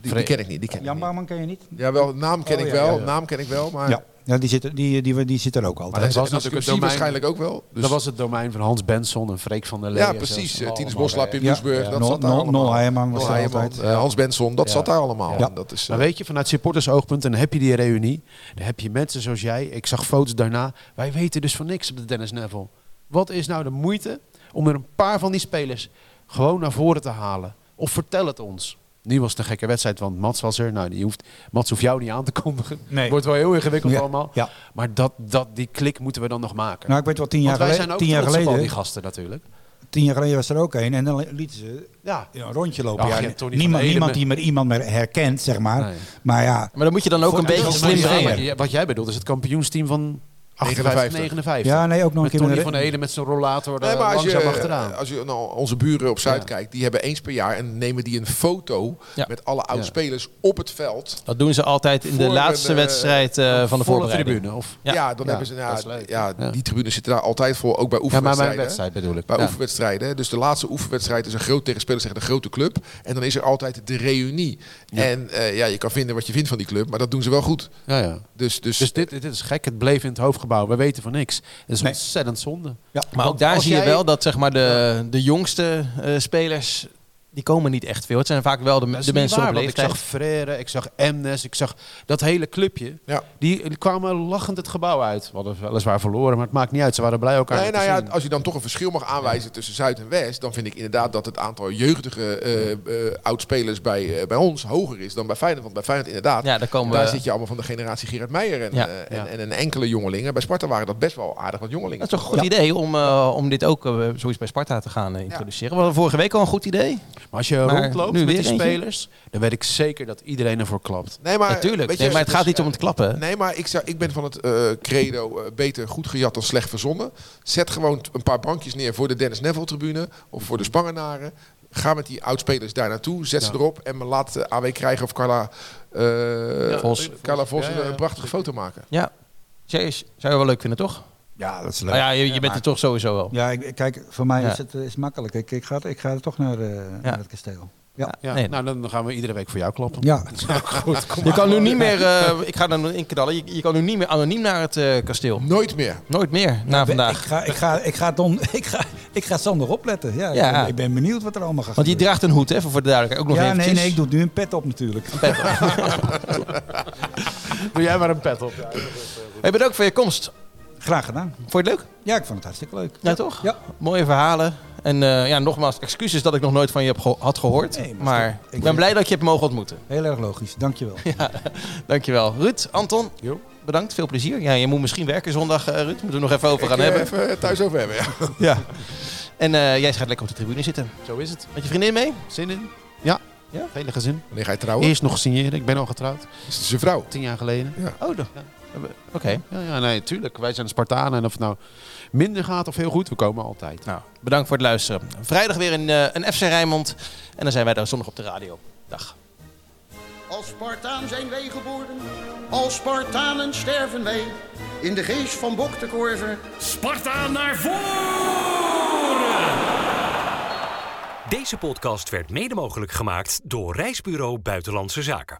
[SPEAKER 5] die, die ken ik niet. Die ken ik
[SPEAKER 4] Jan
[SPEAKER 5] niet.
[SPEAKER 4] Bouwman ken je niet?
[SPEAKER 5] Ja, wel, naam ken
[SPEAKER 4] Oh,
[SPEAKER 5] ik
[SPEAKER 4] ja,
[SPEAKER 5] wel,
[SPEAKER 4] ja.
[SPEAKER 5] naam ken ik wel, maar...
[SPEAKER 4] Ja, ja die, zit er, die, die, die zit er ook altijd.
[SPEAKER 6] Maar dat
[SPEAKER 5] En
[SPEAKER 6] was
[SPEAKER 5] dat is
[SPEAKER 6] natuurlijk
[SPEAKER 5] het
[SPEAKER 6] het domein.
[SPEAKER 5] waarschijnlijk ook wel. Dus
[SPEAKER 6] dat was het domein van Hans Benson en Freek van der Leyen.
[SPEAKER 5] ja, precies. eh, Tinus
[SPEAKER 6] zelfs. Allemaal,
[SPEAKER 5] Boslap
[SPEAKER 6] ja.
[SPEAKER 5] in Moesburg.
[SPEAKER 4] ja.
[SPEAKER 5] Dat
[SPEAKER 4] Nol-
[SPEAKER 5] zat daar
[SPEAKER 4] Nol-
[SPEAKER 5] allemaal.
[SPEAKER 4] Nol Heijerman was
[SPEAKER 5] Nol
[SPEAKER 4] daar
[SPEAKER 5] Heijerman,
[SPEAKER 4] altijd.
[SPEAKER 5] eh, Hans Benson, dat
[SPEAKER 6] Ja.
[SPEAKER 5] zat daar allemaal.
[SPEAKER 4] Ja.
[SPEAKER 5] En Dat is, eh,
[SPEAKER 6] Maar weet je, vanuit supportersoogpunt, en dan heb je die reunie. Dan heb je mensen zoals jij. Ik zag foto's daarna. Wij weten dus van niks op de Dennis Neville. Wat is nou de moeite om er een paar van die spelers gewoon naar voren te halen? Of vertel het ons. Nu was het een gekke wedstrijd, want Mats was er. Nou, die hoeft, Mats hoeft jou niet aan te kondigen.
[SPEAKER 4] Nee.
[SPEAKER 6] Wordt wel heel ingewikkeld
[SPEAKER 4] Ja,
[SPEAKER 6] allemaal.
[SPEAKER 4] ja.
[SPEAKER 6] Maar dat, dat, die klik moeten we dan nog maken.
[SPEAKER 4] nou, ik weet wel, tien jaar,
[SPEAKER 6] want wij
[SPEAKER 4] geleden,
[SPEAKER 6] zijn ook
[SPEAKER 4] tien, jaar
[SPEAKER 6] trots op al die
[SPEAKER 4] geleden,
[SPEAKER 6] gasten natuurlijk.
[SPEAKER 4] tien jaar geleden was er ook een. En dan li- lieten ze
[SPEAKER 6] Ja.
[SPEAKER 4] ja, een rondje lopen.
[SPEAKER 6] Ach,
[SPEAKER 4] Ja,
[SPEAKER 6] ja, Tony van
[SPEAKER 4] niemand,
[SPEAKER 6] Eden
[SPEAKER 4] niemand
[SPEAKER 6] met-
[SPEAKER 4] die meer iemand meer herkent, zeg maar.
[SPEAKER 6] Nee.
[SPEAKER 4] Maar ja,
[SPEAKER 3] Maar dan moet je dan ook
[SPEAKER 4] Voor-
[SPEAKER 3] een beetje
[SPEAKER 4] dat is
[SPEAKER 3] slim
[SPEAKER 4] maar-
[SPEAKER 3] brengen.
[SPEAKER 6] Ja, Wat jij bedoelt is het kampioensteam van 58, 59.
[SPEAKER 4] ja, nee, ook nog een
[SPEAKER 6] Met
[SPEAKER 4] keer. met
[SPEAKER 6] Tony
[SPEAKER 4] een
[SPEAKER 6] van
[SPEAKER 4] re-
[SPEAKER 6] Heden met zijn rollator
[SPEAKER 5] nee,
[SPEAKER 6] eh,
[SPEAKER 5] maar als
[SPEAKER 6] langzaam
[SPEAKER 5] je,
[SPEAKER 6] achteraan.
[SPEAKER 5] als je naar onze buren op Zuid kijkt, die hebben eens per jaar en nemen die een foto
[SPEAKER 3] Ja.
[SPEAKER 5] met alle oud-spelers op het veld.
[SPEAKER 3] Dat doen ze altijd in de
[SPEAKER 5] Voor
[SPEAKER 3] laatste
[SPEAKER 5] een, eh,
[SPEAKER 3] wedstrijd eh, van de
[SPEAKER 6] Volle
[SPEAKER 3] voorbereiding.
[SPEAKER 6] tribune. Of,
[SPEAKER 5] Ja,
[SPEAKER 3] Ja.
[SPEAKER 5] dan
[SPEAKER 6] Ja,
[SPEAKER 5] hebben ze ja,
[SPEAKER 6] dat is leuk.
[SPEAKER 5] ja,
[SPEAKER 6] Ja.
[SPEAKER 5] die tribunes zitten daar altijd vol, ook bij
[SPEAKER 6] ja, maar
[SPEAKER 5] oefenwedstrijden.
[SPEAKER 6] mijn wedstrijd bedoel ik.
[SPEAKER 5] Bij
[SPEAKER 6] Ja.
[SPEAKER 5] oefenwedstrijden. Dus de laatste oefenwedstrijd is een groot tegenspeler tegen een grote club. En dan is er altijd de reunie. En eh, ja, je kan vinden wat je vindt van die club, maar dat doen ze wel goed.
[SPEAKER 6] Ja, ja.
[SPEAKER 5] Dus, dus,
[SPEAKER 6] Dus dit, dit is gek. Het bleef in het hoofdgebouw. We weten van niks. Dat is
[SPEAKER 4] Nee.
[SPEAKER 6] ontzettend zonde.
[SPEAKER 4] Ja,
[SPEAKER 3] Maar ook
[SPEAKER 6] Want
[SPEAKER 3] daar
[SPEAKER 6] als
[SPEAKER 3] zie je
[SPEAKER 6] jij-
[SPEAKER 3] wel dat zeg maar, de, de jongste eh, spelers, die komen niet echt veel. Het zijn vaak wel de,
[SPEAKER 6] Dat is
[SPEAKER 3] de
[SPEAKER 6] niet
[SPEAKER 3] mensen
[SPEAKER 6] waar,
[SPEAKER 3] op
[SPEAKER 6] want ik
[SPEAKER 3] leeftijd.
[SPEAKER 6] zag Frère, ik zag Emnes, ik zag dat hele clubje.
[SPEAKER 5] Ja.
[SPEAKER 6] Die die kwamen lachend het gebouw uit. We hadden weliswaar verloren, maar het maakt niet uit. Ze waren blij elkaar
[SPEAKER 5] Nee,
[SPEAKER 6] te
[SPEAKER 5] nou ja,
[SPEAKER 6] zien.
[SPEAKER 5] als je dan toch een verschil mag aanwijzen tussen Zuid en West, dan vind ik inderdaad dat het aantal jeugdige eh, eh, oudspelers bij, eh, bij ons hoger is dan bij Feyenoord. Want bij Feyenoord inderdaad,
[SPEAKER 3] Ja, daar komen
[SPEAKER 5] daar
[SPEAKER 3] we-
[SPEAKER 5] zit je allemaal van de generatie Gerard Meijer en,
[SPEAKER 3] Ja,
[SPEAKER 5] eh, en,
[SPEAKER 6] ja.
[SPEAKER 5] en een enkele jongelingen. Bij Sparta waren dat best wel aardig wat jongelingen.
[SPEAKER 3] Dat is toch een goed idee om, eh, om dit ook eh, zoiets bij Sparta te gaan eh, introduceren. We hadden vorige week al een goed idee.
[SPEAKER 6] Maar als je
[SPEAKER 3] Maar
[SPEAKER 6] rondloopt
[SPEAKER 3] nu
[SPEAKER 6] met die
[SPEAKER 3] weer eentje?
[SPEAKER 6] spelers, dan weet ik zeker dat iedereen ervoor klapt.
[SPEAKER 5] Nee, maar,
[SPEAKER 3] Natuurlijk.
[SPEAKER 5] weet je,
[SPEAKER 3] nee, maar het
[SPEAKER 5] dus-
[SPEAKER 3] gaat niet om het klappen. hè?
[SPEAKER 5] Nee, maar ik, zou, ik ben van het eh, credo eh, beter goed gejat dan slecht verzonnen. Zet gewoon t- een paar bankjes neer voor de Dennis Neville-tribune of voor de Spangenaren. Ga met die oudspelers daar naartoe, zet ze erop en laat eh, AW krijgen of Carla, eh,
[SPEAKER 3] Vos.
[SPEAKER 5] Carla Vos
[SPEAKER 6] Ja, ja, ja.
[SPEAKER 5] een prachtige foto maken.
[SPEAKER 3] Ja. Zou je, zou je wel leuk vinden, toch?
[SPEAKER 4] ja, dat is leuk.
[SPEAKER 3] Nou ja, je, je bent er toch sowieso wel.
[SPEAKER 4] Ja, ik, kijk, voor mij
[SPEAKER 3] Ja.
[SPEAKER 4] is het eh, is makkelijk. Ik, ik, ga, ik ga toch naar, eh, naar het kasteel. Ja,
[SPEAKER 6] Ja,
[SPEAKER 3] Nee.
[SPEAKER 6] Nou, dan gaan we iedere week voor jou klappen.
[SPEAKER 4] ja.
[SPEAKER 6] Nou,
[SPEAKER 3] Je kan nu niet meer, eh, ik ga dan in knallen, je, je kan nu niet meer anoniem naar het eh, kasteel.
[SPEAKER 5] Nooit meer.
[SPEAKER 3] Nooit meer, na
[SPEAKER 4] Ik
[SPEAKER 3] vandaag.
[SPEAKER 4] ga, ik ga, ik ga, don, ik ga, ik ga zondag opletten. Ja,
[SPEAKER 3] Ja.
[SPEAKER 4] Ik, ben, ik ben benieuwd wat er allemaal gaat
[SPEAKER 3] Want je
[SPEAKER 4] gebeuren.
[SPEAKER 3] draagt een hoed, hè, voor voor de duidelijkheid. Ook nog
[SPEAKER 4] Ja, nee,
[SPEAKER 3] eventjes.
[SPEAKER 4] nee, ik doe nu een pet op natuurlijk.
[SPEAKER 6] Doe jij maar een pet op.
[SPEAKER 3] Hey, bedankt voor je komst.
[SPEAKER 4] Graag gedaan.
[SPEAKER 3] Vond je het leuk?
[SPEAKER 4] Ja, ik vond het hartstikke leuk.
[SPEAKER 3] Ja, toch?
[SPEAKER 4] Ja.
[SPEAKER 3] Mooie verhalen. En eh, ja, nogmaals, excuses dat ik nog nooit van je heb geho- had gehoord.
[SPEAKER 4] Nee, maar
[SPEAKER 3] maar
[SPEAKER 4] ik
[SPEAKER 3] ik ben
[SPEAKER 4] weet-
[SPEAKER 3] blij dat je hebt mogen ontmoeten.
[SPEAKER 4] Heel erg logisch. Dankjewel.
[SPEAKER 3] Dankjewel. Ruud, Anton,
[SPEAKER 6] Jo.
[SPEAKER 3] bedankt. Veel plezier. Ja, je moet misschien werken zondag, eh, Ruud. Moeten we het nog even over gaan
[SPEAKER 5] Ik, eh,
[SPEAKER 3] hebben.
[SPEAKER 5] Even thuis over hebben, ja.
[SPEAKER 3] Ja. En eh, jij gaat lekker op de tribune zitten.
[SPEAKER 6] Zo is het.
[SPEAKER 3] Met je vriendin mee?
[SPEAKER 6] Zin in? Ja.
[SPEAKER 3] Ja?
[SPEAKER 6] Het hele gezin.
[SPEAKER 5] Wanneer ga je trouwen?
[SPEAKER 6] Eerst nog signeren. Ik ben al getrouwd.
[SPEAKER 5] Is het zijn vrouw?
[SPEAKER 6] Tien jaar geleden.
[SPEAKER 3] Oh, dan. Oké.
[SPEAKER 6] Ja, ja, nee, tuurlijk. Wij zijn Spartanen. En of het nou minder gaat of heel goed, we komen altijd.
[SPEAKER 3] Nou, bedankt voor het luisteren. Vrijdag weer een, eh, een FC Rijnmond. En dan zijn wij daar zondag op de radio. Dag.
[SPEAKER 7] Als Spartaan zijn wij geboren, als Spartanen sterven wij. In de geest van Bok de Korver
[SPEAKER 2] Sparta naar voren!
[SPEAKER 1] Deze podcast werd mede mogelijk gemaakt door Reisbureau Buitenlandse Zaken.